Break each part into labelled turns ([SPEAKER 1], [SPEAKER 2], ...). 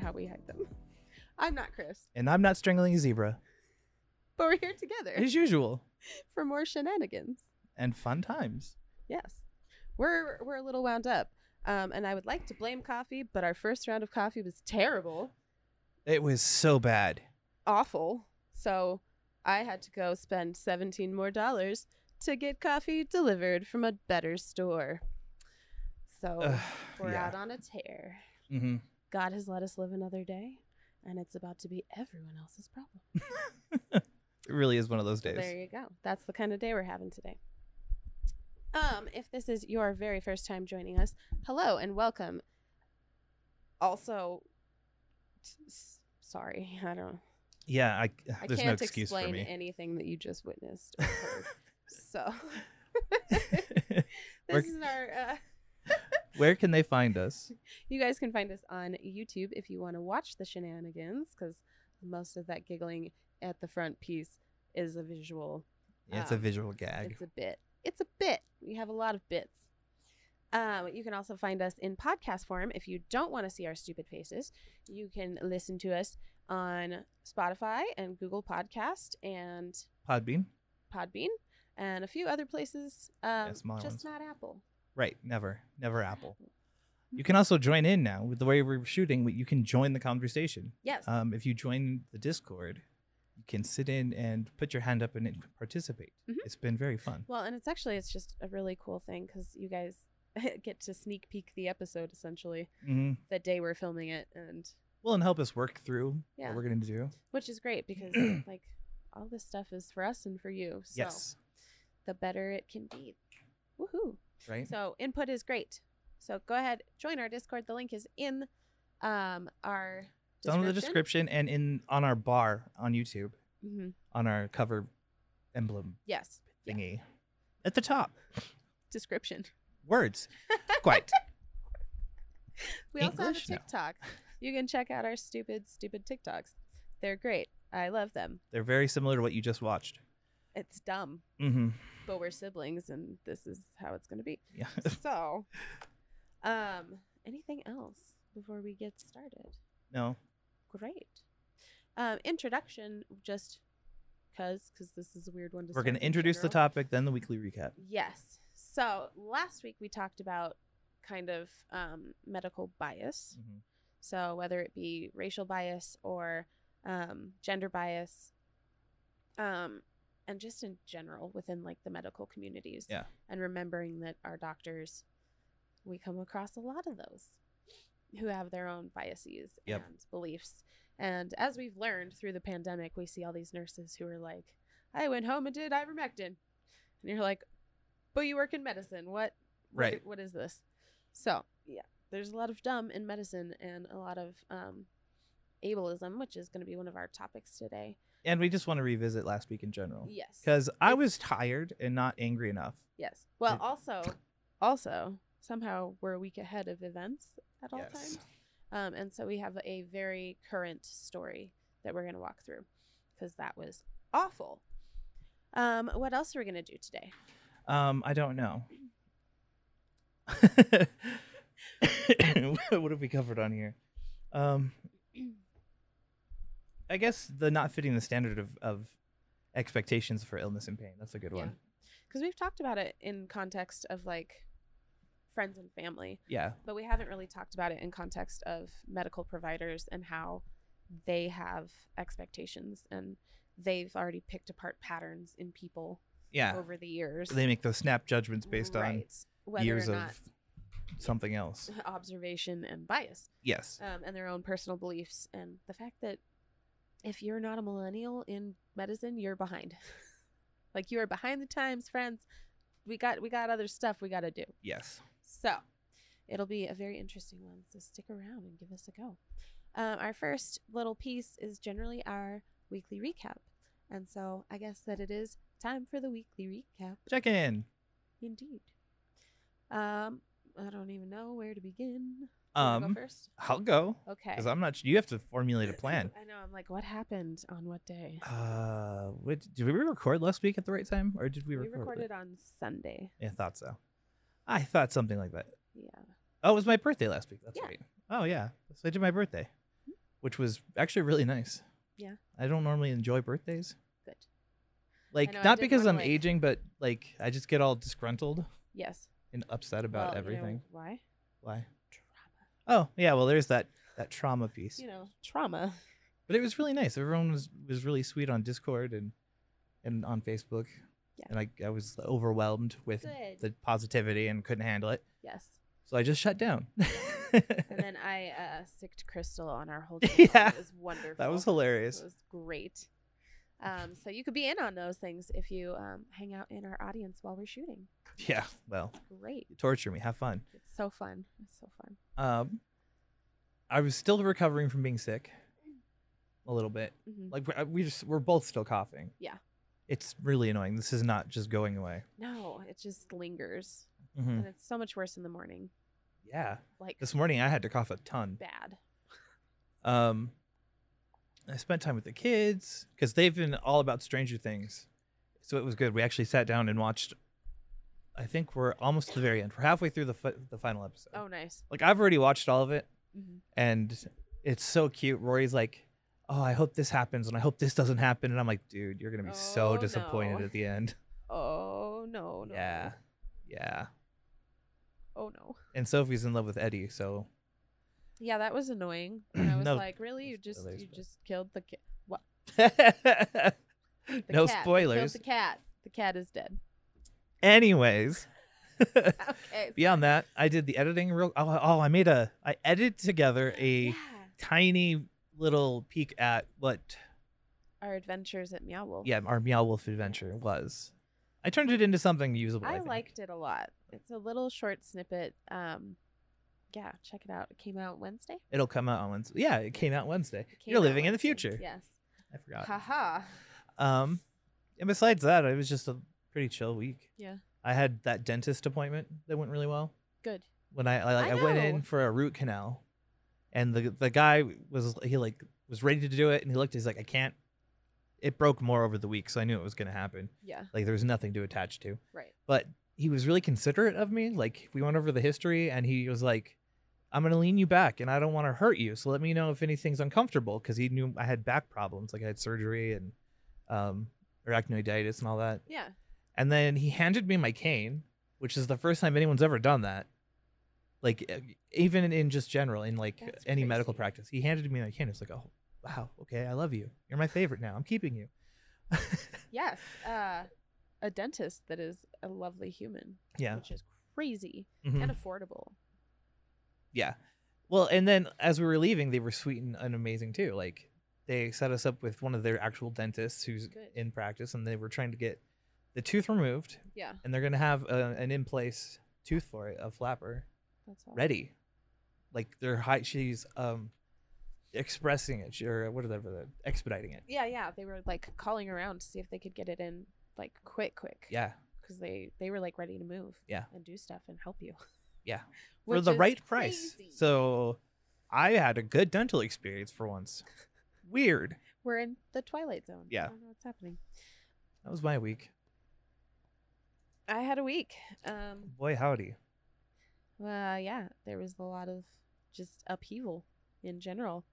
[SPEAKER 1] how we hide them. I'm not Chris,
[SPEAKER 2] And I'm not strangling a zebra,
[SPEAKER 1] but we're here together
[SPEAKER 2] as usual,
[SPEAKER 1] for more shenanigans.
[SPEAKER 2] and fun times.
[SPEAKER 1] Yes, we're we're a little wound up, um, and I would like to blame coffee, but our first round of coffee was terrible,
[SPEAKER 2] It was so bad.
[SPEAKER 1] awful. So I had to go spend 17 more dollars to get coffee delivered from a better store. So
[SPEAKER 2] Ugh,
[SPEAKER 1] we're
[SPEAKER 2] yeah.
[SPEAKER 1] out on a tear.
[SPEAKER 2] hmm
[SPEAKER 1] God has let us live another day, and it's about to be everyone else's problem.
[SPEAKER 2] It really is one of those
[SPEAKER 1] So There
[SPEAKER 2] days.
[SPEAKER 1] you go. That's the kind of day we're having today. Um, if this is your very first time joining us, hello and welcome. Also, s- s- sorry, I don't.
[SPEAKER 2] Yeah, I, uh,
[SPEAKER 1] I
[SPEAKER 2] there's
[SPEAKER 1] can't
[SPEAKER 2] no excuse for
[SPEAKER 1] explain
[SPEAKER 2] me.
[SPEAKER 1] anything that you just witnessed or heard. so
[SPEAKER 2] We're-
[SPEAKER 1] this is our. Uh,
[SPEAKER 2] Where can they find us?
[SPEAKER 1] you guys can find us on YouTube if you want to watch the shenanigans, because most of that giggling at the front piece is a visual
[SPEAKER 2] It's a
[SPEAKER 1] Um,
[SPEAKER 2] visual gag.
[SPEAKER 1] It's a bit. It's a bit. We have a lot of bits. Um, you can also find us in podcast form if you don't want to see our stupid faces. You can listen to us on Spotify and Google Podcast and
[SPEAKER 2] Podbean?
[SPEAKER 1] Podbean and a few other places. Um,
[SPEAKER 2] smaller
[SPEAKER 1] just
[SPEAKER 2] ones.
[SPEAKER 1] not Apple.
[SPEAKER 2] Right, never, never Apple. You can also join in now with the way we're shooting. You can join the conversation.
[SPEAKER 1] Yes.
[SPEAKER 2] Um, if you join the Discord, you can sit in and put your hand up and participate.
[SPEAKER 1] Mhm.
[SPEAKER 2] It's been very fun.
[SPEAKER 1] well, and it's actually it's just a really cool thing because you guys get to sneak peek the episode essentially
[SPEAKER 2] hmm
[SPEAKER 1] the day we're filming it, and
[SPEAKER 2] Well, and help us work through
[SPEAKER 1] Yeah.
[SPEAKER 2] what we're going to do.
[SPEAKER 1] which is great because like all this stuff is for us and for you. So.
[SPEAKER 2] Yes.
[SPEAKER 1] the better it can be. Woohoo!
[SPEAKER 2] Right?
[SPEAKER 1] So input is great. So go ahead, join our Discord. The link is in um, our
[SPEAKER 2] It's on the description and in on our bar on YouTube,
[SPEAKER 1] hmm
[SPEAKER 2] on our cover emblem
[SPEAKER 1] Yes, Yeah.
[SPEAKER 2] thingy. At the top,
[SPEAKER 1] description.
[SPEAKER 2] words. Quite.
[SPEAKER 1] We also have a
[SPEAKER 2] English? No.
[SPEAKER 1] TikTok. You can check out our stupid, stupid TikToks. They're great. I love them.
[SPEAKER 2] They're very similar to what you just watched.
[SPEAKER 1] It's dumb,
[SPEAKER 2] Mm-hmm.
[SPEAKER 1] but we're siblings, and this is how it's going to be.
[SPEAKER 2] Yeah.
[SPEAKER 1] So, um, anything else before we get started?
[SPEAKER 2] no.
[SPEAKER 1] great. Um, introduction, just because, because this is a weird one to.
[SPEAKER 2] We're
[SPEAKER 1] start
[SPEAKER 2] going
[SPEAKER 1] in
[SPEAKER 2] to introduce the
[SPEAKER 1] general.
[SPEAKER 2] topic, then the weekly recap.
[SPEAKER 1] Yes. So last week we talked about kind of um, medical bias.
[SPEAKER 2] Mhm.
[SPEAKER 1] So whether it be racial bias or um, gender bias, um, and just in general within like the medical communities.
[SPEAKER 2] Yeah.
[SPEAKER 1] And remembering that our doctors, we come across a lot of those who have their own biases
[SPEAKER 2] Yep.
[SPEAKER 1] and beliefs. And as we've learned through the pandemic, we see all these nurses who are like, I went home and did ivermectin. And you're like, but you work in medicine. What? what-
[SPEAKER 2] Right.
[SPEAKER 1] what is this? So, yeah, there's a lot of dumb in medicine and a lot of um, ableism, which is going to be one of our topics today.
[SPEAKER 2] And we just want to revisit last week in general.
[SPEAKER 1] Yes.
[SPEAKER 2] Because I
[SPEAKER 1] It's-
[SPEAKER 2] was tired and not angry enough.
[SPEAKER 1] Yes. Well,
[SPEAKER 2] It-
[SPEAKER 1] also, also somehow we're a week ahead of events at all
[SPEAKER 2] Yes.
[SPEAKER 1] times, um, and so we have a very current story that we're going to walk through because that was awful. Um, what else are we going to do today?
[SPEAKER 2] Um, I don't know. what have we covered on here? Um, I guess the not fitting the standard of, of expectations for illness and pain. That's a good
[SPEAKER 1] Yeah.
[SPEAKER 2] one.
[SPEAKER 1] Because we've talked about it in context of like friends and family,
[SPEAKER 2] Yeah.
[SPEAKER 1] but we haven't really talked about it in context of medical providers and how they have expectations and they've already picked apart patterns in people
[SPEAKER 2] Yeah.
[SPEAKER 1] over the years.
[SPEAKER 2] They make those snap judgments based
[SPEAKER 1] right.
[SPEAKER 2] on
[SPEAKER 1] Whether
[SPEAKER 2] years
[SPEAKER 1] or
[SPEAKER 2] of
[SPEAKER 1] not
[SPEAKER 2] something else.
[SPEAKER 1] observation and bias
[SPEAKER 2] Yes.
[SPEAKER 1] um, and their own personal beliefs and the fact that if you're not a millennial in medicine you're behind like you are behind the times friends we got we got other stuff we got to do
[SPEAKER 2] Yes.
[SPEAKER 1] so it'll be a very interesting one so stick around and give us a go um, our first little piece is generally our weekly recap and so i guess that it is time for the weekly recap
[SPEAKER 2] Check in.
[SPEAKER 1] Indeed. Um, I don't even know where to begin. You wanna
[SPEAKER 2] Um,
[SPEAKER 1] go first.
[SPEAKER 2] I'll go
[SPEAKER 1] Okay.
[SPEAKER 2] because I'm not. You have to formulate a plan.
[SPEAKER 1] I know. I'm like, what happened on what day?
[SPEAKER 2] Uh, what, did we record last week at the right time, or did we
[SPEAKER 1] We,
[SPEAKER 2] record?
[SPEAKER 1] recorded on Sunday.
[SPEAKER 2] I thought so. I thought something like that.
[SPEAKER 1] Yeah.
[SPEAKER 2] Oh, it was my birthday last week. That's
[SPEAKER 1] Yeah. Hmm.
[SPEAKER 2] right. Oh yeah, so I did my birthday. which was actually really nice.
[SPEAKER 1] Yeah.
[SPEAKER 2] I don't normally enjoy birthdays.
[SPEAKER 1] Good.
[SPEAKER 2] Like
[SPEAKER 1] know, I
[SPEAKER 2] not
[SPEAKER 1] didn't
[SPEAKER 2] because
[SPEAKER 1] wanna,
[SPEAKER 2] I'm
[SPEAKER 1] like-
[SPEAKER 2] aging, but like I just get all disgruntled
[SPEAKER 1] Yes.
[SPEAKER 2] and upset
[SPEAKER 1] Well, you
[SPEAKER 2] about
[SPEAKER 1] know
[SPEAKER 2] everything.
[SPEAKER 1] why?
[SPEAKER 2] Why?
[SPEAKER 1] Trauma.
[SPEAKER 2] Oh yeah, well there's that that trauma piece.
[SPEAKER 1] You know, trauma.
[SPEAKER 2] But it was really nice. Everyone was was really sweet on Discord and and on Facebook.
[SPEAKER 1] Yeah.
[SPEAKER 2] And I I was overwhelmed with
[SPEAKER 1] Good.
[SPEAKER 2] the positivity and couldn't handle it.
[SPEAKER 1] Yes.
[SPEAKER 2] So I just shut down.
[SPEAKER 1] And then I uh, sicked Crystal on our whole.
[SPEAKER 2] Yeah.
[SPEAKER 1] Yeah. It was wonderful.
[SPEAKER 2] that was hilarious.
[SPEAKER 1] It was great. Um, so you could be in on those things if you um, hang out in our audience while we're shooting.
[SPEAKER 2] Yeah. Well,
[SPEAKER 1] Great.
[SPEAKER 2] torture me. Have fun.
[SPEAKER 1] It's so fun. It's so fun.
[SPEAKER 2] Um, I was still recovering from being sick, a little bit.
[SPEAKER 1] hmm
[SPEAKER 2] Like we- uh, we just we're both still coughing.
[SPEAKER 1] Yeah.
[SPEAKER 2] It's really annoying. This is not just going away.
[SPEAKER 1] No, it just lingers,
[SPEAKER 2] Mhm.
[SPEAKER 1] and it's so much worse in the morning.
[SPEAKER 2] Yeah.
[SPEAKER 1] Like
[SPEAKER 2] This morning I had to cough a ton.
[SPEAKER 1] bad.
[SPEAKER 2] Um, I spent time with the kids because they've been all about Stranger Things, so it was good. We actually sat down and watched. I think we're almost to the very end. We're halfway through the fi- the final episode.
[SPEAKER 1] Oh, nice.
[SPEAKER 2] Like I've already watched all of it,
[SPEAKER 1] Mhm.
[SPEAKER 2] and it's so cute. Rory's like, "Oh, I hope this happens, and I hope this doesn't happen," and I'm like, "Dude, you're gonna be
[SPEAKER 1] Oh,
[SPEAKER 2] so
[SPEAKER 1] no.
[SPEAKER 2] disappointed at the end."
[SPEAKER 1] Oh no, no.
[SPEAKER 2] Yeah, yeah.
[SPEAKER 1] Oh no.
[SPEAKER 2] And Sophie's in love with Eddie, so
[SPEAKER 1] Yeah, that was annoying. And I was
[SPEAKER 2] No
[SPEAKER 1] like, really, you
[SPEAKER 2] no
[SPEAKER 1] just
[SPEAKER 2] spoilers,
[SPEAKER 1] you
[SPEAKER 2] but-
[SPEAKER 1] just killed the ki- what?
[SPEAKER 2] no
[SPEAKER 1] The cat. You Killed
[SPEAKER 2] spoilers.
[SPEAKER 1] the cat. The cat is dead.
[SPEAKER 2] Anyways.
[SPEAKER 1] Okay.
[SPEAKER 2] beyond that, I did the editing real. Oh, oh, I made a. I edited together a
[SPEAKER 1] yeah.
[SPEAKER 2] tiny little peek at what
[SPEAKER 1] Our adventures at Meow Wolf.
[SPEAKER 2] yeah our Meow Wolf adventure was. I turned it into something usable. I,
[SPEAKER 1] I
[SPEAKER 2] think.
[SPEAKER 1] liked it a lot. It's a little short snippet. Um, yeah, check it out. It came out Wednesday.
[SPEAKER 2] It'll come out on Wednesday. Yeah, it came out Wednesday.
[SPEAKER 1] It
[SPEAKER 2] You're
[SPEAKER 1] came out
[SPEAKER 2] living in the
[SPEAKER 1] Wednesday.
[SPEAKER 2] future.
[SPEAKER 1] Yes.
[SPEAKER 2] I forgot.
[SPEAKER 1] Haha.
[SPEAKER 2] Um, and besides that, it was just a pretty chill week.
[SPEAKER 1] Yeah.
[SPEAKER 2] I had that dentist appointment that went really well.
[SPEAKER 1] Good.
[SPEAKER 2] when I I,
[SPEAKER 1] I
[SPEAKER 2] I went in
[SPEAKER 1] know.
[SPEAKER 2] for a root canal, and the the guy was he like was ready to do it, and he looked. He's like, I can't. It broke more over the week, so I knew it was going to happen.
[SPEAKER 1] Yeah.
[SPEAKER 2] Like there was nothing to attach to,
[SPEAKER 1] Right.
[SPEAKER 2] but he was really considerate of me. Like we went over the history, and he was like, "I'm going to lean you back, and I don't want to hurt you, so let me know if anything's uncomfortable." Because he knew I had back problems, like I had surgery and um, arachnoiditis and all that.
[SPEAKER 1] Yeah.
[SPEAKER 2] And then he handed me my cane, which is the first time anyone's ever done that. Like uh, even in just general, in like
[SPEAKER 1] That's
[SPEAKER 2] any medical
[SPEAKER 1] crazy.
[SPEAKER 2] practice, he handed me my cane. It's like, oh wow, okay, I love you. You're my favorite now. I'm keeping you.
[SPEAKER 1] Yes. Uh, a dentist that is a lovely human,
[SPEAKER 2] yeah,
[SPEAKER 1] which is crazy
[SPEAKER 2] mhm,
[SPEAKER 1] and affordable.
[SPEAKER 2] yeah. Well, and then as we were leaving, they were sweet and, and amazing too. Like they set us up with one of their actual dentists who's
[SPEAKER 1] Good.
[SPEAKER 2] in practice, and they were trying to get the tooth removed,
[SPEAKER 1] Yeah.
[SPEAKER 2] and they're gonna have a, an in place tooth for it, a flapper.
[SPEAKER 1] That's all.
[SPEAKER 2] ready. Like they're high. She's um expressing it she- or whatever, the, expediting it.
[SPEAKER 1] Yeah, yeah. They were like calling around to see if they could get it in like quick, quick.
[SPEAKER 2] Yeah,
[SPEAKER 1] Because they they were like ready to move.
[SPEAKER 2] Yeah.
[SPEAKER 1] And do stuff and help you.
[SPEAKER 2] Yeah. for
[SPEAKER 1] Which
[SPEAKER 2] the
[SPEAKER 1] is
[SPEAKER 2] right price.
[SPEAKER 1] crazy.
[SPEAKER 2] So I had a good dental experience for once. Weird.
[SPEAKER 1] we're in the twilight zone.
[SPEAKER 2] Yeah.
[SPEAKER 1] I don't know what's happening.
[SPEAKER 2] That was my week.
[SPEAKER 1] I had a week. Um,
[SPEAKER 2] Boy howdy.
[SPEAKER 1] Well, yeah, there was a lot of just upheaval in general.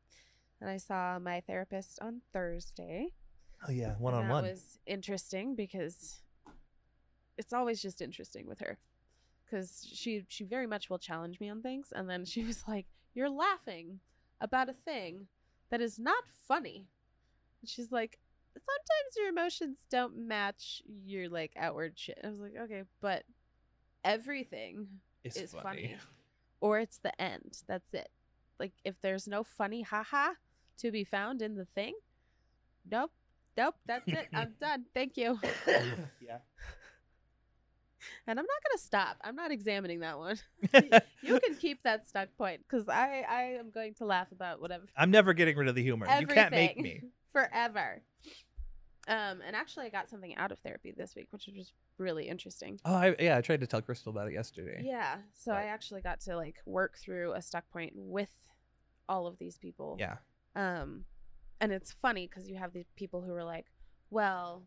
[SPEAKER 1] And I saw my therapist on Thursday.
[SPEAKER 2] Oh yeah,
[SPEAKER 1] and
[SPEAKER 2] one on
[SPEAKER 1] That
[SPEAKER 2] one.
[SPEAKER 1] was interesting because it's always just interesting with her. Cuz she she very much will challenge me on things and then she was like, "You're laughing about a thing that is not funny." And she's like, "Sometimes your emotions don't match your like outward shit." I was like, "Okay, but everything
[SPEAKER 2] It's,
[SPEAKER 1] is funny. Or it's the end. That's it. Like if there's no funny haha to be found in the thing, nope. Nope, that's it. I'm done. Thank you.
[SPEAKER 2] yeah.
[SPEAKER 1] And I'm not gonna stop. I'm not examining that one. You can keep that stuck point because I I am going to laugh about whatever
[SPEAKER 2] I'm never getting rid of the humor. You can't make me.
[SPEAKER 1] Everything. forever. Um, and actually, I got something out of therapy this week, which was really interesting.
[SPEAKER 2] Oh I, yeah, I tried to tell Crystal about it yesterday.
[SPEAKER 1] Yeah. So I
[SPEAKER 2] But-
[SPEAKER 1] actually got to like work through a stuck point with all of these people.
[SPEAKER 2] Yeah.
[SPEAKER 1] Um, and it's funny because you have these people who are like, well,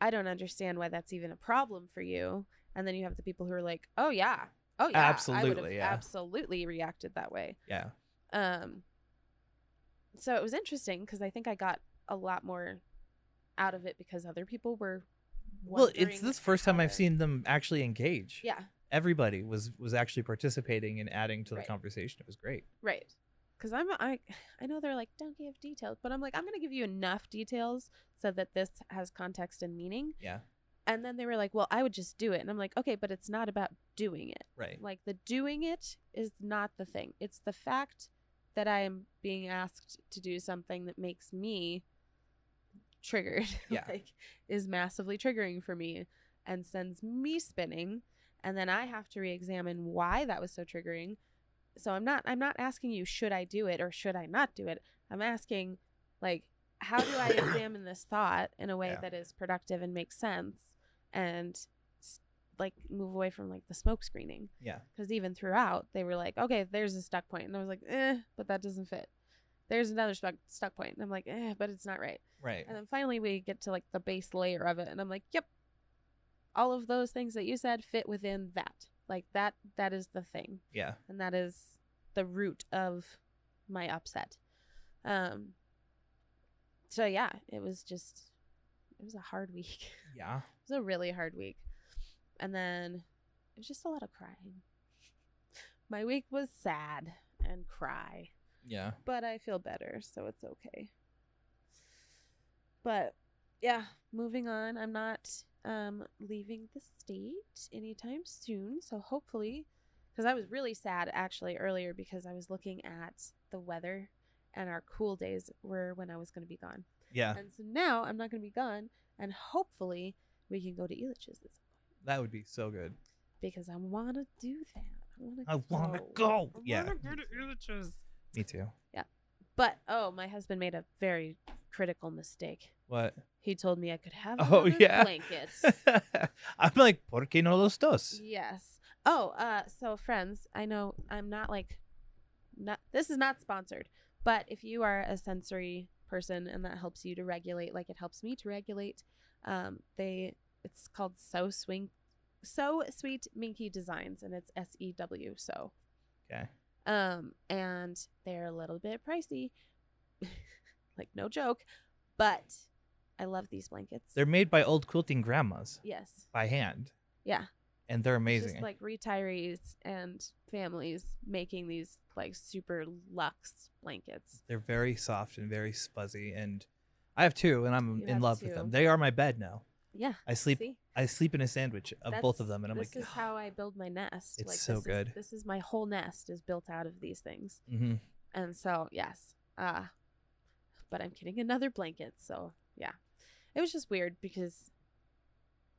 [SPEAKER 1] I don't understand why that's even a problem for you. And then you have the people who are like, oh, yeah. Oh, yeah. I would have
[SPEAKER 2] Absolutely, yeah.
[SPEAKER 1] Absolutely reacted that way.
[SPEAKER 2] Yeah.
[SPEAKER 1] Um, so it was interesting because I think I got a lot more out of it because other people were.
[SPEAKER 2] Well, it's
[SPEAKER 1] wondering
[SPEAKER 2] this first time
[SPEAKER 1] how
[SPEAKER 2] I've
[SPEAKER 1] to-
[SPEAKER 2] seen them actually engage.
[SPEAKER 1] Yeah,
[SPEAKER 2] Everybody was was actually participating and adding to the
[SPEAKER 1] Right.
[SPEAKER 2] conversation. It was great.
[SPEAKER 1] right. Because I'm I I know they're like don't give details, but I'm like I'm gonna give you enough details so that this has context and meaning.
[SPEAKER 2] Yeah.
[SPEAKER 1] And then they were like, well, I would just do it, and I'm like, okay, but it's not about doing it.
[SPEAKER 2] Right.
[SPEAKER 1] Like the doing it is not the thing. It's the fact that I am being asked to do something that makes me triggered.
[SPEAKER 2] Yeah.
[SPEAKER 1] like is massively triggering for me and sends me spinning and then I have to re-examine why that was so triggering. So I'm not I'm not asking you should I do it or should I not do it. I'm asking like how do I examine this thought in a way
[SPEAKER 2] Yeah.
[SPEAKER 1] that is productive and makes sense and s- like move away from like the smoke screening
[SPEAKER 2] Yeah.
[SPEAKER 1] because even throughout they were like, okay, there's a stuck point, and I was like, eh, but that doesn't fit. There's another stuck stuck point, and I'm like, eh, but it's not right.
[SPEAKER 2] Right.
[SPEAKER 1] And then finally we get to like the base layer of it, and I'm like, yep, all of those things that you said fit within that. Like that that is the thing,
[SPEAKER 2] Yeah.
[SPEAKER 1] and that is the root of my upset. Um. So yeah, it was just it was a hard week.
[SPEAKER 2] Yeah.
[SPEAKER 1] It was a really hard week. And then it was just a lot of crying. My week was sad and cry,
[SPEAKER 2] Yeah.
[SPEAKER 1] but I feel better, so it's okay. But yeah, moving on. I'm not um leaving the state anytime soon, so hopefully cuz I was really sad actually earlier because I was looking at the weather and our cool days were when I was going to be gone.
[SPEAKER 2] Yeah.
[SPEAKER 1] And so now I'm not going to be gone, and hopefully we can go to Elitch's this
[SPEAKER 2] That would be so good.
[SPEAKER 1] because I want to do that. I want to.
[SPEAKER 2] I wanna go.
[SPEAKER 1] I
[SPEAKER 2] Yeah.
[SPEAKER 1] wanna go to Elitch's.
[SPEAKER 2] Me too.
[SPEAKER 1] But oh, my husband made a very critical mistake.
[SPEAKER 2] What?
[SPEAKER 1] He told me I could have
[SPEAKER 2] Oh,
[SPEAKER 1] another
[SPEAKER 2] yeah.
[SPEAKER 1] blanket.
[SPEAKER 2] I'm like, ¿por qué no los dos?
[SPEAKER 1] yes. Oh, uh, so friends, I know I'm not like, not this is not sponsored, but if you are a sensory person and that helps you to regulate, like it helps me to regulate, um, they it's called So Swing, So Sweet Minky Designs, and it's S E W. So.
[SPEAKER 2] Okay.
[SPEAKER 1] um and they're a little bit pricey like no joke but i love these blankets
[SPEAKER 2] They're made by old quilting grandmas
[SPEAKER 1] yes
[SPEAKER 2] by hand.
[SPEAKER 1] Yeah.
[SPEAKER 2] And they're
[SPEAKER 1] It's
[SPEAKER 2] amazing.
[SPEAKER 1] just like retirees and families making these like super luxe blankets
[SPEAKER 2] they're very soft and very fuzzy and I have two and I'm
[SPEAKER 1] You
[SPEAKER 2] in
[SPEAKER 1] have
[SPEAKER 2] love
[SPEAKER 1] two.
[SPEAKER 2] with them. They are my bed now.
[SPEAKER 1] yeah
[SPEAKER 2] I sleep
[SPEAKER 1] see
[SPEAKER 2] I sleep in a sandwich of both of
[SPEAKER 1] That's-
[SPEAKER 2] them and I'm
[SPEAKER 1] this
[SPEAKER 2] like "Ah."
[SPEAKER 1] is how i build my nest
[SPEAKER 2] It's so
[SPEAKER 1] this is-
[SPEAKER 2] good.
[SPEAKER 1] this is my whole nest is built out of these things
[SPEAKER 2] hmm
[SPEAKER 1] and so yes uh but i'm getting another blanket so yeah it was just weird because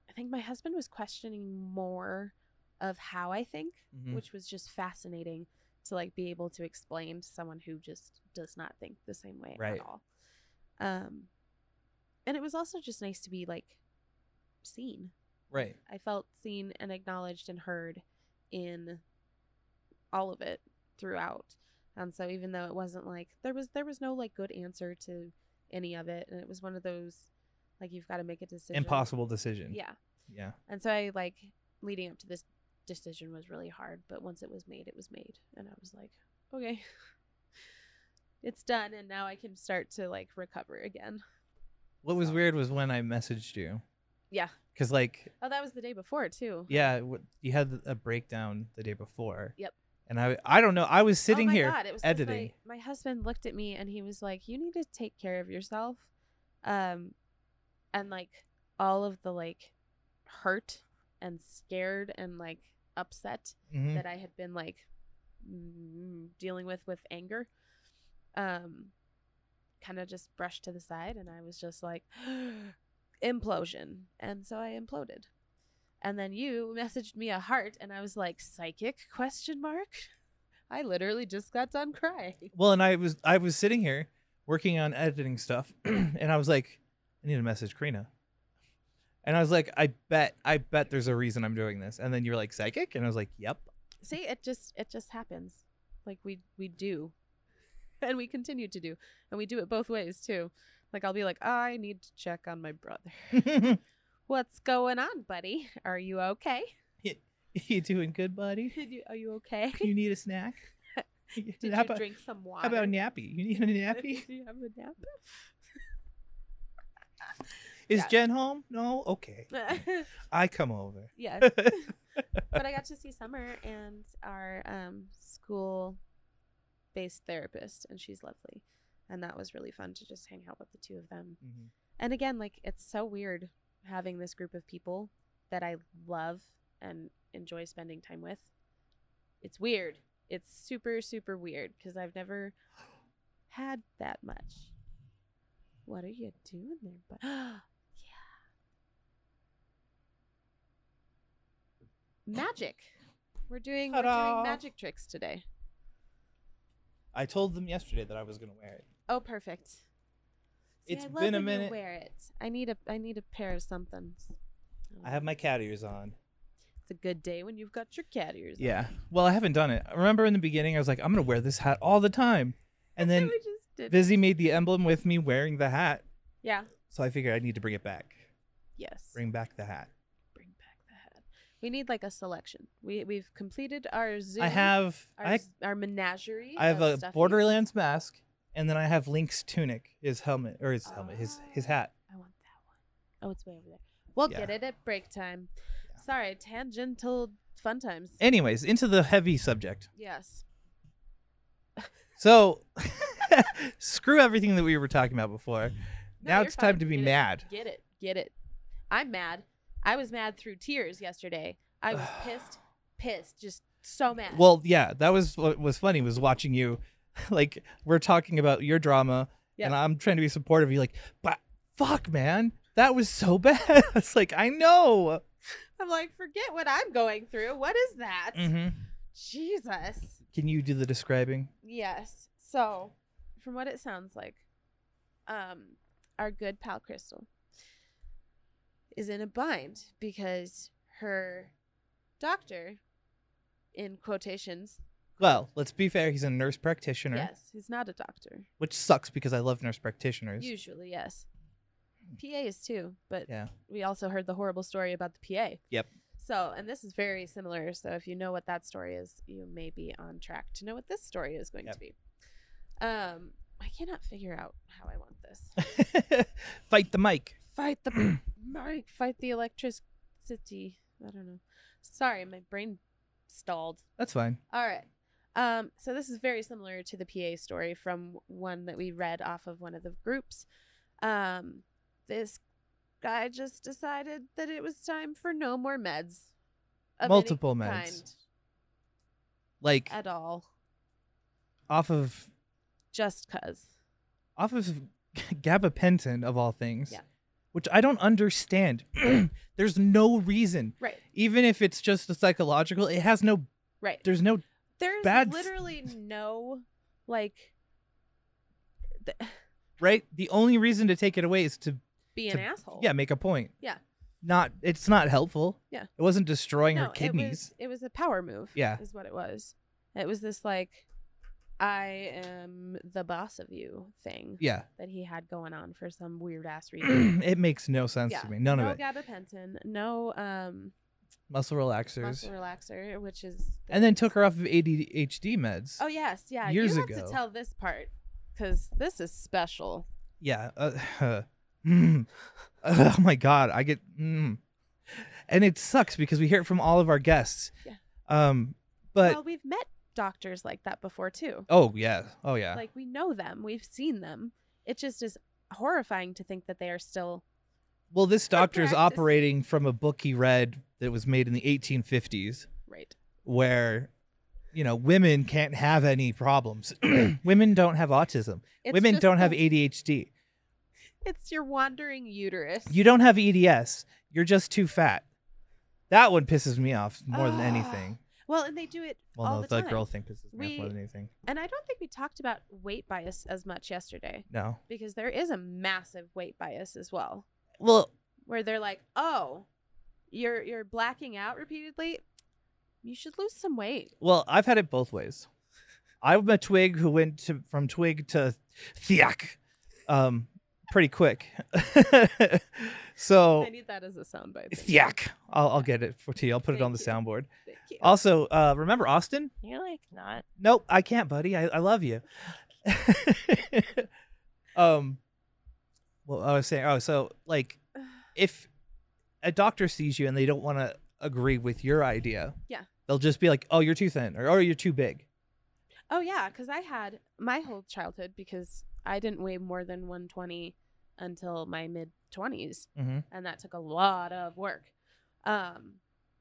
[SPEAKER 1] i think my husband was questioning more of how i think
[SPEAKER 2] Mhm.
[SPEAKER 1] which was just fascinating to like be able to explain to someone who just does not think the same way
[SPEAKER 2] Right.
[SPEAKER 1] at all um and it was also just nice to be like seen
[SPEAKER 2] Right.
[SPEAKER 1] i felt seen and acknowledged and heard in all of it throughout and so even though it wasn't like there was there was no like good answer to any of it and it was one of those like you've got to make a decision
[SPEAKER 2] Impossible decision.
[SPEAKER 1] yeah
[SPEAKER 2] Yeah.
[SPEAKER 1] and so i like leading up to this decision was really hard but once it was made it was made and i was like okay it's done and now i can start to like recover again
[SPEAKER 2] What was
[SPEAKER 1] So-
[SPEAKER 2] weird was when I messaged you
[SPEAKER 1] yeah
[SPEAKER 2] cuz like
[SPEAKER 1] oh that was the day before too
[SPEAKER 2] yeah, w- you had a breakdown the day before.
[SPEAKER 1] Yep.
[SPEAKER 2] And I I don't know. I was sitting
[SPEAKER 1] oh my
[SPEAKER 2] here
[SPEAKER 1] God, it was 'cause
[SPEAKER 2] editing.
[SPEAKER 1] My, my husband looked at me and he was like, "You need to take care of yourself," um, and like all of the like hurt and scared and like upset
[SPEAKER 2] Mhm.
[SPEAKER 1] that I had been like mm, dealing with with anger, um, kind of just brushed to the side, and I was just like implosion, and so I imploded. And then you messaged me a heart, and I was like, "Psychic?" Question mark. I literally just got done crying.
[SPEAKER 2] Well, and I was I was sitting here working on editing stuff, and I was like, I need to message Karina. And I was like, I bet, I bet there's a reason I'm doing this. And then you were like, psychic, and I was like, yep.
[SPEAKER 1] See, it just it just happens. Like we we do, and we continue to do, and we do it both ways too. Like I'll be like, I need to check on my brother. What's going on, buddy? Are you okay?
[SPEAKER 2] you doing good, buddy?
[SPEAKER 1] Are you, are you okay?
[SPEAKER 2] You need a snack?
[SPEAKER 1] Did
[SPEAKER 2] how,
[SPEAKER 1] you
[SPEAKER 2] about,
[SPEAKER 1] drink some water?
[SPEAKER 2] how about nappy? You need a nappy?
[SPEAKER 1] Did you have a nap?
[SPEAKER 2] Is
[SPEAKER 1] Yeah.
[SPEAKER 2] Jen home? No? Okay. I come over. Mhm.
[SPEAKER 1] yeah. But I got to see Summer and our um, school based therapist, and she's lovely. And that was really fun to just hang out with the two of them.
[SPEAKER 2] Mhm.
[SPEAKER 1] And again, like, it's so weird having this group of people that I love and enjoy spending time with. It's weird. It's super, super weird because I've never had that much. What are you doing there, bud? yeah. Magic. We're doing, we're
[SPEAKER 2] Ta-da.
[SPEAKER 1] doing magic tricks today.
[SPEAKER 2] I told them yesterday that I was going to wear it.
[SPEAKER 1] Oh, perfect. See,
[SPEAKER 2] It's
[SPEAKER 1] I
[SPEAKER 2] been
[SPEAKER 1] love
[SPEAKER 2] a
[SPEAKER 1] when you
[SPEAKER 2] minute.
[SPEAKER 1] wear it. I need a I need a pair of somethings.
[SPEAKER 2] I have my cat ears on.
[SPEAKER 1] It's a good day when you've got your cat ears. on.
[SPEAKER 2] Yeah. Well, I haven't done it. I remember in the beginning, I was like, I'm going to wear this hat all the time. And then
[SPEAKER 1] we just did.
[SPEAKER 2] Vizzy made the emblem with me wearing the hat.
[SPEAKER 1] yeah.
[SPEAKER 2] So I figured I need to bring it back.
[SPEAKER 1] Yes.
[SPEAKER 2] Bring back the hat.
[SPEAKER 1] Bring back the hat. We need like a selection. We we've completed our zoo.
[SPEAKER 2] I have
[SPEAKER 1] our,
[SPEAKER 2] I,
[SPEAKER 1] s- our menagerie.
[SPEAKER 2] I have
[SPEAKER 1] of
[SPEAKER 2] a
[SPEAKER 1] stuffies.
[SPEAKER 2] Borderlands mask, and then I have Link's tunic, his helmet or his helmet, his his
[SPEAKER 1] Oh.
[SPEAKER 2] hat.
[SPEAKER 1] I want that one. Oh, it's way over there. We'll
[SPEAKER 2] Yeah.
[SPEAKER 1] get it at break time. Sorry, tangential fun times.
[SPEAKER 2] Anyways, into the heavy subject.
[SPEAKER 1] yes.
[SPEAKER 2] So, screw everything that we were talking about before.
[SPEAKER 1] No,
[SPEAKER 2] now
[SPEAKER 1] you're
[SPEAKER 2] it's time
[SPEAKER 1] fine.
[SPEAKER 2] to be
[SPEAKER 1] Get it.
[SPEAKER 2] mad.
[SPEAKER 1] Get it. Get it. I'm mad. I was mad through tears yesterday. I was pissed, pissed, just so mad.
[SPEAKER 2] Well, yeah, that was what was funny was watching you, like we're talking about your drama,
[SPEAKER 1] Yeah.
[SPEAKER 2] and I'm trying to be supportive. You're like, but fuck, man, that was so bad. it's like I know.
[SPEAKER 1] I'm like, forget what I'm going through. What is that?
[SPEAKER 2] Mm-hmm.
[SPEAKER 1] Jesus.
[SPEAKER 2] Can you do the describing?
[SPEAKER 1] Yes. So, from what it sounds like, um, our good pal Crystal is in a bind because her doctor, in quotations,
[SPEAKER 2] Well, let's be fair. He's a nurse practitioner,
[SPEAKER 1] yes, he's not a doctor.
[SPEAKER 2] which sucks because I love nurse practitioners.
[SPEAKER 1] Usually, yes. PA is too, but
[SPEAKER 2] Yeah.
[SPEAKER 1] we also heard the horrible story about the PA.
[SPEAKER 2] Yep.
[SPEAKER 1] So, and this is very similar. So, if you know what that story is, you may be on track to know what this story is going
[SPEAKER 2] Yep.
[SPEAKER 1] to be. Um, I cannot figure out how I want this.
[SPEAKER 2] Fight the mic.
[SPEAKER 1] fight the mic, fight the electricity. I don't know. Sorry, my brain stalled.
[SPEAKER 2] That's fine.
[SPEAKER 1] All right. Um, so this is very similar to the PA story from one that we read off of one of the groups. Um, this guy just decided that it was time for no more meds. of any
[SPEAKER 2] Multiple meds. Like
[SPEAKER 1] kind at all.
[SPEAKER 2] off of
[SPEAKER 1] Just cause.
[SPEAKER 2] off of gabapentin of all things,
[SPEAKER 1] Yeah.
[SPEAKER 2] which I don't understand. there's no reason,
[SPEAKER 1] Right.
[SPEAKER 2] even if it's just a psychological. It has no.
[SPEAKER 1] Right.
[SPEAKER 2] There's no.
[SPEAKER 1] There's
[SPEAKER 2] bad-
[SPEAKER 1] literally no like th-
[SPEAKER 2] Right. The only reason to take it away is to
[SPEAKER 1] be an
[SPEAKER 2] To-
[SPEAKER 1] asshole.
[SPEAKER 2] yeah make a point.
[SPEAKER 1] Yeah.
[SPEAKER 2] Not. It's not helpful.
[SPEAKER 1] Yeah.
[SPEAKER 2] It wasn't destroying her
[SPEAKER 1] No,
[SPEAKER 2] kidneys.
[SPEAKER 1] It was, it was a power move.
[SPEAKER 2] Yeah.
[SPEAKER 1] Is what it was. It was this like I am the boss of you thing
[SPEAKER 2] Yeah.
[SPEAKER 1] that he had going on for some weird ass reason.
[SPEAKER 2] it makes no sense
[SPEAKER 1] Yeah.
[SPEAKER 2] to me. None
[SPEAKER 1] no
[SPEAKER 2] of it.
[SPEAKER 1] gabapentin, no um
[SPEAKER 2] Muscle relaxers.
[SPEAKER 1] muscle relaxer, which is the-
[SPEAKER 2] and then took her off of ADHD meds.
[SPEAKER 1] Oh yes, yeah.
[SPEAKER 2] years
[SPEAKER 1] you have
[SPEAKER 2] ago.
[SPEAKER 1] to tell this part because this is special.
[SPEAKER 2] Yeah. Uh, mm. oh my god, I get mm. and it sucks because we hear it from all of our guests.
[SPEAKER 1] Yeah.
[SPEAKER 2] Um, but
[SPEAKER 1] well, we've met doctors like that before too.
[SPEAKER 2] oh yeah, oh yeah,
[SPEAKER 1] Like we know them, we've seen them. It just is horrifying to think that they are still
[SPEAKER 2] Well, this doctor is
[SPEAKER 1] practice.
[SPEAKER 2] operating from a book he read that was made in the 1850s,
[SPEAKER 1] right.
[SPEAKER 2] where you know women can't have any problems. women don't have autism.
[SPEAKER 1] It's
[SPEAKER 2] women
[SPEAKER 1] just
[SPEAKER 2] don't have
[SPEAKER 1] the-
[SPEAKER 2] ADHD.
[SPEAKER 1] It's your wandering uterus.
[SPEAKER 2] You don't have EDS. You're just too fat. That one pisses me off more than
[SPEAKER 1] Ah.
[SPEAKER 2] anything.
[SPEAKER 1] Well, and they do it
[SPEAKER 2] Well,
[SPEAKER 1] all
[SPEAKER 2] no,
[SPEAKER 1] the
[SPEAKER 2] the,
[SPEAKER 1] time.
[SPEAKER 2] girl thing pisses me off more
[SPEAKER 1] We-
[SPEAKER 2] than anything.
[SPEAKER 1] And I don't think we talked about weight bias as much yesterday
[SPEAKER 2] No.
[SPEAKER 1] because there is a massive weight bias as well,
[SPEAKER 2] Well,
[SPEAKER 1] where they're like, "Oh, you're you're blacking out repeatedly. You should lose some weight."
[SPEAKER 2] well, I've had it both ways. I'm a twig who went to, from twig to thiak, um, pretty quick. so
[SPEAKER 1] I need that as a soundbite. Thank you.
[SPEAKER 2] Oh. thiak, I'll, I'll get it for to you. I'll put it on the
[SPEAKER 1] Thank you.
[SPEAKER 2] soundboard.
[SPEAKER 1] Thank cute.
[SPEAKER 2] Also, uh, remember Austin?
[SPEAKER 3] You're like not.
[SPEAKER 2] Nope, I can't, buddy. I, I love you. um, well, I was saying, oh, so like, if a doctor sees you and they don't want to agree with your idea,
[SPEAKER 1] Yeah.
[SPEAKER 2] they'll just be like, oh, you're too thin, or oh, you're too big.
[SPEAKER 1] Oh yeah, because I had my whole childhood because I didn't weigh more than 120 until my mid 20s,
[SPEAKER 2] Mhm.
[SPEAKER 1] and that took a lot of work. Um,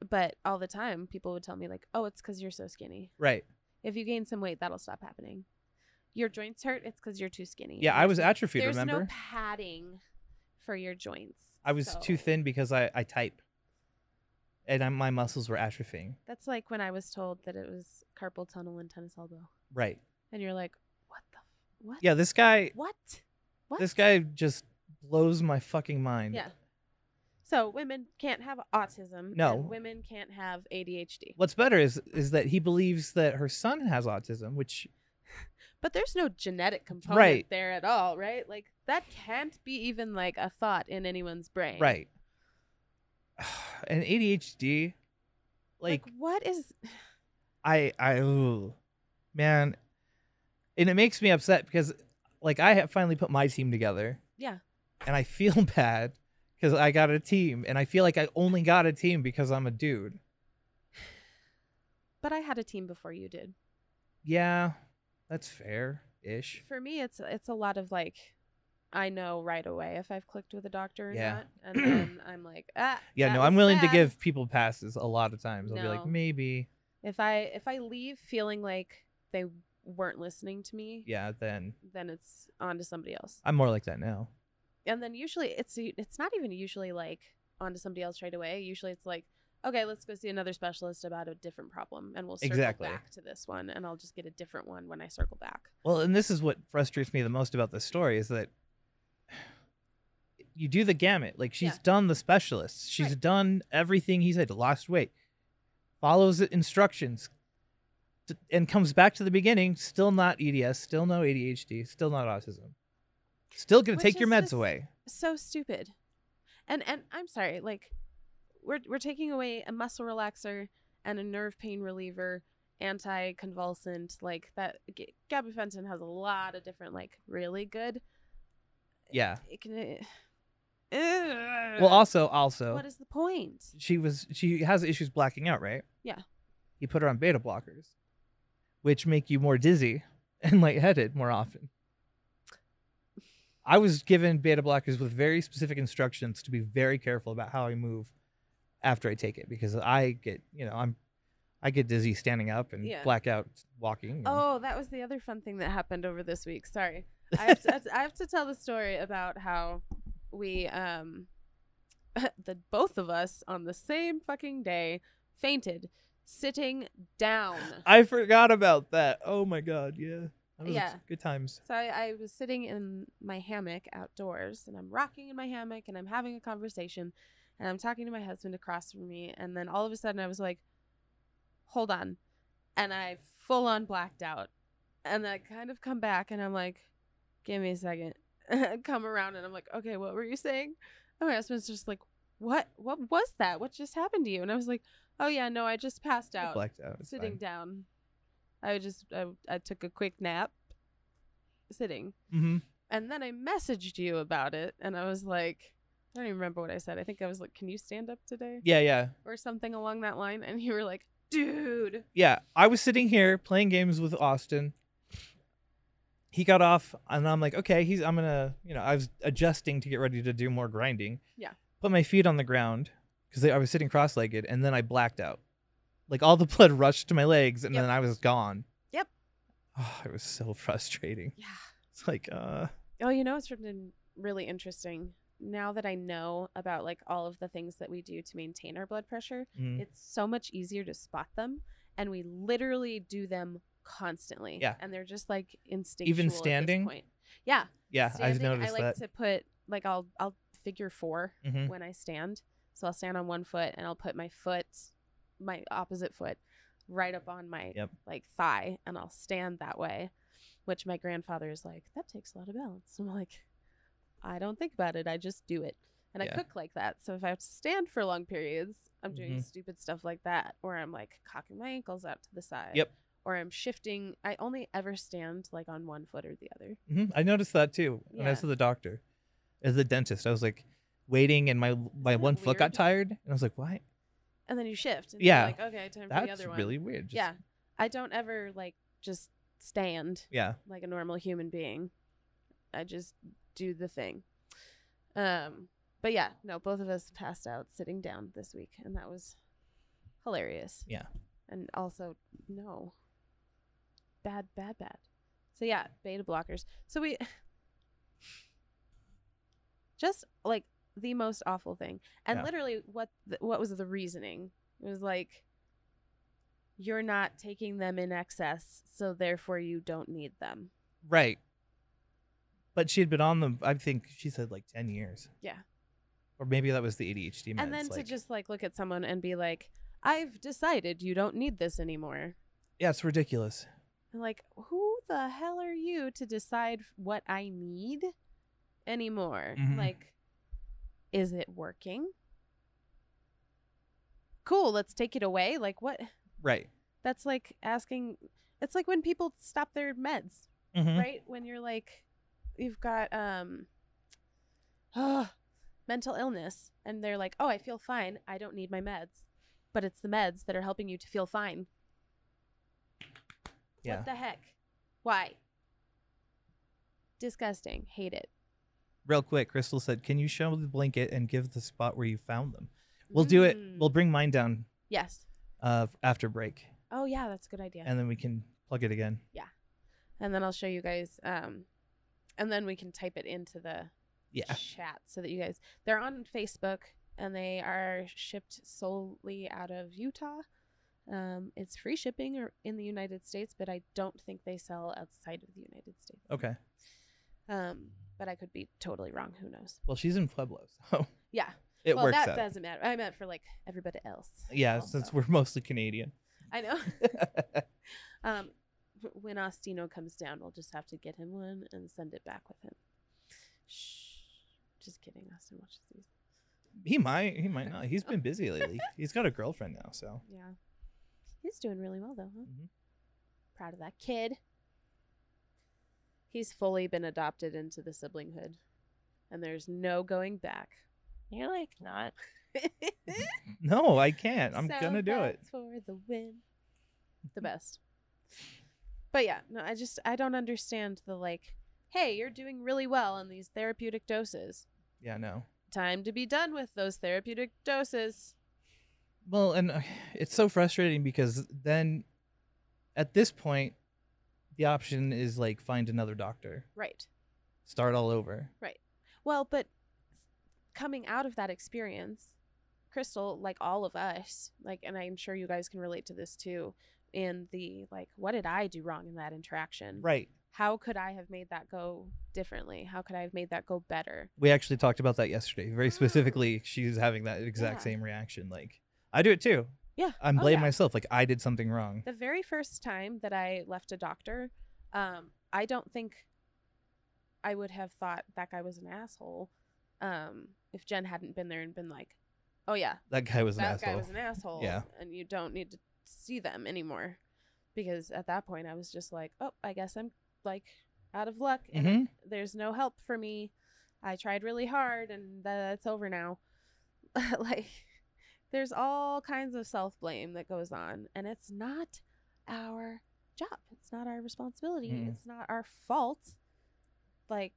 [SPEAKER 1] but all the time, people would tell me like, "Oh, it's because you're so skinny.
[SPEAKER 2] Right.
[SPEAKER 1] If you gain some weight, that'll stop happening. Your joints hurt. It's because you're too skinny.
[SPEAKER 2] Yeah, I was
[SPEAKER 1] There's-
[SPEAKER 2] atrophied.
[SPEAKER 1] There's
[SPEAKER 2] Remember,
[SPEAKER 1] no padding for your joints.
[SPEAKER 2] I was
[SPEAKER 1] so-
[SPEAKER 2] too thin because I I type, and I, my muscles were atrophying.
[SPEAKER 1] That's like when I was told that it was carpal tunnel and tennis elbow,
[SPEAKER 2] Right.
[SPEAKER 1] and you're like, "What the? What?
[SPEAKER 2] Yeah. This guy.
[SPEAKER 1] What? What?
[SPEAKER 2] This guy just blows my fucking mind.
[SPEAKER 1] Yeah. So women can't have autism.
[SPEAKER 2] No.
[SPEAKER 1] And women can't have ADHD.
[SPEAKER 2] What's better is is that he believes that her son has autism, which
[SPEAKER 1] But there's no genetic component
[SPEAKER 2] Right.
[SPEAKER 1] there at all, right? Like that can't be even like a thought in anyone's brain.
[SPEAKER 2] right. And ADHD, like,
[SPEAKER 1] Like, what is
[SPEAKER 2] I I ooh, man, and it makes me upset because like I have finally put my team together.
[SPEAKER 1] Yeah.
[SPEAKER 2] And I feel bad because I got a team, and I feel like I only got a team because I'm a dude.
[SPEAKER 1] but I had a team before you did.
[SPEAKER 2] Yeah, that's fair ish.
[SPEAKER 1] For me it's it's a lot of like I know right away if I've clicked with a doctor or
[SPEAKER 2] Yeah.
[SPEAKER 1] not. And then I'm like, ah
[SPEAKER 2] Yeah,
[SPEAKER 1] that
[SPEAKER 2] no, I'm
[SPEAKER 1] was
[SPEAKER 2] willing to
[SPEAKER 1] bad.
[SPEAKER 2] give people passes a lot of times. I'll be
[SPEAKER 1] No.
[SPEAKER 2] like, maybe,
[SPEAKER 1] if I if I leave feeling like they weren't listening to me,
[SPEAKER 2] yeah. Then
[SPEAKER 1] then it's on to somebody else.
[SPEAKER 2] I'm more like that now.
[SPEAKER 1] and then usually it's it's not even usually like onto somebody else right away. Usually it's like, okay, let's go see another specialist about a different problem, and we'll circle
[SPEAKER 2] Exactly.
[SPEAKER 1] back to this one, and I'll just get a different one when I circle back.
[SPEAKER 2] Well, and this is what frustrates me the most about this story is that you do the gamut. Like she's
[SPEAKER 1] Yeah.
[SPEAKER 2] done the specialists. She's
[SPEAKER 1] Right.
[SPEAKER 2] done everything he said. Lost weight, follows the instructions, t- and comes back to the beginning. Still not EDS. Still no ADHD. Still not autism. Still gonna
[SPEAKER 1] Which
[SPEAKER 2] take your
[SPEAKER 1] is
[SPEAKER 2] meds
[SPEAKER 1] just-
[SPEAKER 2] away.
[SPEAKER 1] So stupid, and and I'm sorry, like we're we're taking away a muscle relaxer and a nerve pain reliever, anticonvulsant, like that. G- gabapentin has a lot of different like really good.
[SPEAKER 2] Yeah.
[SPEAKER 1] It can. eh,
[SPEAKER 2] Well, also, also,
[SPEAKER 1] what is the point?
[SPEAKER 2] she was she has issues blacking out, right?
[SPEAKER 1] Yeah.
[SPEAKER 2] He put her on beta blockers, which make you more dizzy and lightheaded more often. I was given beta blockers with very specific instructions to be very careful about how I move after I take it because I get, you know, I'm I get dizzy standing up and
[SPEAKER 1] Yeah.
[SPEAKER 2] black out walking. and-
[SPEAKER 1] Oh, that was the other fun thing that happened over this week. Sorry. I have to, I have to tell the story about how we, um, the both of us on the same fucking day fainted sitting down.
[SPEAKER 2] I forgot about that. Oh my god, yeah. That was
[SPEAKER 1] Yeah.
[SPEAKER 2] good times.
[SPEAKER 1] So I, I was sitting in my hammock outdoors and I'm rocking in my hammock and I'm having a conversation and I'm talking to my husband across from me. And then all of a sudden I was like, hold on. And I full on blacked out. And I kind of come back and I'm like, give me a second. come around and I'm like, okay, what were you saying? And my husband's just like, what? What was that? What just happened to you? And I was like, oh yeah, no, I just passed
[SPEAKER 2] I
[SPEAKER 1] out
[SPEAKER 2] Blacked out. it's
[SPEAKER 1] sitting
[SPEAKER 2] fine.
[SPEAKER 1] down. I just I, I took a quick nap, sitting,
[SPEAKER 2] Mhm.
[SPEAKER 1] and then I messaged you about it, and I was like, I don't even remember what I said. I think I was like, "Can you stand up today?"
[SPEAKER 2] Yeah, yeah.
[SPEAKER 1] or something along that line, and you were like, "Dude,
[SPEAKER 2] yeah, I was sitting here playing games with Austin. He got off, and I'm like, okay, he's. I'm gonna, you know, I was adjusting to get ready to do more grinding.
[SPEAKER 1] Yeah.
[SPEAKER 2] Put my feet on the ground because I was sitting cross-legged, and then I blacked out. Like all the blood rushed to my legs, and
[SPEAKER 1] Yep.
[SPEAKER 2] then I was gone.
[SPEAKER 1] Yep.
[SPEAKER 2] Oh, it was so frustrating.
[SPEAKER 1] yeah."
[SPEAKER 2] It's like, uh,
[SPEAKER 1] Oh, you know, it's been really interesting now that I know about like all of the things that we do to maintain our blood pressure.
[SPEAKER 2] mm,
[SPEAKER 1] it's so much easier to spot them and we literally do them constantly
[SPEAKER 2] Yeah.
[SPEAKER 1] and they're just like instinctual at this
[SPEAKER 2] standing?
[SPEAKER 1] point. yeah
[SPEAKER 2] yeah, I've
[SPEAKER 1] standing,
[SPEAKER 2] noticed
[SPEAKER 1] i like
[SPEAKER 2] that.
[SPEAKER 1] to put like i'll i'll figure 4
[SPEAKER 2] Mhm.
[SPEAKER 1] when i stand so i'll stand on one foot and i'll put my foot my opposite foot right up on my
[SPEAKER 2] Yep.
[SPEAKER 1] like thigh and i'll stand that way which my grandfather is like that takes a lot of balance i'm like i don't think about it i just do it and
[SPEAKER 2] Yeah.
[SPEAKER 1] i cook like that so if i have to stand for long periods I'm doing
[SPEAKER 2] Mhm.
[SPEAKER 1] stupid stuff like that, or I'm like cocking my ankles out to the side.
[SPEAKER 2] Yep.
[SPEAKER 1] Or I'm shifting. I only ever stand like on one foot or the other.
[SPEAKER 2] hmm I noticed that too when I was
[SPEAKER 1] Yeah.
[SPEAKER 2] to the doctor, as the dentist. I was like waiting, and my my
[SPEAKER 1] that
[SPEAKER 2] one foot got
[SPEAKER 1] weird?
[SPEAKER 2] tired, and I was like, "Why?
[SPEAKER 1] And then you shift. And you're
[SPEAKER 2] Yeah.
[SPEAKER 1] like, okay, time for the
[SPEAKER 2] That's
[SPEAKER 1] other one.
[SPEAKER 2] really weird." Just-
[SPEAKER 1] yeah. I don't ever like just stand
[SPEAKER 2] yeah.
[SPEAKER 1] like a normal human being. I just do the thing. Um, but yeah, no, both of us passed out sitting down this week, and that was hilarious.
[SPEAKER 2] Yeah.
[SPEAKER 1] And also, no, bad, bad, bad. So yeah, beta blockers. So we just like the most awful thing, and
[SPEAKER 2] Yeah.
[SPEAKER 1] literally, what the, what was the reasoning? It was like you're not taking them in excess, so therefore you don't need them.
[SPEAKER 2] Right. But she had been on them. I think she said like ten years.
[SPEAKER 1] Yeah.
[SPEAKER 2] Or maybe that was the ADHD. Meds,
[SPEAKER 1] and then to
[SPEAKER 2] like-
[SPEAKER 1] just like look at someone and be like i've decided you don't need this anymore
[SPEAKER 2] yeah, it's ridiculous.
[SPEAKER 1] and like who the hell are you to decide what i need anymore
[SPEAKER 2] Mhm.
[SPEAKER 1] like is it working cool let's take it away like what
[SPEAKER 2] Right.
[SPEAKER 1] that's like asking it's like when people stop their meds
[SPEAKER 2] Mhm.
[SPEAKER 1] right when you're like you've got um ah, mental illness and they're like oh i feel fine i don't need my meds but it's the meds that are helping you to feel fine
[SPEAKER 2] Yeah.
[SPEAKER 1] what the heck why disgusting hate it
[SPEAKER 2] Real quick, Crystal said, "Can you show the blanket and give the spot where you found them?" We'll do it.
[SPEAKER 1] Mm.
[SPEAKER 2] We'll bring mine down
[SPEAKER 1] yes
[SPEAKER 2] uh, after break,
[SPEAKER 1] oh yeah that's a good idea and,
[SPEAKER 2] and then we can plug it again.
[SPEAKER 1] then i'll show you guys um and then we can type it into the
[SPEAKER 2] Yeah.
[SPEAKER 1] chat so that you guys they're on facebook and they are shipped solely out of utah um, it's free shipping or in the united states but i don't think they sell outside of the united states
[SPEAKER 2] Okay.
[SPEAKER 1] um, but i could be totally wrong who knows
[SPEAKER 2] Well, she's in Pueblo, so
[SPEAKER 1] yeah
[SPEAKER 2] it
[SPEAKER 1] well
[SPEAKER 2] works
[SPEAKER 1] that
[SPEAKER 2] out.
[SPEAKER 1] doesn't matter i meant for like everybody else
[SPEAKER 2] Yeah, since
[SPEAKER 1] also.
[SPEAKER 2] we're mostly Canadian.
[SPEAKER 1] i know um, when ostino comes down we'll just have to get him one and send it back with him Shh. just kidding austin watches these
[SPEAKER 2] he might, he might not. He's been busy lately. He's got a girlfriend now, so
[SPEAKER 1] Yeah. He's doing really well though, huh?
[SPEAKER 2] Mhm.
[SPEAKER 1] Proud of that kid. He's fully been adopted into the siblinghood. And there's no going back.
[SPEAKER 3] You're like not.
[SPEAKER 2] no, I can't. I'm
[SPEAKER 1] Eh? So
[SPEAKER 2] gonna do it.
[SPEAKER 1] that's For the win. The best. But yeah, no, I just I don't understand the like, hey, you're doing really well on these therapeutic doses.
[SPEAKER 2] Yeah, no.
[SPEAKER 1] Time to be done with those therapeutic doses.
[SPEAKER 2] Well, and uh, it's so frustrating because then, at this point, the option is like find another doctor,
[SPEAKER 1] Right.
[SPEAKER 2] start all over.
[SPEAKER 1] Well, but coming out of that experience, Crystal, like all of us, like, and I'm sure you guys can relate to this too, in the like, what did I do wrong in that interaction?
[SPEAKER 2] Right.
[SPEAKER 1] How could I have made that go differently? How could I have made that go better?
[SPEAKER 2] We actually talked about that yesterday. Very
[SPEAKER 1] Mm.
[SPEAKER 2] specifically, she's having that exact
[SPEAKER 1] Yeah.
[SPEAKER 2] same reaction. Like, I do it too.
[SPEAKER 1] Yeah.
[SPEAKER 2] I'm
[SPEAKER 1] Oh,
[SPEAKER 2] blaming
[SPEAKER 1] yeah.
[SPEAKER 2] myself. Like, I did something wrong.
[SPEAKER 1] The very first time that I left a doctor, um, I don't think I would have thought that guy was an asshole um, if Jen hadn't been there and been like, oh, yeah,
[SPEAKER 2] That guy was an
[SPEAKER 1] that
[SPEAKER 2] asshole.
[SPEAKER 1] guy was an asshole.
[SPEAKER 2] Yeah.
[SPEAKER 1] And you don't need to see them anymore. Because at that point, I was just like, oh, I guess I'm like out of luck and
[SPEAKER 2] Mhm.
[SPEAKER 1] there's no help for me. I tried really hard and tha- that's over now. like, there's all kinds of self blame that goes on, and it's not our job. It's not our responsibility.
[SPEAKER 2] Mm.
[SPEAKER 1] It's not our fault. Like,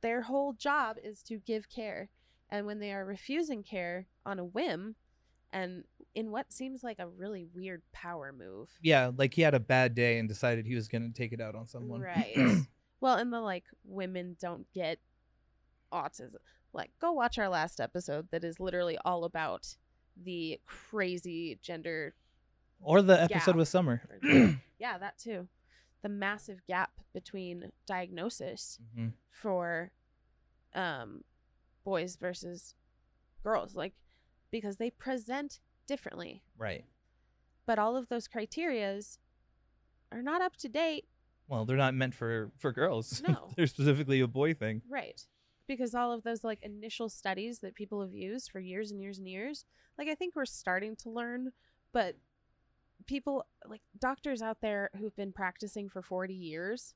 [SPEAKER 1] their whole job is to give care. And when they are refusing care on a whim and in what seems like a really weird power move.
[SPEAKER 2] yeah, like he had a bad day and decided he was gonna take it out on someone.
[SPEAKER 1] Right. well, and the like women don't get autism. Like, go watch our last episode that is literally all about the crazy gender.
[SPEAKER 2] or the episode
[SPEAKER 1] Yeah.
[SPEAKER 2] with Summer. Mm-hmm.
[SPEAKER 1] yeah, that too. The massive gap between diagnosis
[SPEAKER 2] Mhm.
[SPEAKER 1] for um boys versus girls like because they present differently
[SPEAKER 2] Right.
[SPEAKER 1] but all of those criterias are not up to date
[SPEAKER 2] Well, they're not meant for for girls.
[SPEAKER 1] No.
[SPEAKER 2] they're specifically a boy thing.
[SPEAKER 1] right because all of those like initial studies that people have used for years and years and years like i think we're starting to learn but people like doctors out there who've been practicing for 40 years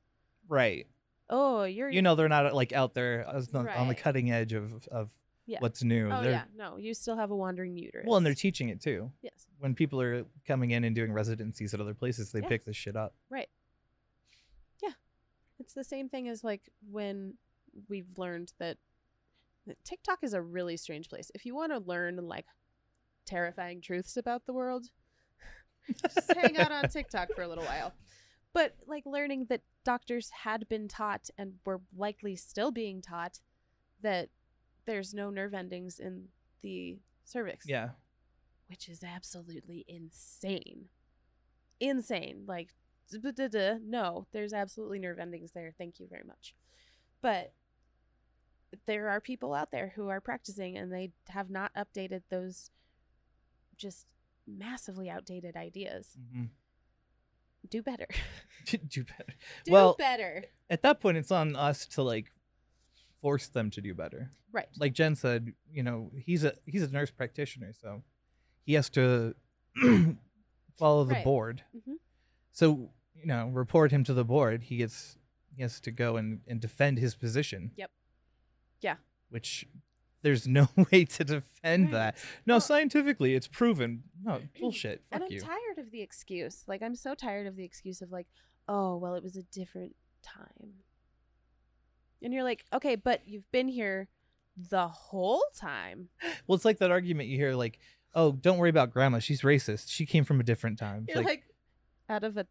[SPEAKER 2] right
[SPEAKER 1] oh you're
[SPEAKER 2] you know they're not like out there as the- on the
[SPEAKER 1] Right.
[SPEAKER 2] cutting edge of of
[SPEAKER 1] Yeah.
[SPEAKER 2] what's new
[SPEAKER 1] oh
[SPEAKER 2] They're-
[SPEAKER 1] yeah no you still have a wandering uterus
[SPEAKER 2] well and they're teaching it too
[SPEAKER 1] yes
[SPEAKER 2] when people are coming in and doing residencies at other places they
[SPEAKER 1] Yeah.
[SPEAKER 2] pick this shit up
[SPEAKER 1] it's the same thing as like when we've learned that that tiktok is a really strange place if you want to learn like terrifying truths about the world just hang out on TikTok for a little while. But like learning that doctors had been taught and were likely still being taught that there's no nerve endings in the cervix.
[SPEAKER 2] yeah
[SPEAKER 1] Which is absolutely insane. Insane. Like, duh, duh, duh, no, there's absolutely nerve endings there. Thank you very much. But there are people out there who are practicing and they have not updated those just massively outdated ideas
[SPEAKER 2] Mhm.
[SPEAKER 1] do better.
[SPEAKER 2] do better
[SPEAKER 1] do
[SPEAKER 2] well
[SPEAKER 1] better.
[SPEAKER 2] at that point it's on us to like force them to do better
[SPEAKER 1] Right.
[SPEAKER 2] like Jen said, you know, he's a he's a nurse practitioner, so he has to follow the
[SPEAKER 1] Right.
[SPEAKER 2] board.
[SPEAKER 1] Mhm.
[SPEAKER 2] So you know, report him to the board. He gets he has to go and and defend his position.
[SPEAKER 1] Yep. Yeah.
[SPEAKER 2] Which there's no way to defend that. No,
[SPEAKER 1] Well-
[SPEAKER 2] scientifically, it's proven. No bullshit.
[SPEAKER 1] And
[SPEAKER 2] Fuck
[SPEAKER 1] I'm
[SPEAKER 2] you.
[SPEAKER 1] tired of the excuse. Like I'm so tired of the excuse of like, oh well, it was a different time. And you're like, okay, but you've been here the whole time.
[SPEAKER 2] well, it's like that argument you hear, like, "Oh, don't worry about grandma. She's racist. She came from a different time." It's
[SPEAKER 1] You're like, out of a,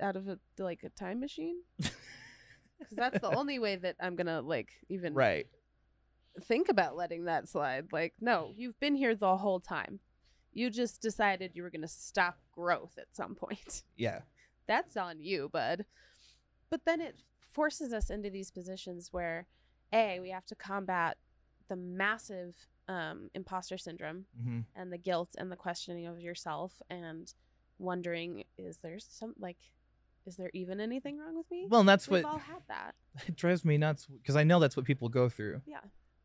[SPEAKER 1] out of a like a time machine. Because that's the only way that I'm gonna like even
[SPEAKER 2] right.
[SPEAKER 1] think about letting that slide. Like, no, you've been here the whole time. You just decided you were gonna stop growth at some point.
[SPEAKER 2] Yeah.
[SPEAKER 1] that's on you, bud. But then it forces us into these positions where, A, we have to combat the massive um, imposter syndrome
[SPEAKER 2] hmm
[SPEAKER 1] and the guilt and the questioning of yourself and wondering, is there some, like, is there even anything wrong with me?
[SPEAKER 2] Well, and that's
[SPEAKER 1] We've
[SPEAKER 2] what
[SPEAKER 1] all had that.
[SPEAKER 2] it drives me nuts because I know that's what people go through.
[SPEAKER 1] Yeah.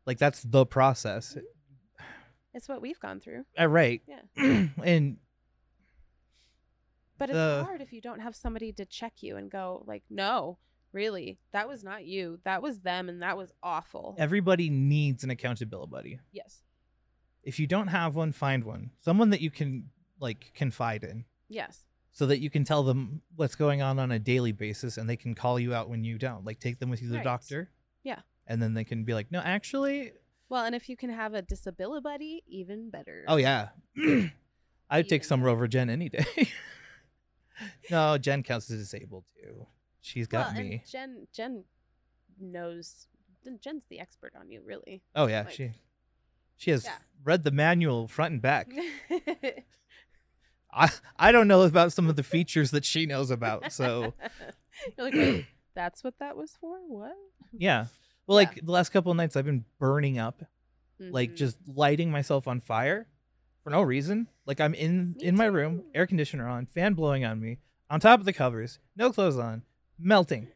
[SPEAKER 2] Like that's the process.
[SPEAKER 1] Mhm. It's what we've gone through.
[SPEAKER 2] Uh, right.
[SPEAKER 1] Yeah.
[SPEAKER 2] and
[SPEAKER 1] But it's
[SPEAKER 2] The-
[SPEAKER 1] hard if you don't have somebody to check you and go, like, no, really, that was not you. That was them and that was awful.
[SPEAKER 2] everybody needs an accountability buddy.
[SPEAKER 1] yes.
[SPEAKER 2] If you don't have one, find one. Someone that you can like confide in
[SPEAKER 1] Yes.
[SPEAKER 2] so that you can tell them what's going on on a daily basis and they can call you out when you don't. Like take them with you to the
[SPEAKER 1] Right.
[SPEAKER 2] doctor.
[SPEAKER 1] Yeah.
[SPEAKER 2] And then they can be like, "No, actually,
[SPEAKER 1] Well, and if you can have a disability buddy, even better.
[SPEAKER 2] oh yeah. I'd take
[SPEAKER 1] Even
[SPEAKER 2] summer over Jen any day." no, Jen counts as disabled too. She's got
[SPEAKER 1] well,
[SPEAKER 2] me.
[SPEAKER 1] And Jen, Jen knows. Jen's the expert on you, really.
[SPEAKER 2] Oh yeah,
[SPEAKER 1] Like-
[SPEAKER 2] she she has
[SPEAKER 1] Yeah.
[SPEAKER 2] read the manual front and back. I I don't know about some of the features that she knows about. So
[SPEAKER 1] You're like, wait, that's what that was for? What?
[SPEAKER 2] yeah. Well,
[SPEAKER 1] Yeah.
[SPEAKER 2] like the last couple of nights, I've been burning up, like
[SPEAKER 1] Mhm.
[SPEAKER 2] just lighting myself on fire for no reason. Like I'm in
[SPEAKER 1] Me
[SPEAKER 2] in my room,
[SPEAKER 1] too.
[SPEAKER 2] air conditioner on, fan blowing on me, on top of the covers, no clothes on, melting,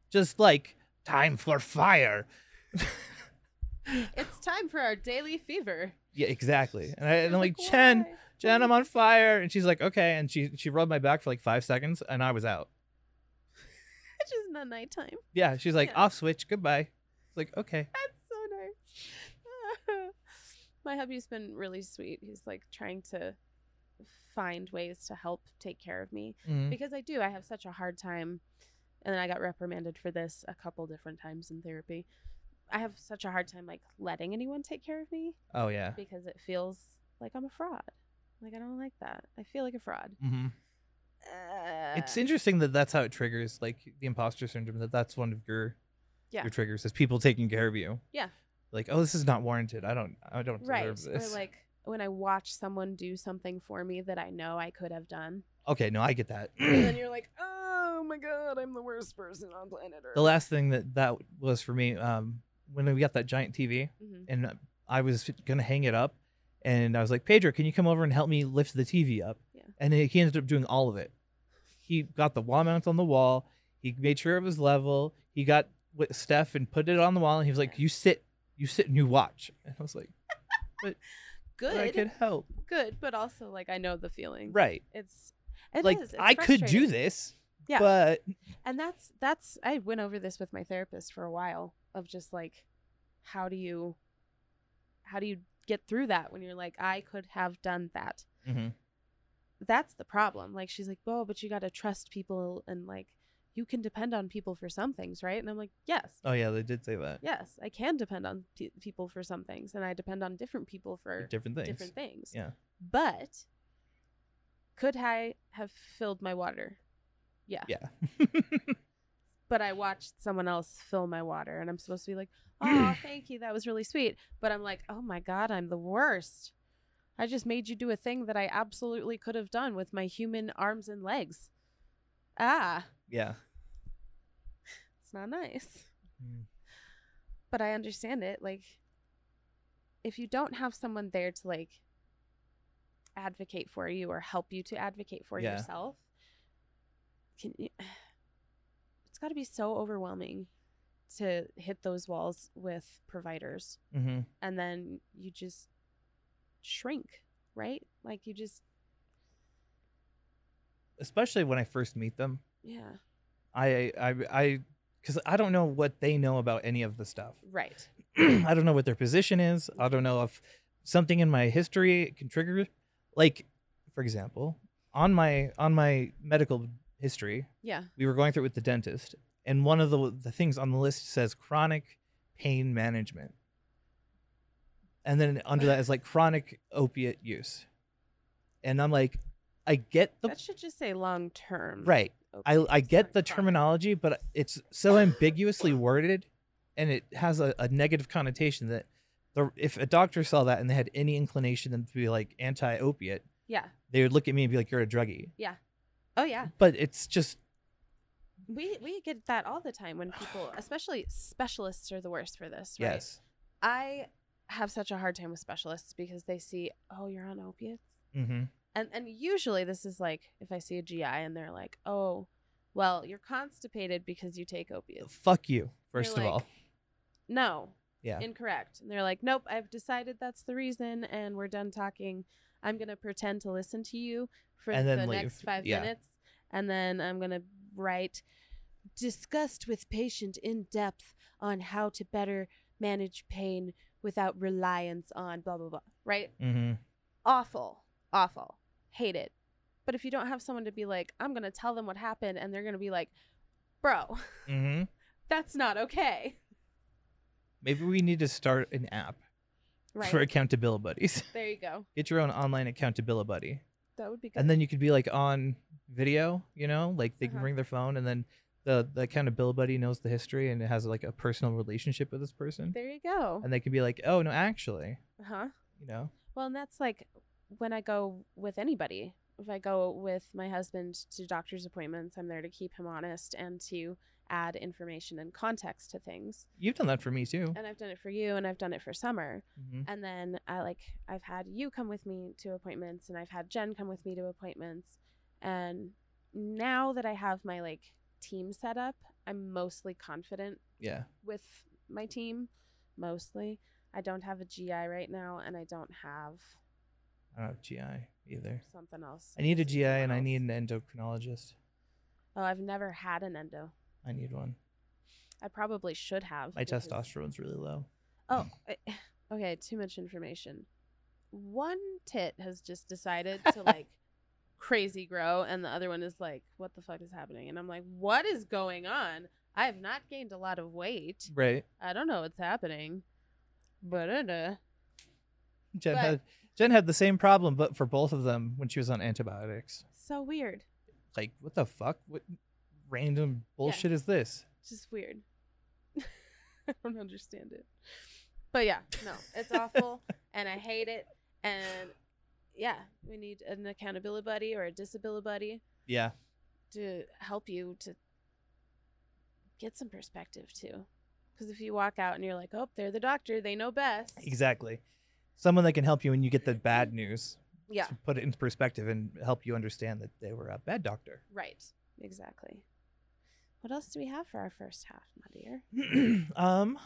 [SPEAKER 2] just like time for fire.
[SPEAKER 1] It's time for our daily fever.
[SPEAKER 2] Yeah, exactly. And, I, and
[SPEAKER 1] You're
[SPEAKER 2] I'm like, Chen,
[SPEAKER 1] why?
[SPEAKER 2] Jen, I'm on fire. And she's like, okay. And she she rubbed my back for like five seconds and I was out.
[SPEAKER 1] It's just not nighttime.
[SPEAKER 2] Yeah. She's like,
[SPEAKER 1] Yeah.
[SPEAKER 2] off switch. Goodbye. It's like, okay.
[SPEAKER 1] That's so nice. My hubby's been really sweet. He's like trying to find ways to help take care of me.
[SPEAKER 2] Mhm.
[SPEAKER 1] because I do. I have such a hard time, and then I got reprimanded for this a couple different times in therapy. I have such a hard time like letting anyone take care of me
[SPEAKER 2] Oh, yeah.
[SPEAKER 1] because it feels like I'm a fraud. Like I don't like that. I feel like a fraud.
[SPEAKER 2] hmm
[SPEAKER 1] Uh,
[SPEAKER 2] It's interesting that that's how it triggers like the imposter syndrome, that that's one of your
[SPEAKER 1] Yeah.
[SPEAKER 2] your triggers is people taking care of you.
[SPEAKER 1] Yeah.
[SPEAKER 2] Like, oh, this is not warranted. I don't, I don't
[SPEAKER 1] right.
[SPEAKER 2] deserve this.
[SPEAKER 1] Or like when I watch someone do something for me that I know I could have done,
[SPEAKER 2] okay. No, I get that.
[SPEAKER 1] and then you're like, oh my god, I'm the worst person on planet Earth.
[SPEAKER 2] the last thing that that was for me, um, when we got that giant TV,
[SPEAKER 1] Mhm.
[SPEAKER 2] and I was gonna hang it up, and I was like, Pedro, can you come over and help me lift the TV up?
[SPEAKER 1] Yeah.
[SPEAKER 2] And then he ended up doing all of it. He got the wall mount on the wall. He made sure it was level. He got with Steph and put it on the wall, and he was like, "You sit, you sit, and you watch." And I was like, "But "I
[SPEAKER 1] Good,
[SPEAKER 2] could help."
[SPEAKER 1] good, but also like I know the feeling.
[SPEAKER 2] Right?
[SPEAKER 1] It's it is.
[SPEAKER 2] like
[SPEAKER 1] It's
[SPEAKER 2] I could do
[SPEAKER 1] frustrating.
[SPEAKER 2] this,
[SPEAKER 1] Yeah.
[SPEAKER 2] but
[SPEAKER 1] And that's that's I went over this with my therapist for a while of just like how do you how do you get through that when you're like I could have done that.
[SPEAKER 2] Mm-hmm.
[SPEAKER 1] That's the problem. Like she's like, "Well, but you got to trust people and like you can depend on people for some things, right?" And I'm like, "Yes.
[SPEAKER 2] oh yeah, they did say that.
[SPEAKER 1] Yes, I can depend on pe- people for some things and I depend on different people for
[SPEAKER 2] Different things.
[SPEAKER 1] different things.
[SPEAKER 2] Yeah.
[SPEAKER 1] But could I have filled my water? Yeah.
[SPEAKER 2] Yeah.
[SPEAKER 1] But I watched someone else fill my water and I'm supposed to be like, oh, thank you. That was really sweet. But I'm like, oh my God, I'm the worst. I just made you do a thing that I absolutely could have done with my human arms and legs. Ah,
[SPEAKER 2] yeah.
[SPEAKER 1] it's not nice.
[SPEAKER 2] Mm.
[SPEAKER 1] But I understand it. Like, if you don't have someone there to like advocate for you or help you to advocate for
[SPEAKER 2] Yeah.
[SPEAKER 1] yourself, can you, it's got to be so overwhelming to hit those walls with providers,
[SPEAKER 2] hmm
[SPEAKER 1] and then you just shrink, right? Like you just,
[SPEAKER 2] Especially when I first meet them,
[SPEAKER 1] yeah,
[SPEAKER 2] I I I because I don't know what they know about any of the stuff.
[SPEAKER 1] right,
[SPEAKER 2] I don't know what their position is. I don't know if something in my history can trigger like for example, on my on my medical history,
[SPEAKER 1] yeah,
[SPEAKER 2] we were going through it with the dentist and one of the the things on the list says chronic pain management. And then under that is like chronic opiate use. And I'm like I get the
[SPEAKER 1] that should just say long term,
[SPEAKER 2] right. I, I
[SPEAKER 1] opiates,
[SPEAKER 2] get
[SPEAKER 1] not
[SPEAKER 2] the
[SPEAKER 1] chronic.
[SPEAKER 2] terminology, but it's so ambiguously worded and it has a, a negative connotation that the, if a doctor saw that and they had any inclination to be like anti opiate,
[SPEAKER 1] yeah,
[SPEAKER 2] they would look at me and be like, you're a druggie.
[SPEAKER 1] oh yeah.
[SPEAKER 2] But it's just,
[SPEAKER 1] We we get that all the time when people, especially specialists, are the worst for this. Right?
[SPEAKER 2] yes.
[SPEAKER 1] I have such a hard time with specialists because they see, oh, you're on opiates,
[SPEAKER 2] hmm
[SPEAKER 1] and and usually this is like if I see a GI and they're like, oh, well, you're constipated because you take opiates.
[SPEAKER 2] Fuck you, 1st of
[SPEAKER 1] like-
[SPEAKER 2] all.
[SPEAKER 1] No,
[SPEAKER 2] Yeah.
[SPEAKER 1] incorrect. And they're like, nope, I've decided that's the reason, and we're done talking. I'm gonna pretend to listen to you for
[SPEAKER 2] And then
[SPEAKER 1] the
[SPEAKER 2] leave.
[SPEAKER 1] next five
[SPEAKER 2] Yeah.
[SPEAKER 1] minutes, and then I'm gonna write discussed with patient in depth on how to better manage pain without reliance on blah blah blah. Right?
[SPEAKER 2] hmm
[SPEAKER 1] Awful, awful, hate it. But if you don't have someone to be like, I'm gonna tell them what happened, and they're gonna be like, bro,
[SPEAKER 2] hmm
[SPEAKER 1] that's not okay.
[SPEAKER 2] Maybe we need to start an app
[SPEAKER 1] Right?
[SPEAKER 2] for accountability buddies.
[SPEAKER 1] there you go.
[SPEAKER 2] Get your own online accountability buddy.
[SPEAKER 1] That would be good.
[SPEAKER 2] and then you could be like on video you know like they can
[SPEAKER 1] Uh-huh.
[SPEAKER 2] bring their phone and then the the accountability buddy knows the history and it has like a personal relationship with this person
[SPEAKER 1] There you go.
[SPEAKER 2] and they could be like oh no actually
[SPEAKER 1] Uh huh.
[SPEAKER 2] you know
[SPEAKER 1] Well, and that's like when I go with anybody. If I go with my husband to doctor's appointments, I'm there to keep him honest and to add information and context to things.
[SPEAKER 2] you've done that for me too
[SPEAKER 1] And I've done it for you and I've done it for summer.
[SPEAKER 2] hmm
[SPEAKER 1] And then I like I've had you come with me to appointments and I've had Jen come with me to appointments. And now that I have my like team set up, I'm mostly confident
[SPEAKER 2] yeah
[SPEAKER 1] with my team mostly. I don't have a GI right now and I don't have
[SPEAKER 2] i don't have gi either
[SPEAKER 1] something else.
[SPEAKER 2] i need a gi
[SPEAKER 1] Someone
[SPEAKER 2] and i
[SPEAKER 1] else.
[SPEAKER 2] need an endocrinologist
[SPEAKER 1] Oh, I've never had an endo.
[SPEAKER 2] i need one
[SPEAKER 1] I probably should have.
[SPEAKER 2] my
[SPEAKER 1] because-
[SPEAKER 2] testosterone's really low
[SPEAKER 1] Oh, I- okay. Too much information. One tit has just decided to like crazy grow, and the other one is like, "What the fuck is happening?" And I'm like, "What is going on? I have not gained a lot of weight.
[SPEAKER 2] right
[SPEAKER 1] I don't know what's happening." But uh,
[SPEAKER 2] jen
[SPEAKER 1] But-
[SPEAKER 2] had jen had the same problem but for both of them when she was on antibiotics
[SPEAKER 1] so weird.
[SPEAKER 2] like what the fuck what random bullshit is this
[SPEAKER 1] just weird. I don't understand it. But yeah, no, it's awful and I hate it. And yeah, we need an accountability buddy or a disability buddy
[SPEAKER 2] yeah
[SPEAKER 1] to help you to get some perspective too. Because if you walk out and you're like, oh, they're the doctor, they know best.
[SPEAKER 2] Exactly. Someone that can help you when you get the bad news.
[SPEAKER 1] Yeah,
[SPEAKER 2] To put it into perspective and help you understand that they were a bad doctor.
[SPEAKER 1] right. Exactly. What else do we have for our first half, my dear?
[SPEAKER 2] um,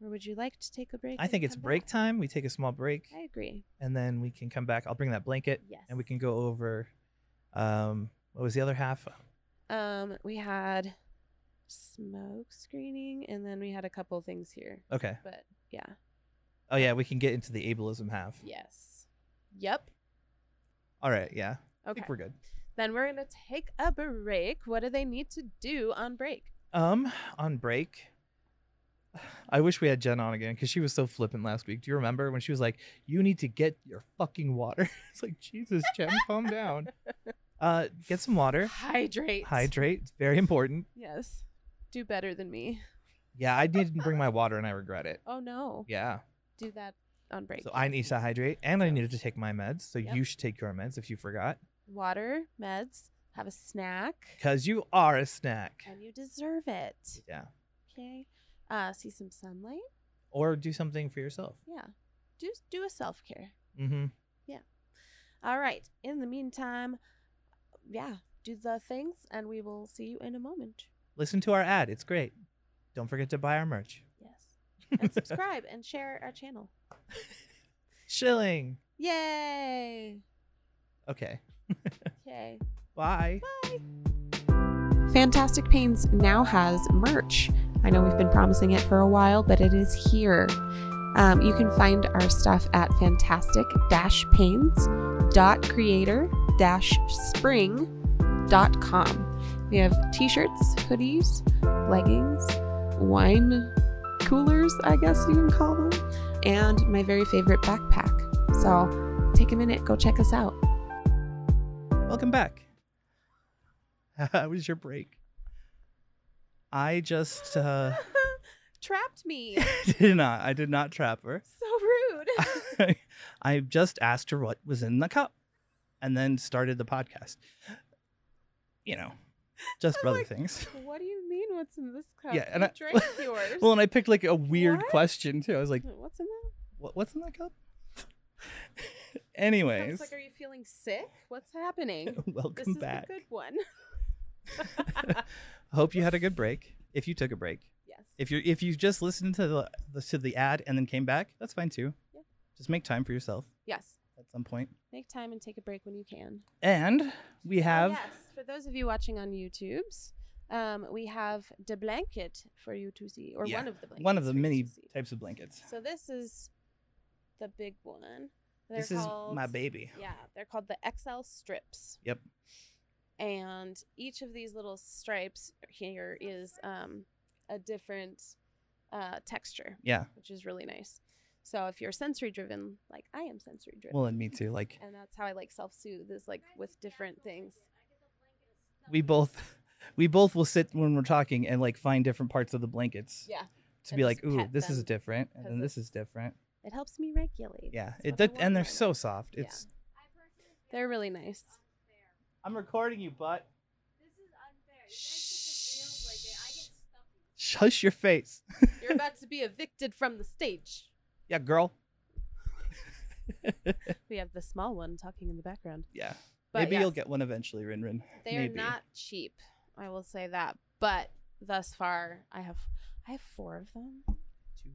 [SPEAKER 1] Or would you like to take a break?
[SPEAKER 2] I
[SPEAKER 1] and
[SPEAKER 2] think it's
[SPEAKER 1] come
[SPEAKER 2] break
[SPEAKER 1] back?
[SPEAKER 2] time. We take a small break
[SPEAKER 1] I agree.
[SPEAKER 2] and then we can come back. I'll bring that blanket
[SPEAKER 1] Yes.
[SPEAKER 2] and we can go over. Um, what was the other half?
[SPEAKER 1] Um, we had smoke screening, and then we had a couple things here.
[SPEAKER 2] Okay.
[SPEAKER 1] But yeah,
[SPEAKER 2] Oh yeah, we can get into the ableism half.
[SPEAKER 1] yes, yep.
[SPEAKER 2] All right. Yeah. I
[SPEAKER 1] Okay.
[SPEAKER 2] think we're good.
[SPEAKER 1] then we're gonna take a break. What do they need to do on break?
[SPEAKER 2] Um, on break. I wish we had Jen on again because she was so flippant last week. Do you remember when she was like, "You need to get your fucking water"? it's like Jesus, Jen, calm down. Uh, get some water.
[SPEAKER 1] Hydrate.
[SPEAKER 2] Hydrate. It's very important.
[SPEAKER 1] Yes. Do better than me.
[SPEAKER 2] Yeah, I didn't bring my water and I regret it.
[SPEAKER 1] Oh no.
[SPEAKER 2] Yeah.
[SPEAKER 1] Do that on break.
[SPEAKER 2] So I need to hydrate and I
[SPEAKER 1] So-
[SPEAKER 2] needed to take my meds. So
[SPEAKER 1] Yep.
[SPEAKER 2] you should take your meds if you forgot
[SPEAKER 1] water, meds, have a snack,
[SPEAKER 2] because you are a snack.
[SPEAKER 1] and you deserve it.
[SPEAKER 2] Yeah.
[SPEAKER 1] Okay. Uh, see some sunlight.
[SPEAKER 2] Or do something for yourself.
[SPEAKER 1] Yeah. Do do a self care.
[SPEAKER 2] Mm-hmm.
[SPEAKER 1] All right. In the meantime, yeah, do the things, and we will see you in a moment.
[SPEAKER 2] Listen to our ad. It's great. Don't forget to buy our merch.
[SPEAKER 1] Yes. And subscribe and share our channel.
[SPEAKER 2] Shilling.
[SPEAKER 1] Yay!
[SPEAKER 2] Okay.
[SPEAKER 1] Yay.
[SPEAKER 2] Bye.
[SPEAKER 1] Fantastic Pains now has merch. I know we've been promising it for a while, but it is here. Um, you can find our stuff at fantastic pains.creator spring.com. We have t shirts, hoodies, leggings, wine coolers, I guess you can call them, and my very favorite backpack. So take a minute, go check us out.
[SPEAKER 2] Welcome back. How was your break? I just uh,
[SPEAKER 1] Trapped me.
[SPEAKER 2] did not. I did not trap her.
[SPEAKER 1] So rude.
[SPEAKER 2] I just asked her what was in the cup and then started the podcast. You know, just
[SPEAKER 1] I'm
[SPEAKER 2] brother
[SPEAKER 1] like,
[SPEAKER 2] things.
[SPEAKER 1] What do you mean? What's in this cup?
[SPEAKER 2] Yeah, and
[SPEAKER 1] you
[SPEAKER 2] I-
[SPEAKER 1] drank yours.
[SPEAKER 2] Well, and I picked like a weird
[SPEAKER 1] What?
[SPEAKER 2] question too. I was like,
[SPEAKER 1] what's in that?
[SPEAKER 2] what, what's in that cup?
[SPEAKER 1] I was
[SPEAKER 2] Anyways,
[SPEAKER 1] like, are you feeling sick? What's happening? this
[SPEAKER 2] welcome
[SPEAKER 1] is
[SPEAKER 2] back.
[SPEAKER 1] the good one.
[SPEAKER 2] Hope you had a good break. If you took a break,
[SPEAKER 1] yes.
[SPEAKER 2] if you if you just listened to the, the to the ad and then came back, that's fine too.
[SPEAKER 1] Yeah.
[SPEAKER 2] Just make time for yourself
[SPEAKER 1] yes.
[SPEAKER 2] at some point.
[SPEAKER 1] Make time and take a break when you can.
[SPEAKER 2] And we
[SPEAKER 1] Oh,
[SPEAKER 2] have
[SPEAKER 1] yes. For those of you watching on YouTube's, um, we have the blanket for you to see, or
[SPEAKER 2] Yeah,
[SPEAKER 1] one of the blankets.
[SPEAKER 2] one of the
[SPEAKER 1] for you
[SPEAKER 2] many
[SPEAKER 1] to see.
[SPEAKER 2] types of blankets.
[SPEAKER 1] So this is the big one. They're
[SPEAKER 2] this is my
[SPEAKER 1] called-
[SPEAKER 2] baby.
[SPEAKER 1] Yeah, they're called the XL strips.
[SPEAKER 2] Yep.
[SPEAKER 1] And each of these little stripes here is um, a different uh, texture,
[SPEAKER 2] Yeah.
[SPEAKER 1] which is really nice. So if you're sensory driven, like I am sensory driven,
[SPEAKER 2] Well, and me too. Like
[SPEAKER 1] and that's how I like self soothe is like with different things.
[SPEAKER 2] we both we both will sit when we're talking and like find different parts of the blankets
[SPEAKER 1] Yeah.
[SPEAKER 2] to
[SPEAKER 1] and
[SPEAKER 2] be
[SPEAKER 1] just
[SPEAKER 2] like, ooh,
[SPEAKER 1] pet
[SPEAKER 2] this is
[SPEAKER 1] them
[SPEAKER 2] different, and
[SPEAKER 1] 'cause
[SPEAKER 2] then this
[SPEAKER 1] it's-
[SPEAKER 2] is different.
[SPEAKER 1] It helps me regulate.
[SPEAKER 2] Yeah.
[SPEAKER 1] That's
[SPEAKER 2] It
[SPEAKER 1] what I
[SPEAKER 2] that, and
[SPEAKER 1] want
[SPEAKER 2] they're
[SPEAKER 1] right
[SPEAKER 2] so
[SPEAKER 1] now.
[SPEAKER 2] soft.
[SPEAKER 1] Yeah.
[SPEAKER 2] It's
[SPEAKER 1] They're really nice.
[SPEAKER 2] I'm recording you, but shush your face.
[SPEAKER 1] You're about to be evicted from the stage.
[SPEAKER 2] Yeah, girl.
[SPEAKER 1] We have the small one talking in the background.
[SPEAKER 2] Yeah.
[SPEAKER 1] But
[SPEAKER 2] Maybe
[SPEAKER 1] yes.
[SPEAKER 2] you'll get one eventually, Rin Rin.
[SPEAKER 1] They
[SPEAKER 2] Maybe.
[SPEAKER 1] are not cheap. I will say that. But thus far, I have I have four of them.
[SPEAKER 2] Two.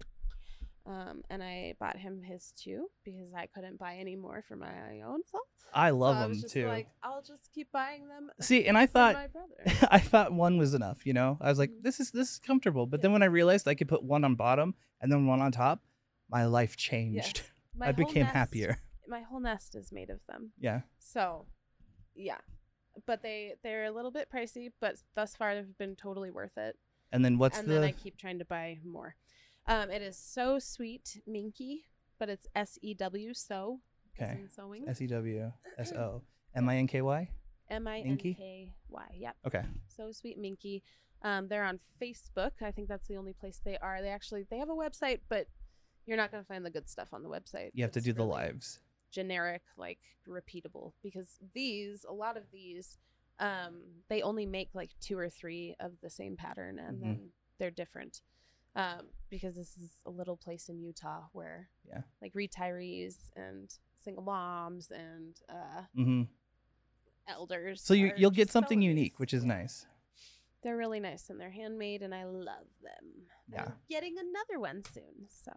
[SPEAKER 1] Um, and I bought him his two because I couldn't buy any more for my own self.
[SPEAKER 2] I love
[SPEAKER 1] so I
[SPEAKER 2] them
[SPEAKER 1] was just
[SPEAKER 2] too.
[SPEAKER 1] Like I'll just keep buying them.
[SPEAKER 2] See, and I
[SPEAKER 1] for
[SPEAKER 2] thought
[SPEAKER 1] my brother.
[SPEAKER 2] I thought one was enough, you know? I was like,
[SPEAKER 1] Mhm.
[SPEAKER 2] this is this is comfortable. But
[SPEAKER 1] Yeah.
[SPEAKER 2] then when I realized I could put one on bottom and then one on top, my life changed.
[SPEAKER 1] Yes. My
[SPEAKER 2] I
[SPEAKER 1] whole
[SPEAKER 2] became
[SPEAKER 1] nest-
[SPEAKER 2] happier.
[SPEAKER 1] My whole nest is made of them.
[SPEAKER 2] Yeah.
[SPEAKER 1] So, yeah. But they they're a little bit pricey, but thus far they've been totally worth it.
[SPEAKER 2] And then what's
[SPEAKER 1] and
[SPEAKER 2] the
[SPEAKER 1] then I keep trying to buy more. Um, it is so sweet, Minky, but it's S E W, so as
[SPEAKER 2] Okay.
[SPEAKER 1] in sewing.
[SPEAKER 2] S E W S O M I N K Y?
[SPEAKER 1] M I N K Y. Yep.
[SPEAKER 2] Okay.
[SPEAKER 1] So sweet, Minky. Um, they're on Facebook. I think that's the only place they are. They actually they have a website, but you're not gonna find the good stuff on the website.
[SPEAKER 2] You have to
[SPEAKER 1] It's
[SPEAKER 2] do the
[SPEAKER 1] really
[SPEAKER 2] lives.
[SPEAKER 1] Generic, like repeatable, because these, a lot of these, um, they only make like two or three of the same pattern, and
[SPEAKER 2] Mhm.
[SPEAKER 1] then they're different. Um, because this is a little place in Utah where,
[SPEAKER 2] Yeah.
[SPEAKER 1] like retirees and single moms and uh,
[SPEAKER 2] hmm
[SPEAKER 1] elders.
[SPEAKER 2] So you
[SPEAKER 1] are
[SPEAKER 2] you'll get
[SPEAKER 1] just so
[SPEAKER 2] something
[SPEAKER 1] nice.
[SPEAKER 2] unique, which is
[SPEAKER 1] Yeah.
[SPEAKER 2] nice.
[SPEAKER 1] They're really nice and they're handmade and I love them. And
[SPEAKER 4] Yeah.
[SPEAKER 1] I'm getting another one soon. So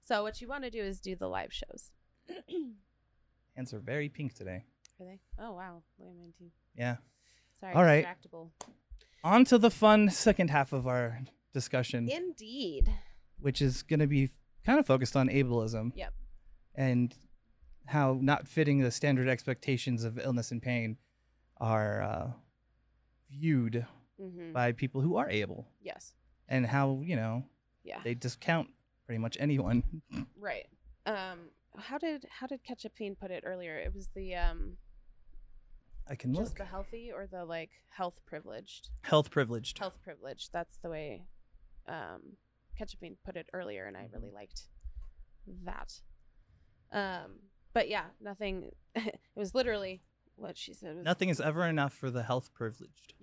[SPEAKER 1] So what you want to do is do the live shows. Are
[SPEAKER 2] Hands are very pink today.
[SPEAKER 1] they? Oh wow. Look at mine too.
[SPEAKER 2] Yeah.
[SPEAKER 1] Sorry,
[SPEAKER 2] All right.
[SPEAKER 1] distractible.
[SPEAKER 2] On to the fun second half of our discussion,
[SPEAKER 1] Indeed.
[SPEAKER 2] which is going to be kind of focused on ableism.
[SPEAKER 1] Yep.
[SPEAKER 2] And how not fitting the standard expectations of illness and pain are uh, viewed
[SPEAKER 1] Mm-hmm.
[SPEAKER 2] by people who are able,
[SPEAKER 1] Yes.
[SPEAKER 2] and how you know
[SPEAKER 1] Yeah.
[SPEAKER 2] they discount pretty much anyone.
[SPEAKER 1] Right. Um how did how did Ketchup Fiend put it earlier? It was the um
[SPEAKER 2] I can
[SPEAKER 1] just
[SPEAKER 2] look
[SPEAKER 1] the healthy or the like health privileged.
[SPEAKER 2] health privileged.
[SPEAKER 1] Health privileged. That's the way um Ketchup Bean put it earlier and I
[SPEAKER 2] Mm-hmm.
[SPEAKER 1] really liked that. Um but yeah, nothing it was literally what she said was
[SPEAKER 2] Nothing is ever enough for the health privileged.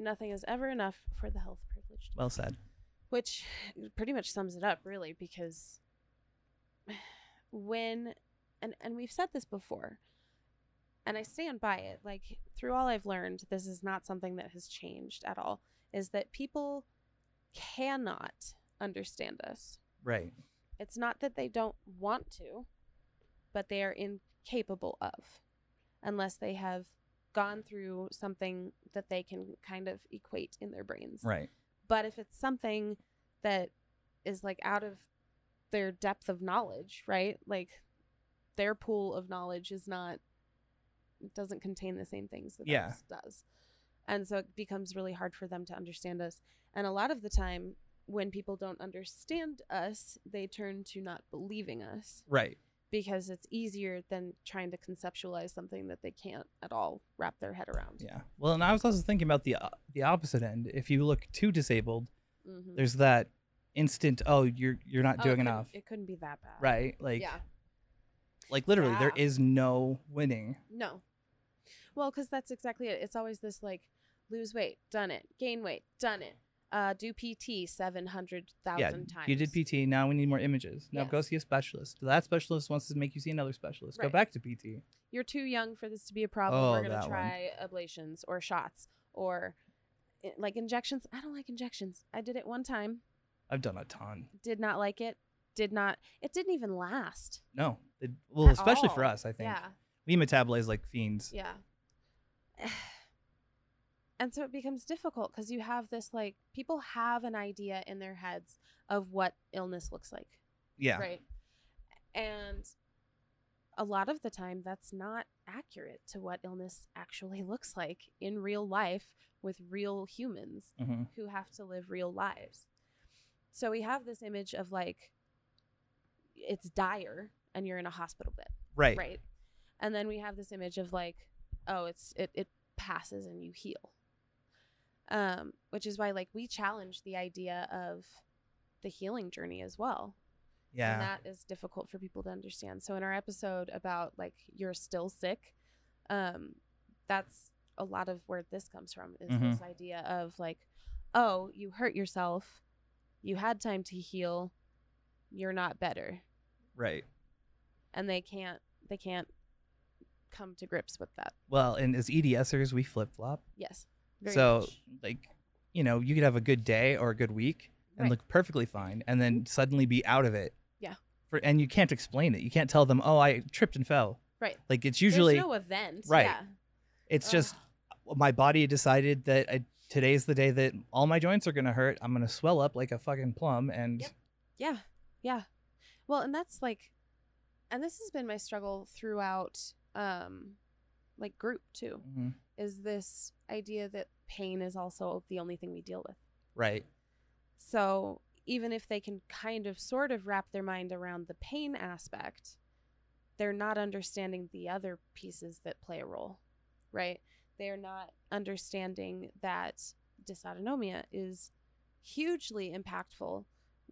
[SPEAKER 1] nothing is ever enough for the health privileged.
[SPEAKER 2] Well said.
[SPEAKER 1] Which pretty much sums it up really because when and and we've said this before and I stand by it like through all I've learned this is not something that has changed at all is that people cannot understand us.
[SPEAKER 2] Right.
[SPEAKER 1] It's not that they don't want to, but they are incapable of unless they have gone through something that they can kind of equate in their brains.
[SPEAKER 2] Right.
[SPEAKER 1] But if it's something that is like out of their depth of knowledge, right? Like their pool of knowledge is not it doesn't contain the same things that
[SPEAKER 2] Yeah.
[SPEAKER 1] ours does. And so it becomes really hard for them to understand us. And a lot of the time when people don't understand us, they turn to not believing us
[SPEAKER 2] Right.
[SPEAKER 1] because it's easier than trying to conceptualize something that they can't at all wrap their head around.
[SPEAKER 2] Yeah. Well, and I was also thinking about the uh, the opposite end. If you look too disabled,
[SPEAKER 1] Mhm.
[SPEAKER 2] there's that instant, oh, you're you're not
[SPEAKER 1] Oh, it
[SPEAKER 2] doing
[SPEAKER 1] couldn't-
[SPEAKER 2] enough.
[SPEAKER 1] It couldn't be that bad.
[SPEAKER 2] right? Like
[SPEAKER 1] yeah.
[SPEAKER 2] like literally there
[SPEAKER 1] Yeah.
[SPEAKER 2] is no winning.
[SPEAKER 1] No. Well, because that's exactly it. It's always this like lose weight, done it, gain weight, done it, uh, do PT 700,000
[SPEAKER 2] Yeah.
[SPEAKER 1] times.
[SPEAKER 2] You did PT, now we need more images. Now
[SPEAKER 1] Yes.
[SPEAKER 2] go see a specialist. That specialist wants to make you see another specialist. Go
[SPEAKER 1] Right.
[SPEAKER 2] back to PT.
[SPEAKER 1] You're too young for this to be a problem.
[SPEAKER 2] Oh,
[SPEAKER 1] We're going
[SPEAKER 2] that
[SPEAKER 1] to
[SPEAKER 2] one.
[SPEAKER 1] try ablations or shots or i- like injections. I don't like injections. I did it one time,
[SPEAKER 2] I've done a ton.
[SPEAKER 1] did not like it, did not, it didn't even last.
[SPEAKER 2] No. It- well,
[SPEAKER 1] at
[SPEAKER 2] especially for
[SPEAKER 1] all.
[SPEAKER 2] us, I think.
[SPEAKER 1] Yeah.
[SPEAKER 2] We metabolize like fiends.
[SPEAKER 1] Yeah. And so it becomes difficult because you have this like people have an idea in their heads of what illness looks like,
[SPEAKER 2] Yeah.
[SPEAKER 1] right? And a lot of the time that's not accurate to what illness actually looks like in real life with real humans
[SPEAKER 2] hmm
[SPEAKER 1] who have to live real lives. So we have this image of like it's dire and you're in a hospital bed
[SPEAKER 2] Right.
[SPEAKER 1] right and then we have this image of like oh it's it, it passes and you heal um which is why like we challenge the idea of the healing journey as well and
[SPEAKER 2] Yeah.
[SPEAKER 1] that is difficult for people to understand so in our episode about like you're still sick um that's a lot of where this comes from is
[SPEAKER 2] Mhm.
[SPEAKER 1] this idea of like oh you hurt yourself you had time to heal you're not better
[SPEAKER 2] Right.
[SPEAKER 1] and they can't they can't come to grips with that.
[SPEAKER 2] Well, and as EDSers, we flip flop.
[SPEAKER 1] Yes.
[SPEAKER 2] so like you know you could have a good day or a good week and
[SPEAKER 1] Right. Mm-hmm.
[SPEAKER 2] look perfectly fine and then suddenly be out of it
[SPEAKER 1] Yeah.
[SPEAKER 2] for, and you can't explain it you can't tell them oh i tripped and fell
[SPEAKER 1] Right.
[SPEAKER 2] like it's usually
[SPEAKER 1] there's no event.
[SPEAKER 2] Right.
[SPEAKER 1] Yeah.
[SPEAKER 2] it's
[SPEAKER 1] Ugh.
[SPEAKER 2] just my body decided that I, today's the day that all my joints are going to hurt i'm going to swell up like a fucking plum and
[SPEAKER 1] Yep. Yeah. Yeah. Well, and that's like and this has been my struggle throughout um like group too
[SPEAKER 2] Mhm.
[SPEAKER 1] is this idea that pain is also the only thing we deal with.
[SPEAKER 2] right
[SPEAKER 1] So even if they can kind of sort of wrap their mind around the pain aspect, they're not understanding the other pieces that play a role, right? They're not understanding that dysautonomia is hugely impactful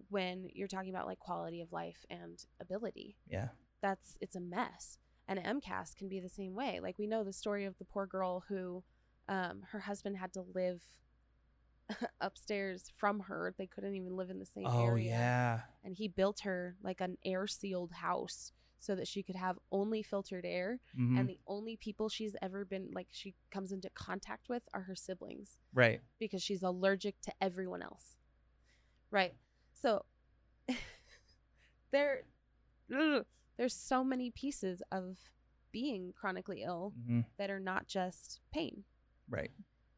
[SPEAKER 1] when you're talking about like quality of life and ability
[SPEAKER 2] yeah
[SPEAKER 1] that's it's a mess. And MCAS can be the same way. Like we know the story of the poor girl who um, her husband had to live upstairs from her. They couldn't even live in the same
[SPEAKER 2] oh
[SPEAKER 1] area.
[SPEAKER 2] yeah
[SPEAKER 1] And he built her like an air sealed house so that she could have only filtered air.
[SPEAKER 2] Mhm.
[SPEAKER 1] And the only people she's ever been like she comes into contact with are her siblings
[SPEAKER 2] right.
[SPEAKER 1] because she's allergic to everyone else. Right. So there ugh, there's so many pieces of being chronically ill
[SPEAKER 2] hmm
[SPEAKER 1] that are not just pain,
[SPEAKER 2] Right.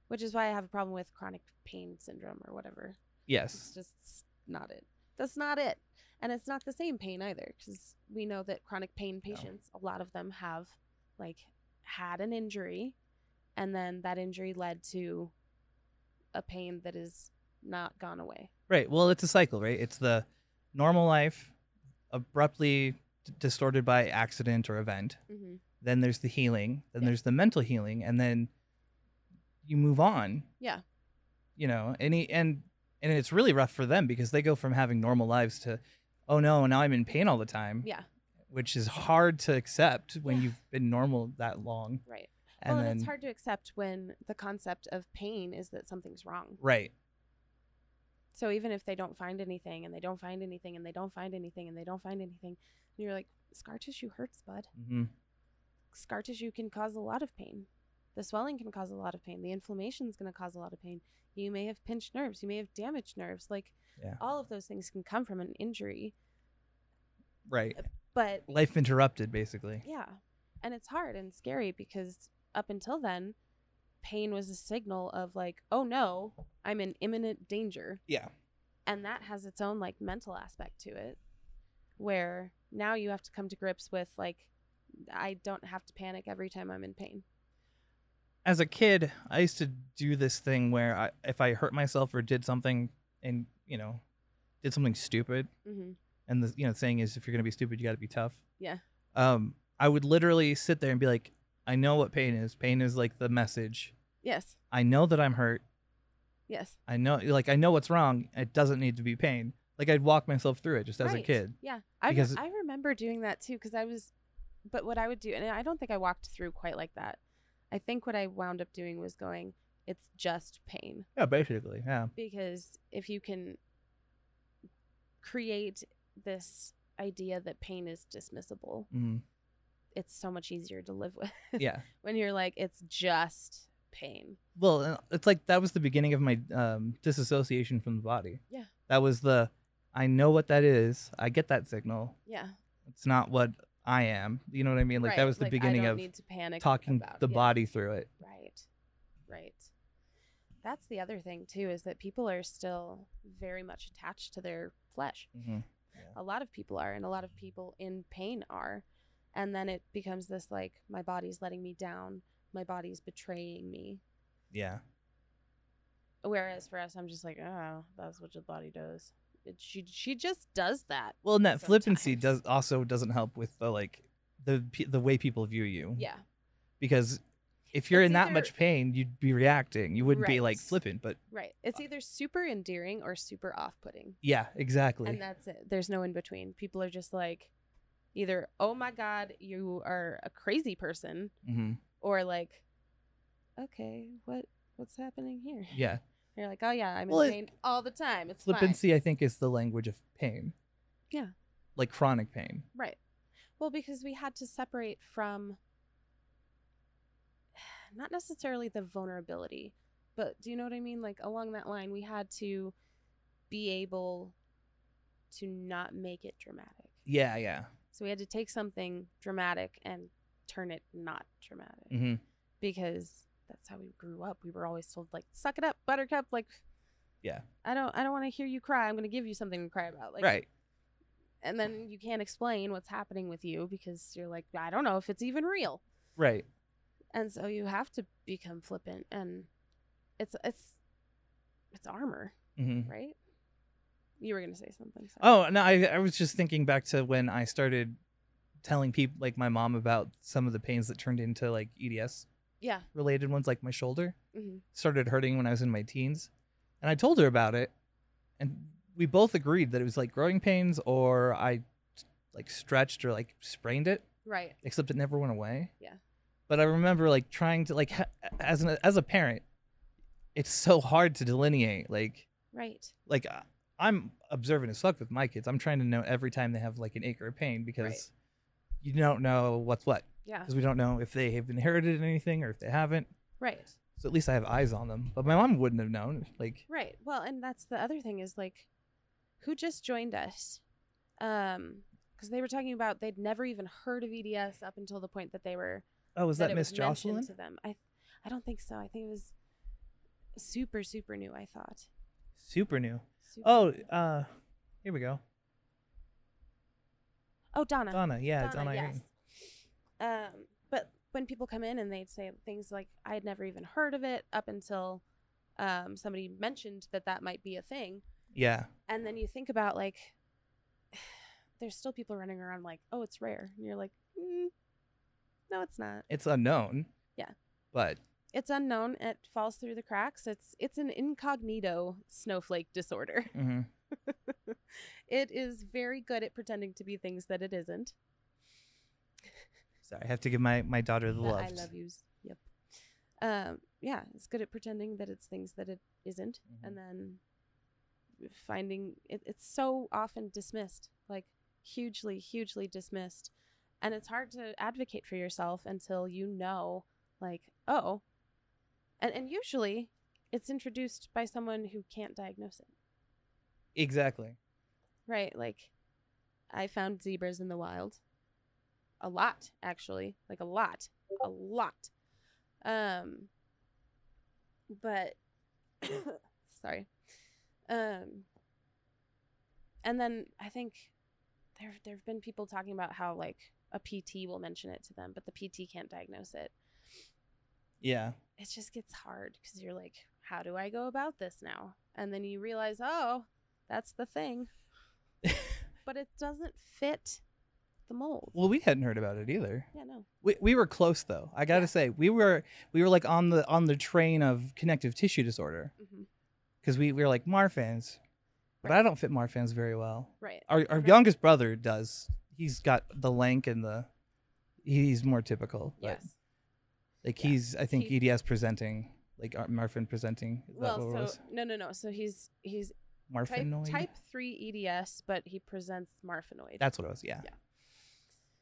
[SPEAKER 1] which is why I have a problem with chronic pain syndrome or whatever. It's
[SPEAKER 2] Yes.
[SPEAKER 1] just s- not it. That's not it. And it's not the same pain either because we know that chronic pain patients, a lot of them have like had an injury and then that injury led to a pain that is not gone away.
[SPEAKER 2] Right. Well, it's a cycle, right? It's the normal life abruptly d- distorted by accident or event.
[SPEAKER 1] Mm-hmm.
[SPEAKER 2] Then there's the healing. Then
[SPEAKER 1] Yeah.
[SPEAKER 2] there's the mental healing, and then you move on.
[SPEAKER 1] Yeah.
[SPEAKER 2] You know, and he, and and it's really rough for them because they go from having normal lives to, oh no, now I'm in pain all the time.
[SPEAKER 1] Yeah.
[SPEAKER 2] Which is hard to accept when
[SPEAKER 1] Yeah.
[SPEAKER 2] you've been normal that long.
[SPEAKER 1] Right.
[SPEAKER 2] And
[SPEAKER 1] well,
[SPEAKER 2] then,
[SPEAKER 1] and it's hard to accept when the concept of pain is that something's wrong.
[SPEAKER 2] Right.
[SPEAKER 1] So even if they don't find anything and they don't find anything and they don't find anything and they don't find anything, you're like, scar tissue hurts, bud.
[SPEAKER 2] hmm
[SPEAKER 1] scar tissue can cause a lot of pain. The swelling can cause a lot of pain. The inflammation is going to cause a lot of pain. You may have pinched nerves. You may have damaged nerves. Like
[SPEAKER 2] Yeah.
[SPEAKER 1] all of those things can come from an injury.
[SPEAKER 2] Right.
[SPEAKER 1] uh, But
[SPEAKER 2] Life interrupted, basically.
[SPEAKER 1] yeah, and it's hard and scary because up until then, pain was a signal of like, oh no, I'm in imminent danger.
[SPEAKER 2] Yeah.
[SPEAKER 1] And that has its own like mental aspect to it where now you have to come to grips with like, I don't have to panic every time I'm in pain.
[SPEAKER 2] as a kid, I used to do this thing where I, if I hurt myself or did something and, you know, did something stupid,
[SPEAKER 1] Mm-hmm.
[SPEAKER 2] and the you know saying is if you're going to be stupid, you got to be tough.
[SPEAKER 1] Yeah.
[SPEAKER 2] Um, I would literally sit there and be like, I know what pain is. Pain is like the message.
[SPEAKER 1] Yes.
[SPEAKER 2] I know that I'm hurt.
[SPEAKER 1] Yes.
[SPEAKER 2] I know like I know what's wrong. It doesn't need to be pain. Like I'd walk myself through it just as a
[SPEAKER 1] Right.
[SPEAKER 2] kid.
[SPEAKER 1] Yeah, I re-
[SPEAKER 2] Because-
[SPEAKER 1] I remember doing that too because I was, but what I would do, and I don't think I walked through quite like that. I think what I wound up doing was going, it's just pain
[SPEAKER 2] Yeah, basically. Yeah.
[SPEAKER 1] because if you can create this idea that pain is dismissible,
[SPEAKER 2] Mm.
[SPEAKER 1] it's so much easier to live with
[SPEAKER 2] Yeah.
[SPEAKER 1] when you're like, it's just pain.
[SPEAKER 2] Well, uh, it's like that was the beginning of my um, disassociation from the body.
[SPEAKER 1] Yeah.
[SPEAKER 2] That was the, I know what that is. I get that signal.
[SPEAKER 1] Yeah,
[SPEAKER 2] It's not what I am. You know what I mean? Like that
[SPEAKER 1] right,
[SPEAKER 2] was the
[SPEAKER 1] like, I
[SPEAKER 2] beginning
[SPEAKER 1] don't
[SPEAKER 2] of
[SPEAKER 1] need to panic
[SPEAKER 2] talking
[SPEAKER 1] about-
[SPEAKER 2] the
[SPEAKER 1] yeah.
[SPEAKER 2] body through it.
[SPEAKER 1] Right. Right. That's the other thing too is that people are still very much attached to their flesh.
[SPEAKER 2] Mm-hmm.
[SPEAKER 1] A lot of people are and a lot of people in pain are. And then it becomes this like my body's letting me down, my body's betraying me.
[SPEAKER 2] Yeah.
[SPEAKER 1] Whereas for us I'm just like, "Oh, that's what your body does." It, she she just does that.
[SPEAKER 2] Well, and that flippancy does
[SPEAKER 1] Sometimes.
[SPEAKER 2] also doesn't help with the like the pe- the way people view you.
[SPEAKER 1] Yeah.
[SPEAKER 2] Because if you're
[SPEAKER 1] It's
[SPEAKER 2] in that
[SPEAKER 1] either-
[SPEAKER 2] much pain, you'd be reacting. You wouldn't be like
[SPEAKER 1] Right.
[SPEAKER 2] flippant, but
[SPEAKER 1] Right. It's either super endearing or super off-putting.
[SPEAKER 2] yeah, exactly.
[SPEAKER 1] and that's it. There's no in between. People are just like, either oh my god, you are a crazy person,
[SPEAKER 2] hmm
[SPEAKER 1] or like, okay, what what's happening here?
[SPEAKER 2] Yeah.
[SPEAKER 1] You're like, oh yeah, I'm
[SPEAKER 2] Well, it-
[SPEAKER 1] in pain all the time. It's fine.
[SPEAKER 2] Flippancy, I think, is the language of pain.
[SPEAKER 1] Yeah.
[SPEAKER 2] Like chronic pain.
[SPEAKER 1] right? Well, because we had to separate from not necessarily the vulnerability, but do you know what I mean? Like along that line, we had to be able to not make it dramatic.
[SPEAKER 2] Yeah, yeah.
[SPEAKER 1] So we had to take something dramatic and turn it not dramatic
[SPEAKER 2] Mm-hmm.
[SPEAKER 1] because that's how we grew up. We were always told like, "Suck it up, Buttercup." Like,
[SPEAKER 2] Yeah.
[SPEAKER 1] I don't, I don't want to hear you cry. I'm going to give you something to cry about. Like,
[SPEAKER 2] right.
[SPEAKER 1] And then you can't explain what's happening with you because you're like, I don't know if it's even real.
[SPEAKER 2] Right.
[SPEAKER 1] And so you have to become flippant, and it's it's it's armor,
[SPEAKER 2] Mm-hmm.
[SPEAKER 1] right? You were going to say something. sorry.
[SPEAKER 2] Oh no, I, I was just thinking back to when I started telling people, like my mom, about some of the pains that turned into like EDS
[SPEAKER 1] yeah.
[SPEAKER 2] related ones, like my shoulder
[SPEAKER 1] Mhm.
[SPEAKER 2] started hurting when I was in my teens, and I told her about it, and we both agreed that it was like growing pains or I like stretched or like sprained it,
[SPEAKER 1] Right.
[SPEAKER 2] except it never went away.
[SPEAKER 1] Yeah.
[SPEAKER 2] But I remember like trying to like ha- as an as a parent, it's so hard to delineate like
[SPEAKER 1] Right.
[SPEAKER 2] like uh, I- I'm observant as fuck with my kids. I'm trying to know every time they have like an ache or a pain because you don't know what's what
[SPEAKER 1] Yeah.
[SPEAKER 2] because we don't know if they have inherited anything or if they haven't.
[SPEAKER 1] Right.
[SPEAKER 2] So at least I have eyes on them. But my mom wouldn't have known. Like,
[SPEAKER 1] Right. Well, and that's the other thing is like, who just joined us? Um, because they were talking about they'd never even heard of EDS up until the point that they were.
[SPEAKER 2] oh, was that,
[SPEAKER 1] it
[SPEAKER 2] Miss
[SPEAKER 1] mentioned
[SPEAKER 2] Jocelyn?
[SPEAKER 1] To them, I, I don't think so. I think it was super, super new. I thought.
[SPEAKER 2] Super new.
[SPEAKER 1] Super
[SPEAKER 2] Oh,
[SPEAKER 1] new.
[SPEAKER 2] uh, here we go.
[SPEAKER 1] oh, Donna.
[SPEAKER 2] Donna. Yeah, it's
[SPEAKER 1] Donna,
[SPEAKER 2] Donna
[SPEAKER 1] yes.
[SPEAKER 2] Irene.
[SPEAKER 1] Um, but when people come in and they'd say things like, "I had never even heard of it up until um, somebody mentioned that that might be a thing,"
[SPEAKER 2] Yeah.
[SPEAKER 1] and then you think about like, there's still people running around like, "Oh, it's rare," and you're like, mm, "No, it's not.
[SPEAKER 2] It's unknown.
[SPEAKER 1] Yeah.
[SPEAKER 2] But
[SPEAKER 1] It's unknown. It falls through the cracks. It's it's an incognito snowflake disorder."
[SPEAKER 2] mhm.
[SPEAKER 1] it is very good at pretending to be things that it isn't.
[SPEAKER 2] sorry, I have to give my, my daughter the
[SPEAKER 1] The
[SPEAKER 2] love.
[SPEAKER 1] I love yous. Yep. Um, yeah, it's good at pretending that it's things that it isn't, and then finding it, it's so often dismissed, like hugely, hugely dismissed, and it's hard to advocate for yourself until you know, like, oh, and and usually it's introduced by someone who can't diagnose it.
[SPEAKER 2] Exactly.
[SPEAKER 1] Right. Like, I found zebras in the wild. A lot, actually. Like, a lot. A lot. Um, but, sorry. Um, and then I think there there have been people talking about how, like, a PT will mention it to them, but the PT can't diagnose it.
[SPEAKER 2] Yeah.
[SPEAKER 1] It just gets hard because you're like, how do I go about this now? And then you realize, oh, that's the thing but it doesn't fit the mold.
[SPEAKER 2] Well, we hadn't heard about it either.
[SPEAKER 1] yeah, no.
[SPEAKER 2] We, we were close though. I gotta
[SPEAKER 1] Yeah.
[SPEAKER 2] say, we were we were like on the on the train of connective tissue disorder
[SPEAKER 1] hmm
[SPEAKER 2] because we, we were like Marfans, but I don't fit Marfans very well.
[SPEAKER 1] Right.
[SPEAKER 2] Our our
[SPEAKER 1] Right.
[SPEAKER 2] youngest brother does. He's got the lank and the he's more typical. But
[SPEAKER 1] Yes.
[SPEAKER 2] Like
[SPEAKER 1] Yeah.
[SPEAKER 2] he's I think
[SPEAKER 1] He-
[SPEAKER 2] EDS presenting like our Marfan presenting. Is that what it
[SPEAKER 1] Well,
[SPEAKER 2] was?
[SPEAKER 1] so no, no, no. So he's he's type,
[SPEAKER 2] Marfanoid.
[SPEAKER 1] type three EDS, but he presents marfanoid.
[SPEAKER 2] That's what it was. Yeah.
[SPEAKER 1] Yeah.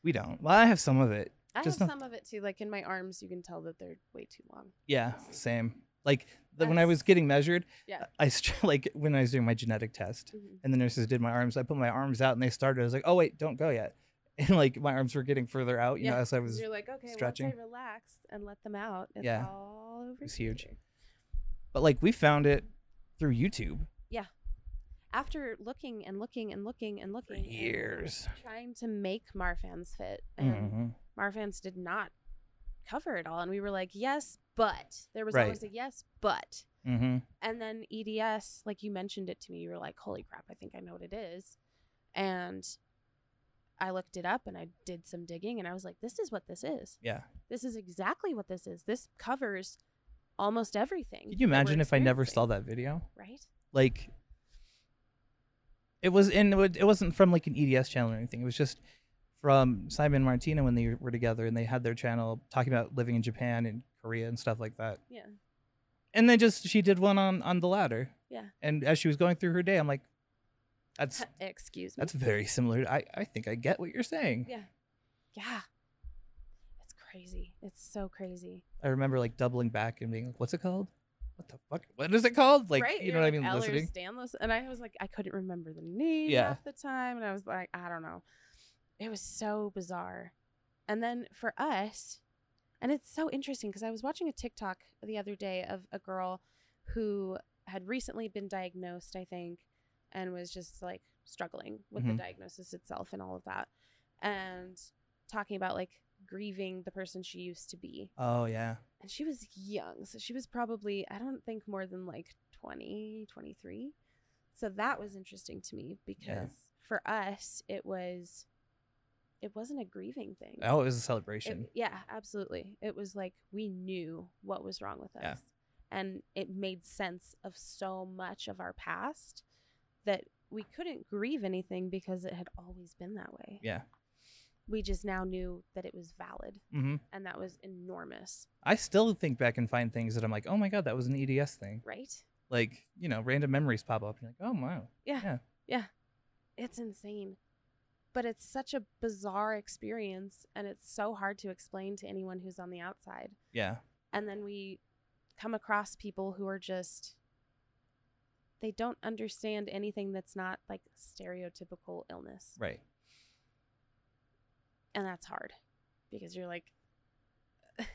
[SPEAKER 2] We don't. Well, I have some of it.
[SPEAKER 1] I have
[SPEAKER 2] just not-
[SPEAKER 1] some of it too. Like in my arms, you can tell that they're way too long.
[SPEAKER 2] Yeah, same. Like the, when I
[SPEAKER 1] That's-
[SPEAKER 2] was getting measured,
[SPEAKER 1] Yeah.
[SPEAKER 2] I st- like when I was doing my genetic test,
[SPEAKER 1] Mhm.
[SPEAKER 2] and the nurses did my arms. I put my arms out, and they started. I was like, "Oh wait, don't go yet," and like my arms were getting further out. You know,
[SPEAKER 1] Yeah,
[SPEAKER 2] as I was.
[SPEAKER 1] You're like, okay,
[SPEAKER 2] stretching.
[SPEAKER 1] once I relax and let them out, it's
[SPEAKER 2] Yeah.
[SPEAKER 1] all over.
[SPEAKER 2] It's huge.
[SPEAKER 1] here.
[SPEAKER 2] But like we found it through YouTube.
[SPEAKER 1] After looking and looking and looking and looking and
[SPEAKER 2] years.
[SPEAKER 1] trying to make Marfans fit, and
[SPEAKER 2] Mhm.
[SPEAKER 1] Marfans did not cover it all. And we were like, yes, but there was
[SPEAKER 2] Right.
[SPEAKER 1] always a yes, but.
[SPEAKER 2] Mhm.
[SPEAKER 1] And then EDS, like you mentioned it to me, you were like, holy crap, I think I know what it is. And I looked it up and I did some digging and I was like, this is what this is.
[SPEAKER 2] Yeah.
[SPEAKER 1] This is exactly what this is. This covers almost everything.
[SPEAKER 2] Could you imagine if I never saw
[SPEAKER 1] that?
[SPEAKER 2] that video?
[SPEAKER 1] we're experiencing,
[SPEAKER 2] Like. It was in. It wa- it wasn't from like an EDS channel or anything. It was just from Simon and Martina when they were together, and they had their channel talking about living in Japan and Korea and stuff like that.
[SPEAKER 1] Right? Yeah.
[SPEAKER 2] and then just she did one on on the ladder
[SPEAKER 1] Yeah.
[SPEAKER 2] and as she was going through her day i'm like that's
[SPEAKER 1] Excuse me.
[SPEAKER 2] that's very similar i i think i get what you're saying
[SPEAKER 1] Yeah. Yeah. It's crazy. It's so crazy.
[SPEAKER 2] i remember like doubling back and being like what's it called what the fuck what is it called like
[SPEAKER 1] right?
[SPEAKER 2] you
[SPEAKER 1] You're
[SPEAKER 2] know what i
[SPEAKER 1] like,
[SPEAKER 2] mean
[SPEAKER 1] Eller
[SPEAKER 2] listening
[SPEAKER 1] Stanlis- and I was like, I couldn't remember the name
[SPEAKER 2] Yeah.
[SPEAKER 1] half the time, and I was like, I don't know. It was so bizarre. And then for us, and it's so interesting because I was watching a TikTok the other day of a girl who had recently been diagnosed, I think, and was just like struggling with the
[SPEAKER 2] Mhm.
[SPEAKER 1] diagnosis itself and all of that, and talking about like grieving the person she used to be
[SPEAKER 2] oh yeah
[SPEAKER 1] and she was young so she was probably i don't think more than like 20 23 so that was interesting to me because for us it was it wasn't a grieving thing
[SPEAKER 2] oh it was a
[SPEAKER 1] It-
[SPEAKER 2] celebration
[SPEAKER 1] yeah absolutely it was like we knew what was wrong with us
[SPEAKER 2] Yeah.
[SPEAKER 1] and it made sense of so much of our past that we couldn't grieve anything because it had always been that way
[SPEAKER 2] yeah
[SPEAKER 1] we just now knew that it was valid
[SPEAKER 2] hmm
[SPEAKER 1] and that was enormous
[SPEAKER 2] i still think back and find things that i'm like oh my god that was an eds thing
[SPEAKER 1] right
[SPEAKER 2] like you know random memories pop up and you're like oh wow
[SPEAKER 1] Yeah.
[SPEAKER 2] Yeah.
[SPEAKER 1] It's insane. but it's such a bizarre experience and it's so hard to explain to anyone who's on the outside
[SPEAKER 2] Yeah.
[SPEAKER 1] and then we come across people who are just they don't understand anything that's not like stereotypical illness
[SPEAKER 2] Right.
[SPEAKER 1] and that's hard because you're like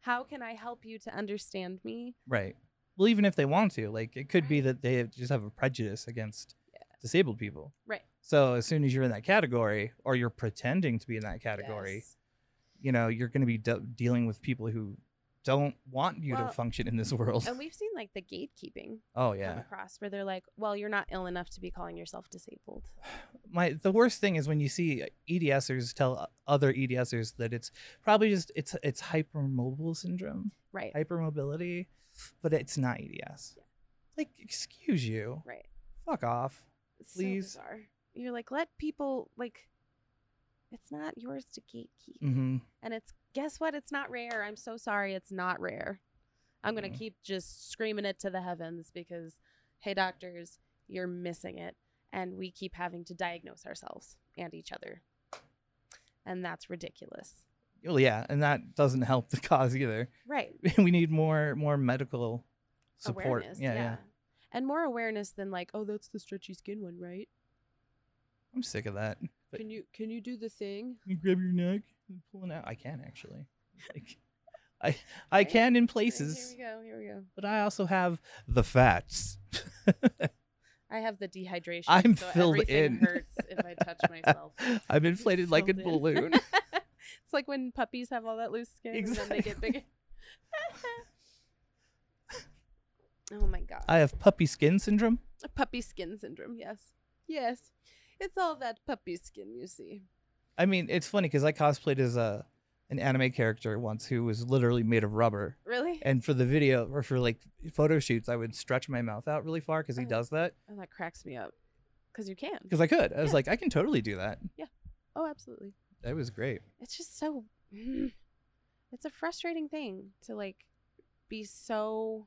[SPEAKER 1] how can i help you to understand me
[SPEAKER 2] Right. Well, even if they want to, like, it could be that they have- just have a prejudice against disabled people.
[SPEAKER 1] Right.
[SPEAKER 2] So as soon as you're in that category, or you're pretending to be in that category,
[SPEAKER 1] Yes.
[SPEAKER 2] you know, you're going to be de- dealing with people who don't want you
[SPEAKER 1] Well,
[SPEAKER 2] to function in this world.
[SPEAKER 1] and we've seen like the gatekeeping
[SPEAKER 2] oh
[SPEAKER 1] come
[SPEAKER 2] yeah.
[SPEAKER 1] across where they're like well you're not ill enough to be calling yourself disabled
[SPEAKER 2] My the worst thing is when you see E EDSers tell other E EDSers that it's probably just it's it's hypermobile syndrome,
[SPEAKER 1] right
[SPEAKER 2] hypermobility, but it's not EDS.
[SPEAKER 1] Yeah.
[SPEAKER 2] Like, excuse you.
[SPEAKER 1] right
[SPEAKER 2] Fuck off.
[SPEAKER 1] It's
[SPEAKER 2] Please.
[SPEAKER 1] so bizarre. you're like let people like it's not yours to gatekeep
[SPEAKER 2] hmm
[SPEAKER 1] and it's guess what it's not rare i'm so sorry it's not rare i'm gonna
[SPEAKER 2] Mhm.
[SPEAKER 1] keep just screaming it to the heavens because hey doctors you're missing it and we keep having to diagnose ourselves and each other and that's ridiculous
[SPEAKER 2] Well, yeah, and that doesn't help the cause either.
[SPEAKER 1] right
[SPEAKER 2] we need more more medical support.
[SPEAKER 1] awareness
[SPEAKER 2] yeah, yeah,
[SPEAKER 1] and more awareness than like oh that's the stretchy skin one right
[SPEAKER 2] I'm sick of that. But-
[SPEAKER 1] can you can you do the thing
[SPEAKER 2] You grab your neck and pull it out. I can actually. Like, I I
[SPEAKER 1] Right?
[SPEAKER 2] can in
[SPEAKER 1] Right,
[SPEAKER 2] places,
[SPEAKER 1] here we go here we go
[SPEAKER 2] but I also have the fats.
[SPEAKER 1] I have the dehydration.
[SPEAKER 2] I'm
[SPEAKER 1] so
[SPEAKER 2] filled
[SPEAKER 1] everything
[SPEAKER 2] in.
[SPEAKER 1] hurts if I touch myself.
[SPEAKER 2] I'm inflated like a
[SPEAKER 1] Filled in.
[SPEAKER 2] balloon.
[SPEAKER 1] it's like when puppies have all that loose skin and then they get bigger. oh my god.
[SPEAKER 2] I have puppy skin syndrome.
[SPEAKER 1] puppy skin syndrome, yes. Yes. It's all that puppy skin you see.
[SPEAKER 2] I mean, it's funny because I cosplayed as a an anime character once who was literally made of rubber.
[SPEAKER 1] Really?
[SPEAKER 2] And for the video or for like photo shoots, I would stretch my mouth out really far because he
[SPEAKER 1] Oh.
[SPEAKER 2] does that.
[SPEAKER 1] Oh, that cracks me up. Because you can.
[SPEAKER 2] because I could. I was
[SPEAKER 1] Yeah.
[SPEAKER 2] like, I can totally do that.
[SPEAKER 1] Oh, absolutely.
[SPEAKER 2] That was great.
[SPEAKER 1] It's just so. mm, It's a frustrating thing to like be so.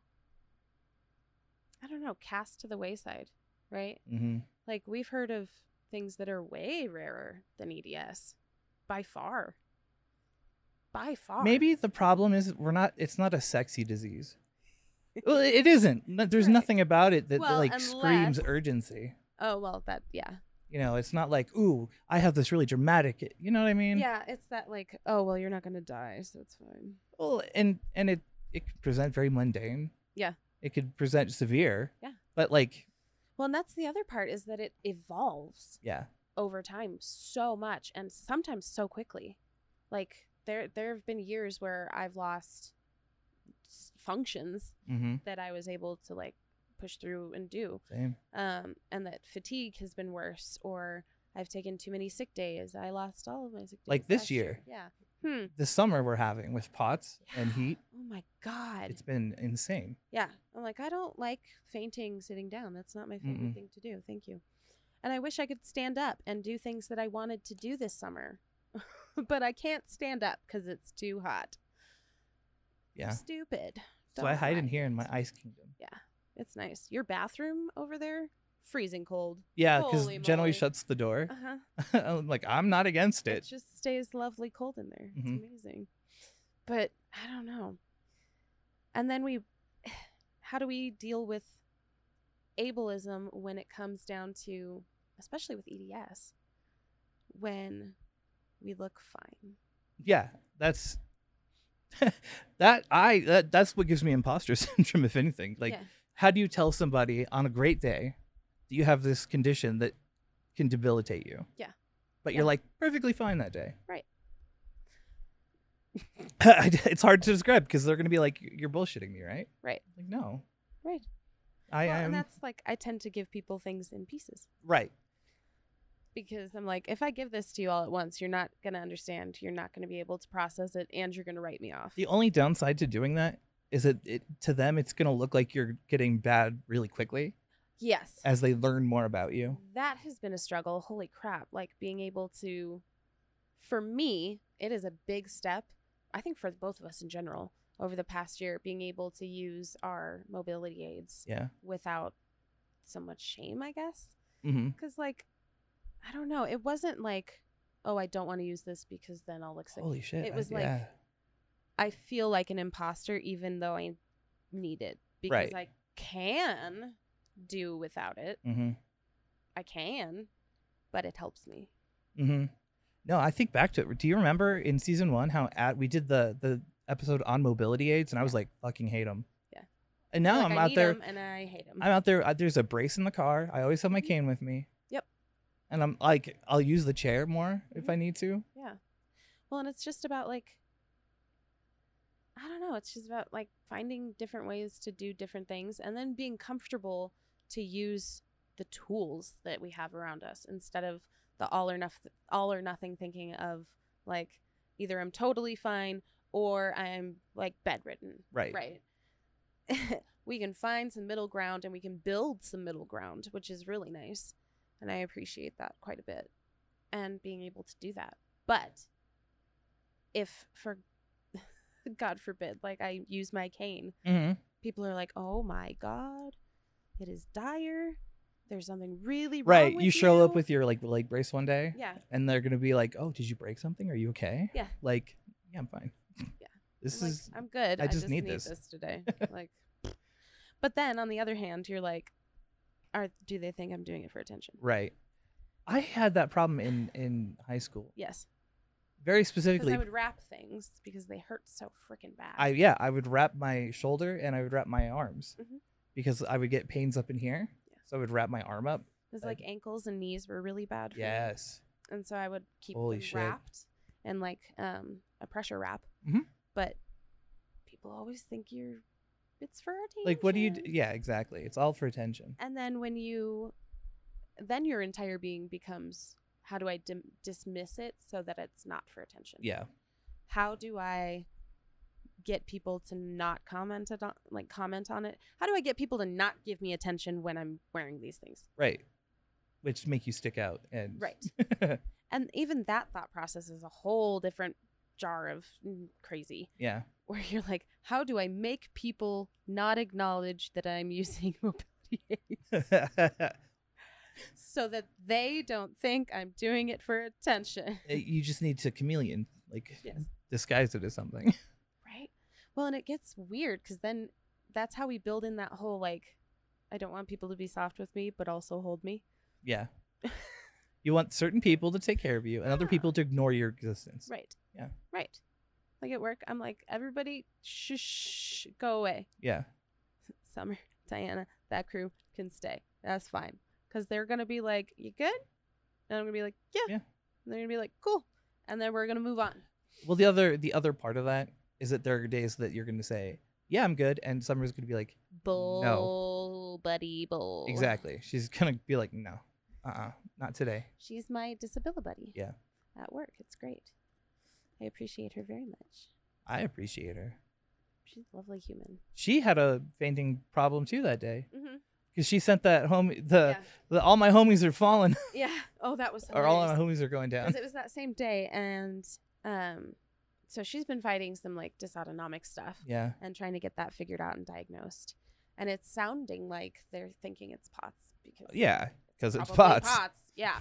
[SPEAKER 1] I don't know, cast to the wayside, right?
[SPEAKER 2] Mm-hmm.
[SPEAKER 1] Like we've heard of things that are way rarer than EDS by far. By far.
[SPEAKER 2] Maybe the problem is we're not. It's not a sexy disease. well, it it isn't. No- There's
[SPEAKER 1] Right.
[SPEAKER 2] nothing about it that
[SPEAKER 1] Well,
[SPEAKER 2] like screams
[SPEAKER 1] unless-
[SPEAKER 2] urgency.
[SPEAKER 1] Oh, well, that, yeah.
[SPEAKER 2] You know, it's not like, ooh, I have this really dramatic. You know what I mean?
[SPEAKER 1] Yeah, it's that like, oh, well, you're not going to die, so it's fine.
[SPEAKER 2] Well, and and it it could present very mundane.
[SPEAKER 1] Yeah.
[SPEAKER 2] It could present severe.
[SPEAKER 1] Yeah.
[SPEAKER 2] But like,
[SPEAKER 1] Well, and that's the other part is that it evolves
[SPEAKER 2] yeah,
[SPEAKER 1] over time so much and sometimes so quickly. Like there there have been years where I've lost s- functions
[SPEAKER 2] mm-hmm.
[SPEAKER 1] that I was able to like push through and do.
[SPEAKER 2] same.
[SPEAKER 1] um, and that fatigue has been worse, or I've taken too many sick days. I lost all of my sick days.
[SPEAKER 2] Like this
[SPEAKER 1] last year.
[SPEAKER 2] year.
[SPEAKER 1] Yeah. Hmm.
[SPEAKER 2] The summer we're having with pots and heat,
[SPEAKER 1] Oh my God.
[SPEAKER 2] it's been insane.
[SPEAKER 1] yeah. I'm like, I don't like fainting sitting down. That's not my favorite
[SPEAKER 2] Mm-mm.
[SPEAKER 1] thing to do. Thank you. And I wish I could stand up and do things that I wanted to do this summer, but I can't stand up because it's too hot.
[SPEAKER 2] Yeah.
[SPEAKER 1] Stupid.
[SPEAKER 2] So I
[SPEAKER 1] Don't
[SPEAKER 2] hide in
[SPEAKER 1] like
[SPEAKER 2] here in
[SPEAKER 1] it.
[SPEAKER 2] my ice kingdom.
[SPEAKER 1] It's nice. Your bathroom over there, freezing cold.
[SPEAKER 2] Yeah, because
[SPEAKER 1] Holy
[SPEAKER 2] generally
[SPEAKER 1] moly.
[SPEAKER 2] shuts the door.
[SPEAKER 1] Uh huh.
[SPEAKER 2] I'm like, I'm not against
[SPEAKER 1] it
[SPEAKER 2] it.
[SPEAKER 1] just stays lovely cold in there.
[SPEAKER 2] Mhm.
[SPEAKER 1] It's amazing. But I don't know. And then we, how do we deal with ableism when it comes down to, especially with EDS, when we look fine?
[SPEAKER 2] Yeah, that's that I that, that's what gives me imposter syndrome, if anything. Like,
[SPEAKER 1] Yeah.
[SPEAKER 2] how do you tell somebody on a great day that you have this condition that can debilitate you?
[SPEAKER 1] Yeah.
[SPEAKER 2] But
[SPEAKER 1] Yeah.
[SPEAKER 2] you're like perfectly fine that day.
[SPEAKER 1] Right.
[SPEAKER 2] it's hard to describe because they're gonna be like, "You're bullshitting me, right?"
[SPEAKER 1] Right.
[SPEAKER 2] Like, no,
[SPEAKER 1] Right.
[SPEAKER 2] I
[SPEAKER 1] well,
[SPEAKER 2] am
[SPEAKER 1] and that's like, I tend to give people things in pieces
[SPEAKER 2] right.
[SPEAKER 1] because I'm like, if I give this to you all at once, you're not going to understand. You're not going to be able to process it and you're going to write me off.
[SPEAKER 2] The only downside to doing that is that it, to them, it's gonna look like you're getting bad really quickly.
[SPEAKER 1] Yes.
[SPEAKER 2] as they learn more about you.
[SPEAKER 1] that has been a struggle. Holy crap. Like being able to, for me, it is a big step. I think for both of us in general, over the past year, being able to use our mobility aids
[SPEAKER 2] Yeah.
[SPEAKER 1] without so much shame, I guess.
[SPEAKER 2] hmm
[SPEAKER 1] Because, like, I don't know. It wasn't like, oh, I don't want to use this because then I'll look sick.
[SPEAKER 2] Holy shit!
[SPEAKER 1] It
[SPEAKER 2] I-
[SPEAKER 1] was like-
[SPEAKER 2] yeah.
[SPEAKER 1] I feel like an imposter even though I need it because I can do without it.
[SPEAKER 2] Mm-hmm.
[SPEAKER 1] I can, but it helps me.
[SPEAKER 2] Mm-hmm. No, I think back to it. Do you remember in season one how at we did the the episode on mobility aids, and I was like, fucking hate them.
[SPEAKER 1] Yeah.
[SPEAKER 2] And now
[SPEAKER 1] Like,
[SPEAKER 2] I'm
[SPEAKER 1] I
[SPEAKER 2] out
[SPEAKER 1] need
[SPEAKER 2] there.
[SPEAKER 1] 'em and I hate them.
[SPEAKER 2] I'm out there. uh, There's a brace in the car. I always have my
[SPEAKER 1] Mhm.
[SPEAKER 2] cane with me.
[SPEAKER 1] Yep.
[SPEAKER 2] And I'm like, I'll use the chair more if
[SPEAKER 1] Mhm.
[SPEAKER 2] I need to.
[SPEAKER 1] Yeah. Well, and it's just about like I don't know, it's just about like finding different ways to do different things and then being comfortable to use the tools that we have around us instead of the all or nothing all or nothing thinking of like either I'm totally fine or I'm like bedridden.
[SPEAKER 2] Right.
[SPEAKER 1] Right. we can find some middle ground and we can build some middle ground, which is really nice. And I appreciate that quite a bit and being able to do that. But if for God forbid, like I use my cane,
[SPEAKER 2] Mm-hmm.
[SPEAKER 1] people are like, "Oh my God, it is dire. There's something really wrong."
[SPEAKER 2] Right.
[SPEAKER 1] with
[SPEAKER 2] You show up with your like leg brace one day,
[SPEAKER 1] yeah,
[SPEAKER 2] and they're gonna be like, "Oh, did you break something? Are you okay?"
[SPEAKER 1] Yeah.
[SPEAKER 2] Like, yeah, I'm fine. Yeah. This
[SPEAKER 1] I'm like,
[SPEAKER 2] is
[SPEAKER 1] I'm good.
[SPEAKER 2] I just need this."
[SPEAKER 1] today. like, but then on the other hand, you're like, "Are do they think I'm doing it for attention?"
[SPEAKER 2] right. I had that problem in in high school,
[SPEAKER 1] Yes,
[SPEAKER 2] very
[SPEAKER 1] because
[SPEAKER 2] specifically.
[SPEAKER 1] I would wrap things because they hurt so freaking bad.
[SPEAKER 2] I yeah, I would wrap my shoulder and I would wrap my arms
[SPEAKER 1] Mhm.
[SPEAKER 2] because I would get pains up in here.
[SPEAKER 1] Yeah.
[SPEAKER 2] So I would wrap my arm up.
[SPEAKER 1] Because like ankles and knees were really bad. For me.
[SPEAKER 2] Yes.
[SPEAKER 1] and so I would keep
[SPEAKER 2] Holy
[SPEAKER 1] them
[SPEAKER 2] shit.
[SPEAKER 1] wrapped and like um a pressure wrap.
[SPEAKER 2] Mhm.
[SPEAKER 1] But people always think you're it's for attention.
[SPEAKER 2] Like what do you d- Yeah, exactly. It's all for attention.
[SPEAKER 1] And then when you, then your entire being becomes how do I dim- dismiss it so that it's not for attention?
[SPEAKER 2] Yeah.
[SPEAKER 1] How do I get people to not comment it on like comment on it? How do I get people to not give me attention when I'm wearing these things?
[SPEAKER 2] Right. Which make you stick out and
[SPEAKER 1] Right. And even that thought process is a whole different jar of mm, crazy.
[SPEAKER 2] yeah.
[SPEAKER 1] where you're like, how do I make people not acknowledge that I'm using mobility aids
[SPEAKER 2] Uh,
[SPEAKER 1] so that they don't think I'm doing it for attention?
[SPEAKER 2] you just need to chameleon, like
[SPEAKER 1] Yes.
[SPEAKER 2] disguise it as something.
[SPEAKER 1] Right? Well, and it gets weird because then that's how we build in that whole like, I don't want people to be soft with me, but also hold me.
[SPEAKER 2] yeah. You want certain people to take care of you and other
[SPEAKER 1] Yeah.
[SPEAKER 2] people to ignore your existence.
[SPEAKER 1] Right.
[SPEAKER 2] Yeah.
[SPEAKER 1] Right. Like at work, I'm like, everybody, shh, shh, go away.
[SPEAKER 2] Yeah.
[SPEAKER 1] Summer, Diana, that crew can stay. That's fine. Because they're going to be like, You good? And I'm going to be like, Yeah.
[SPEAKER 2] Yeah.
[SPEAKER 1] And they're going to be like, Cool. And then we're going to move on.
[SPEAKER 2] Well, the other the other part of that is that there are days that you're going to say, "Yeah, I'm good," and Summer's going to be like,
[SPEAKER 1] Bull, buddy, bull.
[SPEAKER 2] "Exactly." She's going to be like, "No, uh-uh, not today."
[SPEAKER 1] She's my disability buddy.
[SPEAKER 2] Yeah.
[SPEAKER 1] At work. It's great. I appreciate her very much.
[SPEAKER 2] I appreciate her.
[SPEAKER 1] She's a lovely human.
[SPEAKER 2] She had a fainting problem too that day
[SPEAKER 1] Mm-hmm.
[SPEAKER 2] because she sent that home.
[SPEAKER 1] Yeah.
[SPEAKER 2] The, the all my homies are falling,
[SPEAKER 1] yeah. Oh, that was
[SPEAKER 2] or all my
[SPEAKER 1] hilarious.
[SPEAKER 2] homies Uh, are going down.
[SPEAKER 1] because it was that same day. And um, so she's been fighting some like dysautonomic stuff.
[SPEAKER 2] Yeah.
[SPEAKER 1] and trying to get that figured out and diagnosed. And it's sounding like they're thinking it's POTS because
[SPEAKER 2] Yeah, because it's
[SPEAKER 1] probably
[SPEAKER 2] pots.
[SPEAKER 1] Yeah,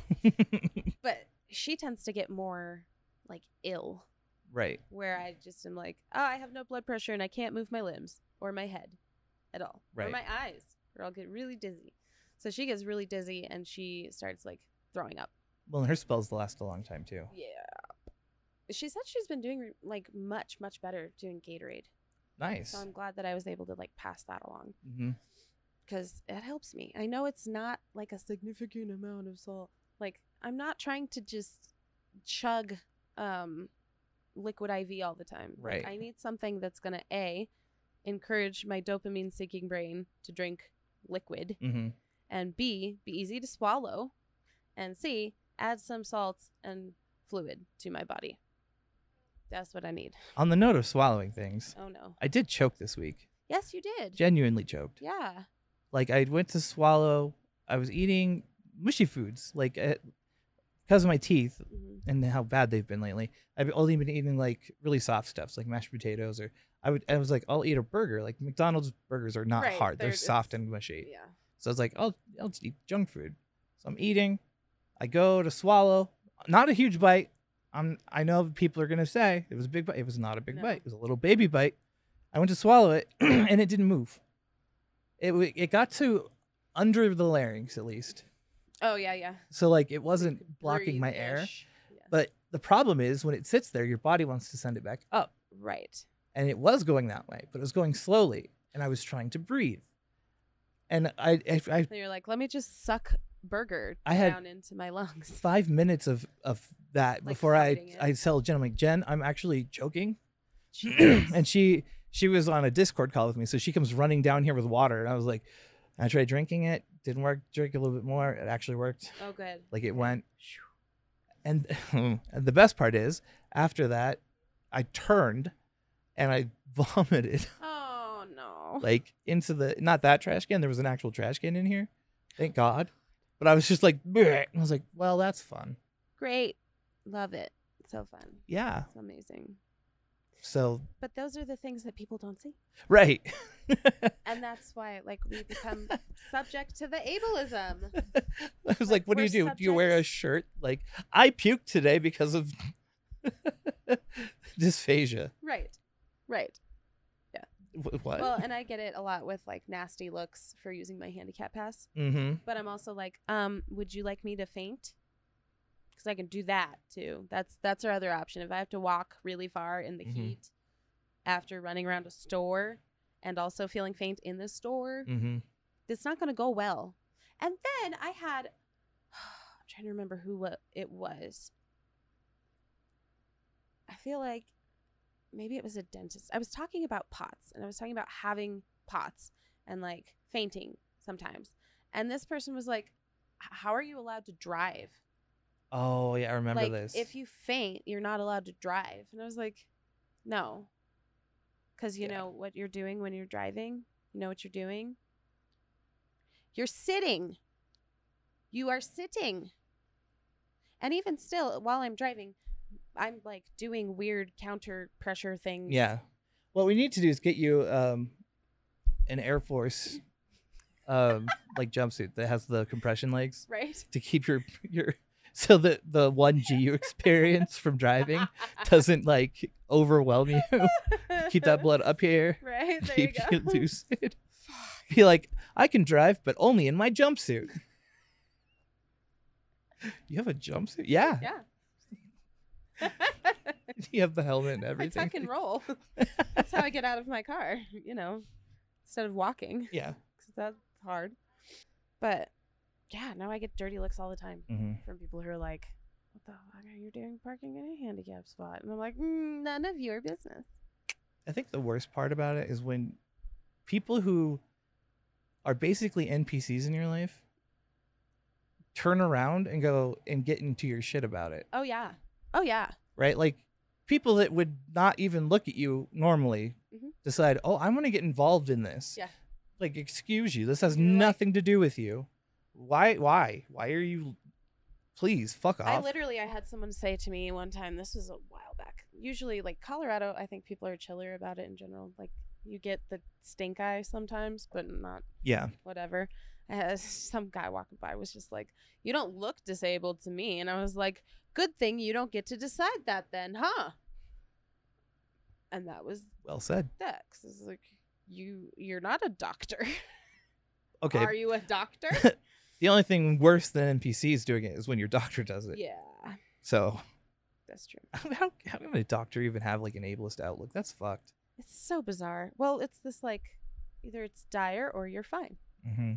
[SPEAKER 1] but she tends to get more like ill,
[SPEAKER 2] right.
[SPEAKER 1] where I just am like, oh, I have no blood pressure and I can't move my limbs or my head at all,
[SPEAKER 2] Right.
[SPEAKER 1] or my eyes, or I'll get really dizzy. So she gets really dizzy and she starts like throwing up.
[SPEAKER 2] Well, and her spells last a long time too.
[SPEAKER 1] Yeah. She said she's been doing like much, much better doing Gatorade.
[SPEAKER 2] Nice.
[SPEAKER 1] So I'm glad that I was able to like pass that along.
[SPEAKER 2] hmm
[SPEAKER 1] because it helps me. I know it's not like a significant amount of salt. Like I'm not trying to just chug um, liquid IV all the time. Like,
[SPEAKER 2] Right.
[SPEAKER 1] I need something that's gonna a encourage my dopamine seeking brain to drink liquid,
[SPEAKER 2] hmm
[SPEAKER 1] and b be easy to swallow, and c add some salt and fluid to my body. That's what I need.
[SPEAKER 2] On the note of swallowing things,
[SPEAKER 1] Oh no.
[SPEAKER 2] I did choke this week.
[SPEAKER 1] Yes, you did.
[SPEAKER 2] Genuinely choked.
[SPEAKER 1] yeah.
[SPEAKER 2] like I went to swallow. I was eating mushy foods, like uh, because of my teeth
[SPEAKER 1] Mhm.
[SPEAKER 2] and how bad they've been lately. I've only been eating like really soft stuffs, like mashed potatoes, or I would. I was like, I'll eat a burger. Like McDonald's burgers are not
[SPEAKER 1] Right,
[SPEAKER 2] hard; they're,
[SPEAKER 1] they're-
[SPEAKER 2] soft
[SPEAKER 1] it's-
[SPEAKER 2] and mushy.
[SPEAKER 1] Yeah.
[SPEAKER 2] So I was like, I'll I'll just eat junk food. So I'm eating. I go to swallow, not a huge bite. I'm, I know people are gonna say it was a big bite. It was not a big
[SPEAKER 1] No.
[SPEAKER 2] bite. It was a little baby bite. I went to swallow it, and it didn't move. It w- it got to under the larynx at least,
[SPEAKER 1] Oh yeah, yeah.
[SPEAKER 2] so like it wasn't blocking my air.
[SPEAKER 1] Breathe-ish. Yeah.
[SPEAKER 2] But the problem is when it sits there, your body wants to send it back up,
[SPEAKER 1] Right.
[SPEAKER 2] and it was going that way, but it was going slowly, and I was trying to breathe, and I I, I
[SPEAKER 1] And you're like, let me just suck burger
[SPEAKER 2] I had-
[SPEAKER 1] down into my lungs.
[SPEAKER 2] five minutes of of that
[SPEAKER 1] Like
[SPEAKER 2] before I
[SPEAKER 1] fighting it.
[SPEAKER 2] I tell Jen I'm like Jen I'm actually joking,
[SPEAKER 1] Jesus.
[SPEAKER 2] and she she was on a Discord call with me, so she comes running down here with water, and I was like, I tried drinking it, didn't work. Drink a little bit more, it actually worked.
[SPEAKER 1] oh good.
[SPEAKER 2] Like it went. And, and the best part is after that, I turned, and I vomited
[SPEAKER 1] Oh no.
[SPEAKER 2] like into the not that trash can. There was an actual trash can in here, thank God. But I was just like, "Bleh." I was like, well, that's fun.
[SPEAKER 1] Great. Love it. So fun.
[SPEAKER 2] Yeah.
[SPEAKER 1] It's amazing.
[SPEAKER 2] So
[SPEAKER 1] But those are the things that people don't see.
[SPEAKER 2] right.
[SPEAKER 1] And that's why like we become subject to the ableism.
[SPEAKER 2] I was like,
[SPEAKER 1] Like,
[SPEAKER 2] what do
[SPEAKER 1] we're
[SPEAKER 2] you do? Do you wear a
[SPEAKER 1] um, subjects.
[SPEAKER 2] shirt? Like, I puked today because of dysphagia.
[SPEAKER 1] Right. Right.
[SPEAKER 2] Wh- What?
[SPEAKER 1] Well, and I get it a lot with like nasty looks for using my handicap pass.
[SPEAKER 2] mm-hmm.
[SPEAKER 1] But I'm also like, um, would you like me to faint? Because I can do that too. That's that's our other option. If I have to walk really far in the
[SPEAKER 2] Mhm.
[SPEAKER 1] heat after running around a store and also feeling faint in the store,
[SPEAKER 2] Mm-hmm.
[SPEAKER 1] it's not going to go well. And then I had, I'm trying to remember who wa- it was. I feel like maybe it was a dentist. I was talking about POTS and I was talking about having POTS and like fainting sometimes. And this person was like, "H- How are you allowed to drive?
[SPEAKER 2] Oh yeah, I remember
[SPEAKER 1] like,
[SPEAKER 2] this.
[SPEAKER 1] if you faint, you're not allowed to drive. And I was like, No. Because you
[SPEAKER 2] Yeah.
[SPEAKER 1] know what you're doing when you're driving? You know what you're doing? You're sitting. You are sitting. And even still, while I'm driving, I'm like doing weird counter pressure things.
[SPEAKER 2] yeah. What we need to do is get you um, an Air Force um, like jumpsuit that has the compression legs
[SPEAKER 1] Right?
[SPEAKER 2] to keep your your so that the one G you experience from driving doesn't like overwhelm you. keep that blood up here.
[SPEAKER 1] Right? There
[SPEAKER 2] keep
[SPEAKER 1] you
[SPEAKER 2] you
[SPEAKER 1] go.
[SPEAKER 2] lucid. Be like, I can drive, but only in my jumpsuit. you have a jumpsuit? Yeah.
[SPEAKER 1] Yeah.
[SPEAKER 2] You have the helmet and
[SPEAKER 1] I
[SPEAKER 2] everything.
[SPEAKER 1] tuck and roll. That's how I get out of my car, you know, instead of walking.
[SPEAKER 2] yeah.
[SPEAKER 1] 'cause that's hard. But yeah, now I get dirty looks all the time from people who are like, "What the fuck are you doing parking in a handicap spot?" And I'm like, mm, "None of your business."
[SPEAKER 2] I think the worst part about it is when people who are basically NPCs in your life turn around and go and get into your shit about it.
[SPEAKER 1] Oh yeah, oh yeah,
[SPEAKER 2] right? Like people that would not even look at you normally
[SPEAKER 1] Mhm.
[SPEAKER 2] decide, oh, I'm going to get involved in this.
[SPEAKER 1] Yeah.
[SPEAKER 2] Like, excuse you. This has
[SPEAKER 1] You're like-
[SPEAKER 2] nothing to do with you. Why? Why? Why are you? Please, fuck off.
[SPEAKER 1] I literally I had someone say to me one time, this was a while back. Usually like Colorado, I think people are chiller about it in general. Like you get the stink eye sometimes, but not
[SPEAKER 2] yeah.
[SPEAKER 1] whatever. I had- some guy walking by was just like, "You don't look disabled to me," and I was like, "Good thing you don't get to decide that, then, huh?" And that was
[SPEAKER 2] Well said.
[SPEAKER 1] that. 'cause it's like, you you're not a doctor.
[SPEAKER 2] Okay.
[SPEAKER 1] Are you a doctor?
[SPEAKER 2] the only thing worse than NPCs doing it is when your doctor does it.
[SPEAKER 1] yeah,
[SPEAKER 2] So
[SPEAKER 1] that's true.
[SPEAKER 2] how how can a doctor even have like an ableist outlook? That's fucked.
[SPEAKER 1] It's so bizarre. Well, it's this like, either it's dire or you're fine
[SPEAKER 2] Mm-hmm.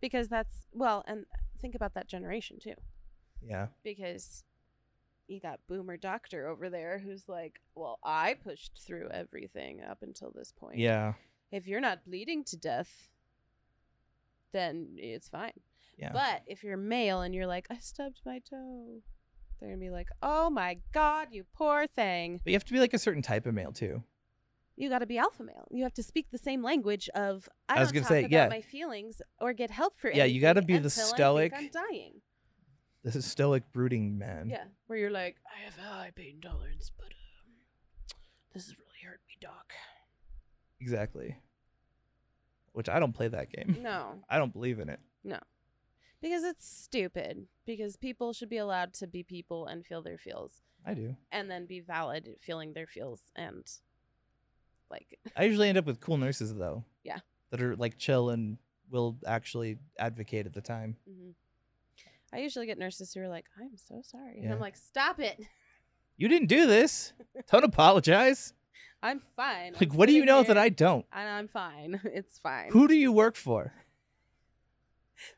[SPEAKER 1] because that's well, and think about that generation too.
[SPEAKER 2] Yeah.
[SPEAKER 1] because you got boomer doctor over there who's like well i pushed through everything up until this point
[SPEAKER 2] Yeah.
[SPEAKER 1] if you're not bleeding to death then it's fine
[SPEAKER 2] Yeah.
[SPEAKER 1] but if you're male and you're like i stubbed my toe they're gonna be like oh my god you poor thing
[SPEAKER 2] But you have to be like a certain type of male too.
[SPEAKER 1] you got to be alpha male you have to speak the same language of i,
[SPEAKER 2] I was
[SPEAKER 1] don't
[SPEAKER 2] gonna
[SPEAKER 1] talk
[SPEAKER 2] say,
[SPEAKER 1] about
[SPEAKER 2] yeah.
[SPEAKER 1] my feelings or get help for
[SPEAKER 2] Yeah, you
[SPEAKER 1] got
[SPEAKER 2] gotta
[SPEAKER 1] to
[SPEAKER 2] be the stoic-
[SPEAKER 1] i'm dying
[SPEAKER 2] This is stoic brooding man.
[SPEAKER 1] Yeah, where you're like, I have a high pain tolerance, but um, this has really hurt me, doc.
[SPEAKER 2] Exactly. Which I don't play that game.
[SPEAKER 1] No,
[SPEAKER 2] I don't believe in it.
[SPEAKER 1] because it's stupid. Because people should be allowed to be people and feel their feels,
[SPEAKER 2] I do.
[SPEAKER 1] and then be valid at feeling their feels and like
[SPEAKER 2] I usually end up with cool nurses though.
[SPEAKER 1] Yeah.
[SPEAKER 2] That are like chill and will actually advocate at the time.
[SPEAKER 1] hmm I usually get nurses who are like, "I'm so sorry," and
[SPEAKER 2] Yeah.
[SPEAKER 1] I'm like, "Stop it!
[SPEAKER 2] You didn't do this. Don't apologize.
[SPEAKER 1] I'm fine."
[SPEAKER 2] Like, what do you know that I don't?
[SPEAKER 1] And I'm fine. It's fine.
[SPEAKER 2] Who do you work for?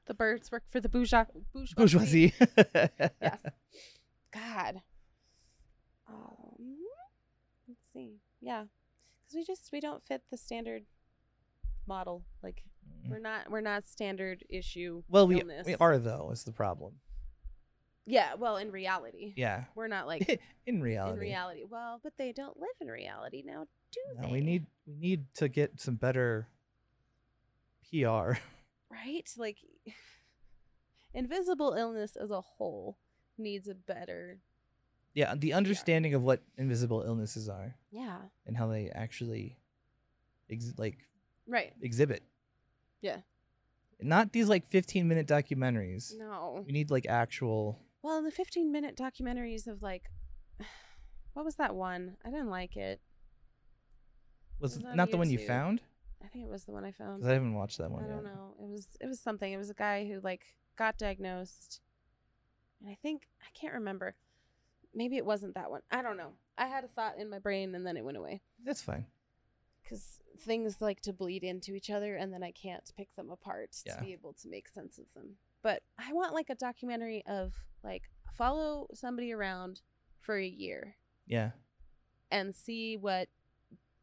[SPEAKER 1] the birds work for the bourgeois bourgeoisie.
[SPEAKER 2] Bourgeoisie.
[SPEAKER 1] Yes. God. Um, let's see. Yeah, because we just we don't fit the standard model. Like
[SPEAKER 2] Mm.
[SPEAKER 1] we're not we're not standard issue.
[SPEAKER 2] Well, we,
[SPEAKER 1] illness.
[SPEAKER 2] we are though. Is the problem?
[SPEAKER 1] Yeah. Well, in reality,
[SPEAKER 2] Yeah.
[SPEAKER 1] we're not like
[SPEAKER 2] in reality.
[SPEAKER 1] in reality. Well, but they don't live in reality now, do
[SPEAKER 2] No,
[SPEAKER 1] they?
[SPEAKER 2] we need we need to get some better PR.
[SPEAKER 1] right? Like invisible illness as a whole needs a better
[SPEAKER 2] Yeah, the understanding of what invisible illnesses are
[SPEAKER 1] yeah.
[SPEAKER 2] and how they actually ex- like
[SPEAKER 1] Right.
[SPEAKER 2] exhibit.
[SPEAKER 1] Yeah.
[SPEAKER 2] Not these like 15 minute documentaries.
[SPEAKER 1] No.
[SPEAKER 2] We need like actual
[SPEAKER 1] Well, the 15 minute documentaries of like what was that one? I didn't like it.
[SPEAKER 2] was
[SPEAKER 1] It's on
[SPEAKER 2] not the one you
[SPEAKER 1] YouTube.
[SPEAKER 2] found
[SPEAKER 1] I think it was the one I found.
[SPEAKER 2] because I haven't watched that
[SPEAKER 1] I
[SPEAKER 2] one.
[SPEAKER 1] don't
[SPEAKER 2] yet.
[SPEAKER 1] know. It was it was something. It was a guy who like got diagnosed, and I think I can't remember. Maybe it wasn't that one. I don't know. I had a thought in my brain and then it went away
[SPEAKER 2] That's fine.
[SPEAKER 1] because things like to bleed into each other, and then I can't pick them apart
[SPEAKER 2] Yeah.
[SPEAKER 1] to be able to make sense of them. But I want like a documentary of like follow somebody around for a year
[SPEAKER 2] Yeah.
[SPEAKER 1] and see what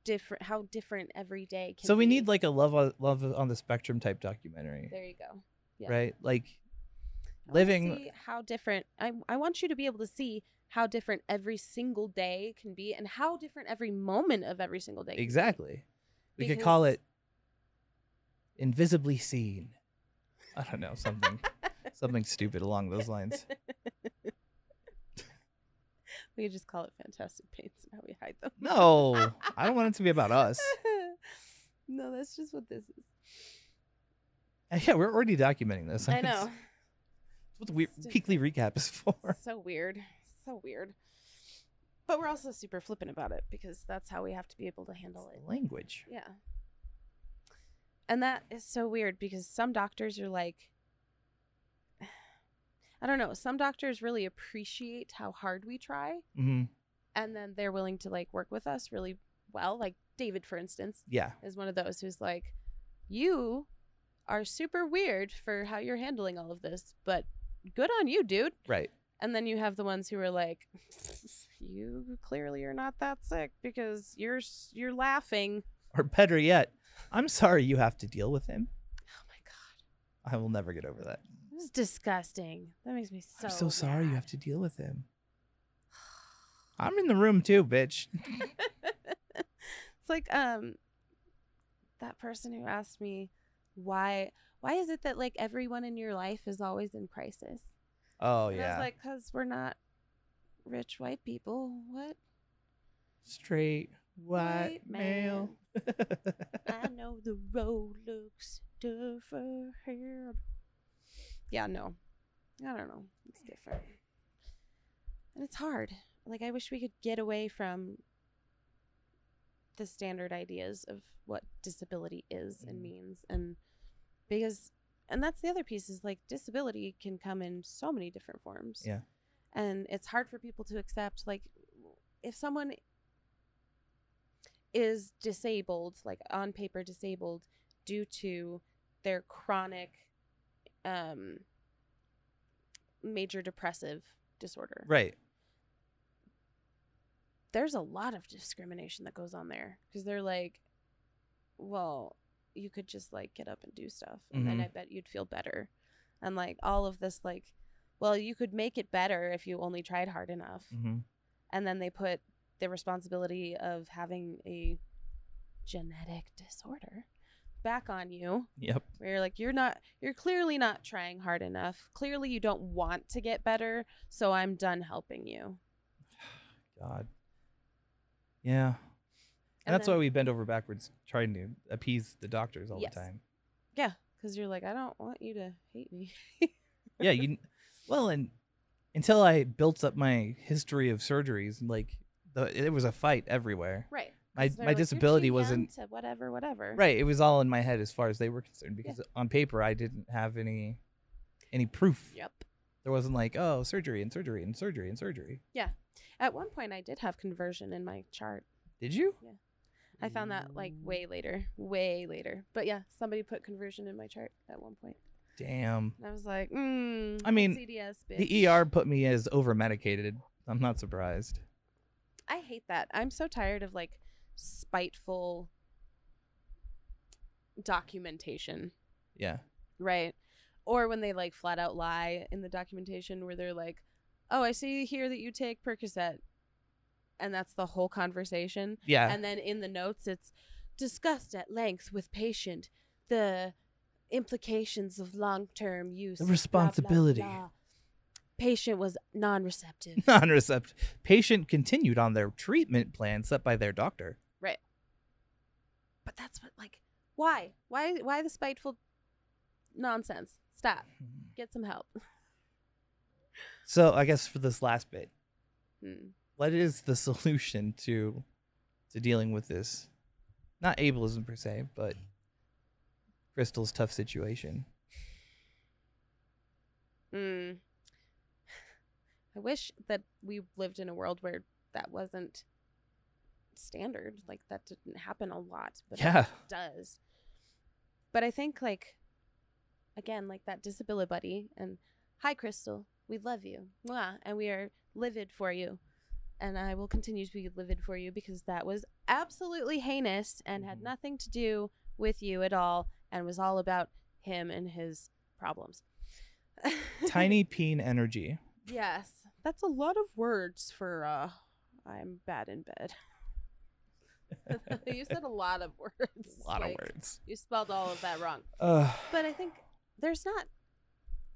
[SPEAKER 1] different how different every day can.
[SPEAKER 2] So we
[SPEAKER 1] be.
[SPEAKER 2] need like a love on, love on the spectrum type documentary,
[SPEAKER 1] there you go. yeah.
[SPEAKER 2] right? Like
[SPEAKER 1] I wanna
[SPEAKER 2] living-
[SPEAKER 1] see how different I, I want you to be able to see how different every single day can be and how different every moment of every single day can be.
[SPEAKER 2] exactly. We could call
[SPEAKER 1] Because-
[SPEAKER 2] it invisibly seen. I don't know something something stupid along those lines.
[SPEAKER 1] we could just call it fantastic paints and how we hide them
[SPEAKER 2] No, I don't want it to be about us.
[SPEAKER 1] no that's just what this is
[SPEAKER 2] Yeah, we're already documenting this.
[SPEAKER 1] i know
[SPEAKER 2] That's what the we- weekly recap is for.
[SPEAKER 1] so weird so weird but we're also super flippant about it because that's how we have to be able to handle it
[SPEAKER 2] Language.
[SPEAKER 1] Yeah. And that is so weird because some doctors are like, I don't know, some doctors really appreciate how hard we try
[SPEAKER 2] hmm
[SPEAKER 1] and then they're willing to like work with us really well. Like David, for instance,
[SPEAKER 2] Yeah.
[SPEAKER 1] is one of those who's like, you are super weird for how you're handling all of this, but good on you, dude.
[SPEAKER 2] Right.
[SPEAKER 1] And then you have the ones who are like, you clearly are not that sick because you're s- you're laughing.
[SPEAKER 2] Or better yet, I'm sorry you have to deal with him.
[SPEAKER 1] Oh my god.
[SPEAKER 2] I will never get over that.
[SPEAKER 1] This is disgusting. That makes me so.
[SPEAKER 2] I'm so sorry you
[SPEAKER 1] mad.
[SPEAKER 2] have to deal with him. I'm in the room too, bitch.
[SPEAKER 1] it's like um, that person who asked me why why is it that like everyone in your life is always in crisis?
[SPEAKER 2] Oh
[SPEAKER 1] And I
[SPEAKER 2] yeah.
[SPEAKER 1] was like, because we're not rich white people. What?
[SPEAKER 2] Straight white
[SPEAKER 1] White
[SPEAKER 2] male.
[SPEAKER 1] I know the road looks tough ahead. Yeah, no, I don't know. It's different, and it's hard. Like I wish we could get away from the standard ideas of what disability is and
[SPEAKER 2] Mhm.
[SPEAKER 1] means, and because, and that's the other piece is like disability can come in so many different forms.
[SPEAKER 2] Yeah.
[SPEAKER 1] and it's hard for people to accept. Like, if someone is disabled, like on paper disabled, due to their chronic um, major depressive disorder.
[SPEAKER 2] right.
[SPEAKER 1] There's a lot of discrimination that goes on there because they're like, well, you could just like get up and do stuff, and then
[SPEAKER 2] Mhm.
[SPEAKER 1] I bet you'd feel better. And like all of this, like, well, you could make it better if you only tried hard enough
[SPEAKER 2] hmm
[SPEAKER 1] and then they put the responsibility of having a genetic disorder back on you
[SPEAKER 2] Yep.
[SPEAKER 1] where you're like you're not you're clearly not trying hard enough clearly you don't want to get better so i'm done helping you
[SPEAKER 2] God. Yeah. And, that's
[SPEAKER 1] then-
[SPEAKER 2] why we bend over backwards trying to appease the doctors all
[SPEAKER 1] Yes.
[SPEAKER 2] the time.
[SPEAKER 1] yeah because you're like i don't want you to hate me
[SPEAKER 2] yeah, you. Well, and until I built up my history of surgeries, like the, it was a fight everywhere.
[SPEAKER 1] Right.
[SPEAKER 2] My-
[SPEAKER 1] So they're
[SPEAKER 2] my
[SPEAKER 1] like, "You're too
[SPEAKER 2] disability
[SPEAKER 1] young
[SPEAKER 2] wasn't-
[SPEAKER 1] to whatever, whatever.
[SPEAKER 2] Right. It was all in my head as far as they were concerned because on paper I didn't have any any proof.
[SPEAKER 1] Yep.
[SPEAKER 2] There wasn't like, oh, surgery and surgery and surgery and surgery.
[SPEAKER 1] At one point, I did have conversion in my chart.
[SPEAKER 2] Did you?
[SPEAKER 1] I found that like
[SPEAKER 2] Mm.
[SPEAKER 1] way later, way later. But yeah, somebody put conversion in my chart at one point.
[SPEAKER 2] Damn.
[SPEAKER 1] And I was like, mm,
[SPEAKER 2] I mean,
[SPEAKER 1] CDS, bitch.
[SPEAKER 2] The ER put me as over medicated. I'm not surprised.
[SPEAKER 1] I hate that. I'm so tired of like spiteful documentation,
[SPEAKER 2] Yeah.
[SPEAKER 1] right? Or when they like flat out lie in the documentation where they're like, oh, I see here that you take Percocet. And that's the whole conversation.
[SPEAKER 2] Yeah.
[SPEAKER 1] And then in the notes, it's discussed at length with patient the implications of long term use.
[SPEAKER 2] The
[SPEAKER 1] blah, blah,
[SPEAKER 2] responsibility.
[SPEAKER 1] blah. Patient was non receptive.
[SPEAKER 2] Non-recept patient continued on their treatment plan set by their doctor.
[SPEAKER 1] but that's what like why why why the spiteful nonsense stop get some help
[SPEAKER 2] So I guess for this last bit,
[SPEAKER 1] Hmm.
[SPEAKER 2] what is the solution to to dealing with this? Not ableism per se, but Crystal's tough situation.
[SPEAKER 1] Mm. i wish that we lived in a world where that wasn't standard like that didn't happen a lot but it
[SPEAKER 2] Yeah.
[SPEAKER 1] does but i think like again like that disability buddy and hi crystal we love you Mwah. and we are livid for you and i will continue to be livid for you because that was absolutely heinous and had
[SPEAKER 2] Mhm.
[SPEAKER 1] nothing to do with you at all and was all about him and his problems
[SPEAKER 2] Tiny peen energy.
[SPEAKER 1] yes that's a lot of words for uh i'm bad in bed you said a lot of words
[SPEAKER 2] A lot
[SPEAKER 1] like,
[SPEAKER 2] of words.
[SPEAKER 1] you spelled all of that wrong
[SPEAKER 2] Uh,
[SPEAKER 1] but I think there's not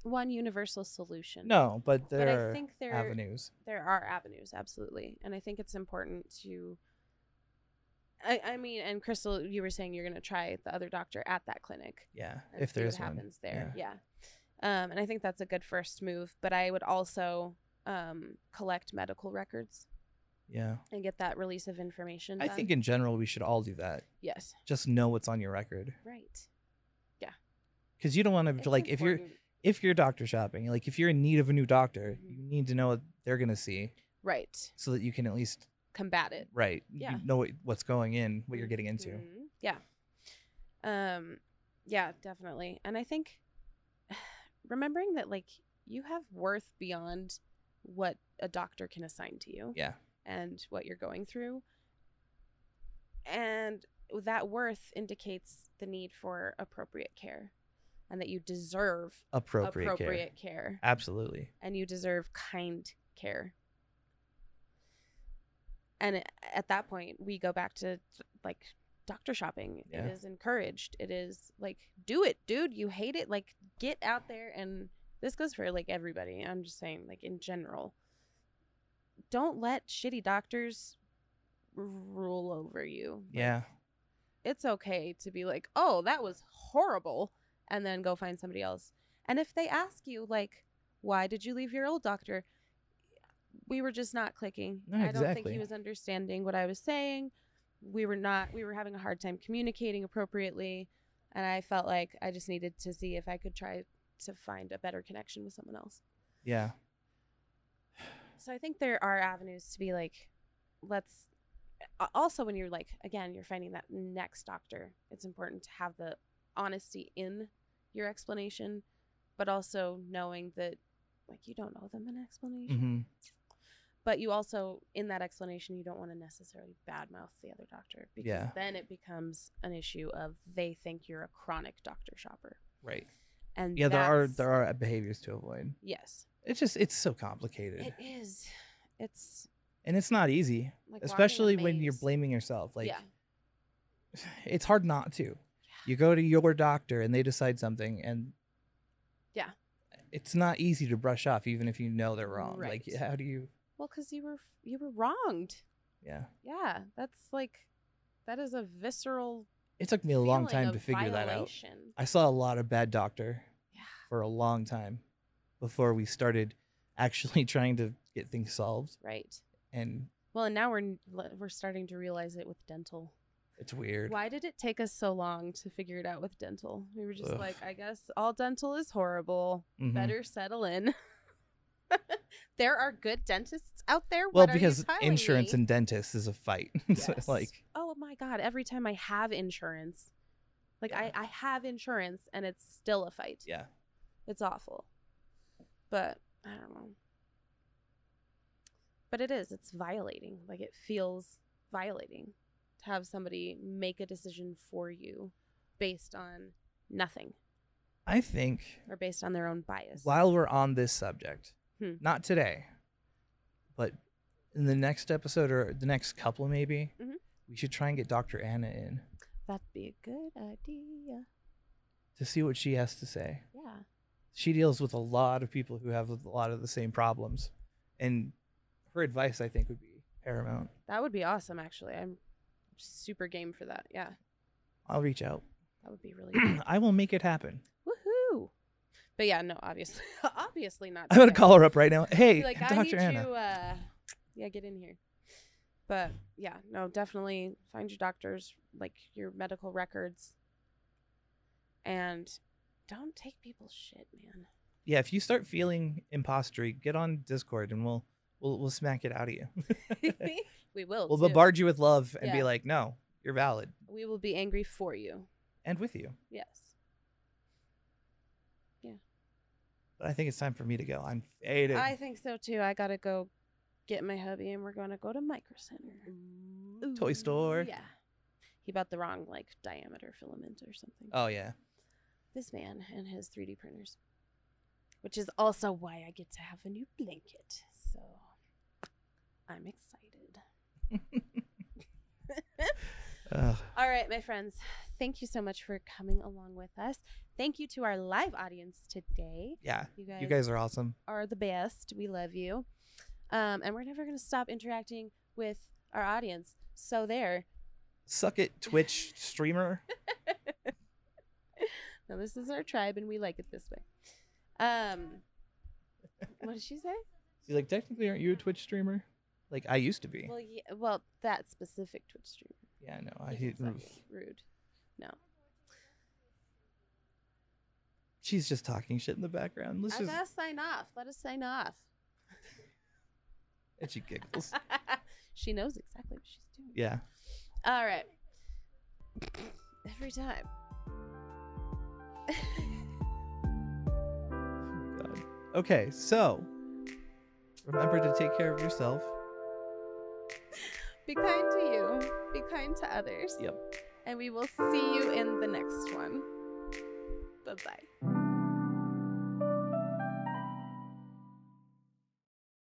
[SPEAKER 1] one universal solution.
[SPEAKER 2] no, but
[SPEAKER 1] but
[SPEAKER 2] there
[SPEAKER 1] I
[SPEAKER 2] are
[SPEAKER 1] think there
[SPEAKER 2] avenues.
[SPEAKER 1] there are avenues, absolutely, and I think it's important to. I, I mean, and Crystal, you were saying you're going to try the other doctor at that clinic
[SPEAKER 2] Yeah,
[SPEAKER 1] and
[SPEAKER 2] if
[SPEAKER 1] see
[SPEAKER 2] there's
[SPEAKER 1] what
[SPEAKER 2] one.
[SPEAKER 1] happens there. Yeah. Um, and I think that's a good first move. But I would also um, collect medical records
[SPEAKER 2] Yeah.
[SPEAKER 1] and get that release of information.
[SPEAKER 2] I
[SPEAKER 1] done.
[SPEAKER 2] think in general we should all do that.
[SPEAKER 1] yes,
[SPEAKER 2] Just know what's on your record,
[SPEAKER 1] right.
[SPEAKER 2] because you don't want
[SPEAKER 1] It's
[SPEAKER 2] to like if you're
[SPEAKER 1] important.
[SPEAKER 2] if you're doctor shopping, like if you're in need of a new doctor,
[SPEAKER 1] Mhm.
[SPEAKER 2] you need to know what they're gonna see
[SPEAKER 1] right,
[SPEAKER 2] so that you can at least
[SPEAKER 1] combat it.
[SPEAKER 2] right
[SPEAKER 1] Yeah.
[SPEAKER 2] you know what, what's going in, what you're getting into.
[SPEAKER 1] Mhm. Yeah. Um yeah, definitely. And I think remembering that like you have worth beyond what a doctor can assign to you
[SPEAKER 2] Yeah,
[SPEAKER 1] and what you're going through. And that worth indicates the need for appropriate care and that you deserve
[SPEAKER 2] appropriate, care.
[SPEAKER 1] appropriate care
[SPEAKER 2] Absolutely.
[SPEAKER 1] and you deserve kind care. And at that point, we go back to like doctor shopping.
[SPEAKER 2] Yeah.
[SPEAKER 1] It is encouraged. It is like, do it, dude. You hate it. Like, get out there. And this goes for like everybody. I'm just saying, like, in general, don't let shitty doctors rule over you. Like,
[SPEAKER 2] Yeah.
[SPEAKER 1] it's okay to be like, oh, that was horrible, and then go find somebody else. And if they ask you, like, why did you leave your old doctor? We were just not clicking.
[SPEAKER 2] No,
[SPEAKER 1] I don't think
[SPEAKER 2] exactly.
[SPEAKER 1] he was understanding what I was saying. We were not, we were having a hard time communicating appropriately. And I felt like I just needed to see if I could try to find a better connection with someone else.
[SPEAKER 2] Yeah.
[SPEAKER 1] So I think there are avenues to be like, let's. a- Also, when you're like, again, you're finding that next doctor, it's important to have the honesty in your explanation, but also knowing that, like, you don't owe them an explanation.
[SPEAKER 2] hmm
[SPEAKER 1] But you also, in that explanation, you don't want to necessarily badmouth the other doctor because
[SPEAKER 2] Yeah.
[SPEAKER 1] then it becomes an issue of they think you're a chronic doctor shopper.
[SPEAKER 2] Right.
[SPEAKER 1] And
[SPEAKER 2] Yeah, there are
[SPEAKER 1] that's-
[SPEAKER 2] there are behaviors to avoid.
[SPEAKER 1] Yes,
[SPEAKER 2] It's just it's so complicated.
[SPEAKER 1] it is. It's
[SPEAKER 2] and it's not easy,
[SPEAKER 1] like walking a
[SPEAKER 2] especially when you're
[SPEAKER 1] maze.
[SPEAKER 2] blaming yourself. Like
[SPEAKER 1] yeah.
[SPEAKER 2] it's hard not to. You go to your doctor and they decide something and
[SPEAKER 1] Yeah.
[SPEAKER 2] It's not easy to brush off even if you know they're wrong.
[SPEAKER 1] Right.
[SPEAKER 2] Like how do you
[SPEAKER 1] Well, because you were you were wronged.
[SPEAKER 2] Yeah.
[SPEAKER 1] Yeah, that's like that is a visceral.
[SPEAKER 2] It took me a long
[SPEAKER 1] feeling
[SPEAKER 2] time
[SPEAKER 1] of
[SPEAKER 2] to figure that out.
[SPEAKER 1] violation.
[SPEAKER 2] I saw a lot of bad doctor
[SPEAKER 1] Yeah.
[SPEAKER 2] for a long time before we started actually trying to get things solved.
[SPEAKER 1] Right.
[SPEAKER 2] And
[SPEAKER 1] Well, and now we're n- le- we're starting to realize it with dental.
[SPEAKER 2] it's weird.
[SPEAKER 1] Why did it take us so long to figure it out with dental? We were just
[SPEAKER 2] Ugh.
[SPEAKER 1] like, I guess all dental is horrible.
[SPEAKER 2] Mhm.
[SPEAKER 1] Better settle in. there are good dentists out there.
[SPEAKER 2] Well,
[SPEAKER 1] What are you
[SPEAKER 2] because
[SPEAKER 1] telling
[SPEAKER 2] insurance
[SPEAKER 1] me?
[SPEAKER 2] and dentists is a fight. so
[SPEAKER 1] Yes.
[SPEAKER 2] it's like
[SPEAKER 1] oh my god, every time I have insurance, like I I have insurance and it's still a fight.
[SPEAKER 2] yeah.
[SPEAKER 1] It's awful. But I don't know. But it is. It's violating. Like it feels violating to have somebody make a decision for you based on nothing
[SPEAKER 2] I think
[SPEAKER 1] or based on their own bias.
[SPEAKER 2] while we're on this subject,
[SPEAKER 1] Hmm.
[SPEAKER 2] not today, but in the next episode or the next couple maybe,
[SPEAKER 1] Mhm.
[SPEAKER 2] we should try and get Dr. Anna in
[SPEAKER 1] That'd be a good idea.
[SPEAKER 2] to see what she has to say.
[SPEAKER 1] Yeah.
[SPEAKER 2] she deals with a lot of people who have a lot of the same problems and her advice i think would be paramount
[SPEAKER 1] That would be awesome actually. I'm super game for that. Yeah.
[SPEAKER 2] i'll reach out
[SPEAKER 1] That would be really good.
[SPEAKER 2] i will make it happen
[SPEAKER 1] Woohoo. But yeah, no, obviously obviously not.
[SPEAKER 2] i'm gonna
[SPEAKER 1] today.
[SPEAKER 2] call her up right now hey
[SPEAKER 1] be like, I need
[SPEAKER 2] dr anna
[SPEAKER 1] to, uh, yeah, get in here. But yeah, no, definitely find your doctors, like your medical records, and don't take people's shit, man.
[SPEAKER 2] yeah if you start feeling impostery get on discord and we'll we'll, we'll smack it out of you
[SPEAKER 1] we will.
[SPEAKER 2] we'll
[SPEAKER 1] too.
[SPEAKER 2] bombard you with love and
[SPEAKER 1] Yeah.
[SPEAKER 2] be like no you're valid
[SPEAKER 1] we will be angry for you.
[SPEAKER 2] and with you
[SPEAKER 1] Yes.
[SPEAKER 2] but i think it's time for me to go i'm faded
[SPEAKER 1] I think so too. I gotta go get my hubby, and we're gonna go to Micro Center.
[SPEAKER 2] toy store
[SPEAKER 1] Yeah. He bought the wrong like diameter filament or something.
[SPEAKER 2] oh yeah
[SPEAKER 1] this man and his 3D printers, which is also why I get to have a new blanket. So I'm excited.
[SPEAKER 2] Ugh.
[SPEAKER 1] All right, my friends, thank you so much for coming along with us. Thank you to our live audience today.
[SPEAKER 2] yeah
[SPEAKER 1] You guys,
[SPEAKER 2] you guys are awesome
[SPEAKER 1] are the best. We love you. Um, and we're never going to stop interacting with our audience. So, there.
[SPEAKER 2] suck it twitch streamer
[SPEAKER 1] Now, this is our tribe, and we like it this way. Um, what did she say?
[SPEAKER 2] You're like, technically, aren't you a Twitch streamer? Like, I used to be.
[SPEAKER 1] Well, yeah, well, that specific Twitch streamer.
[SPEAKER 2] yeah, no, I
[SPEAKER 1] Yeah,
[SPEAKER 2] hate.
[SPEAKER 1] exactly. rude.
[SPEAKER 2] She's just talking shit in the background. Let's
[SPEAKER 1] Let
[SPEAKER 2] just.
[SPEAKER 1] us sign off. Let us sign off.
[SPEAKER 2] And she giggles.
[SPEAKER 1] she knows exactly what she's doing.
[SPEAKER 2] yeah.
[SPEAKER 1] All right. Every time.
[SPEAKER 2] God. Okay, so remember to take care of yourself.
[SPEAKER 1] Be kind to you. Be kind to others.
[SPEAKER 2] Yep.
[SPEAKER 1] And we will see you in the next one. Bye bye.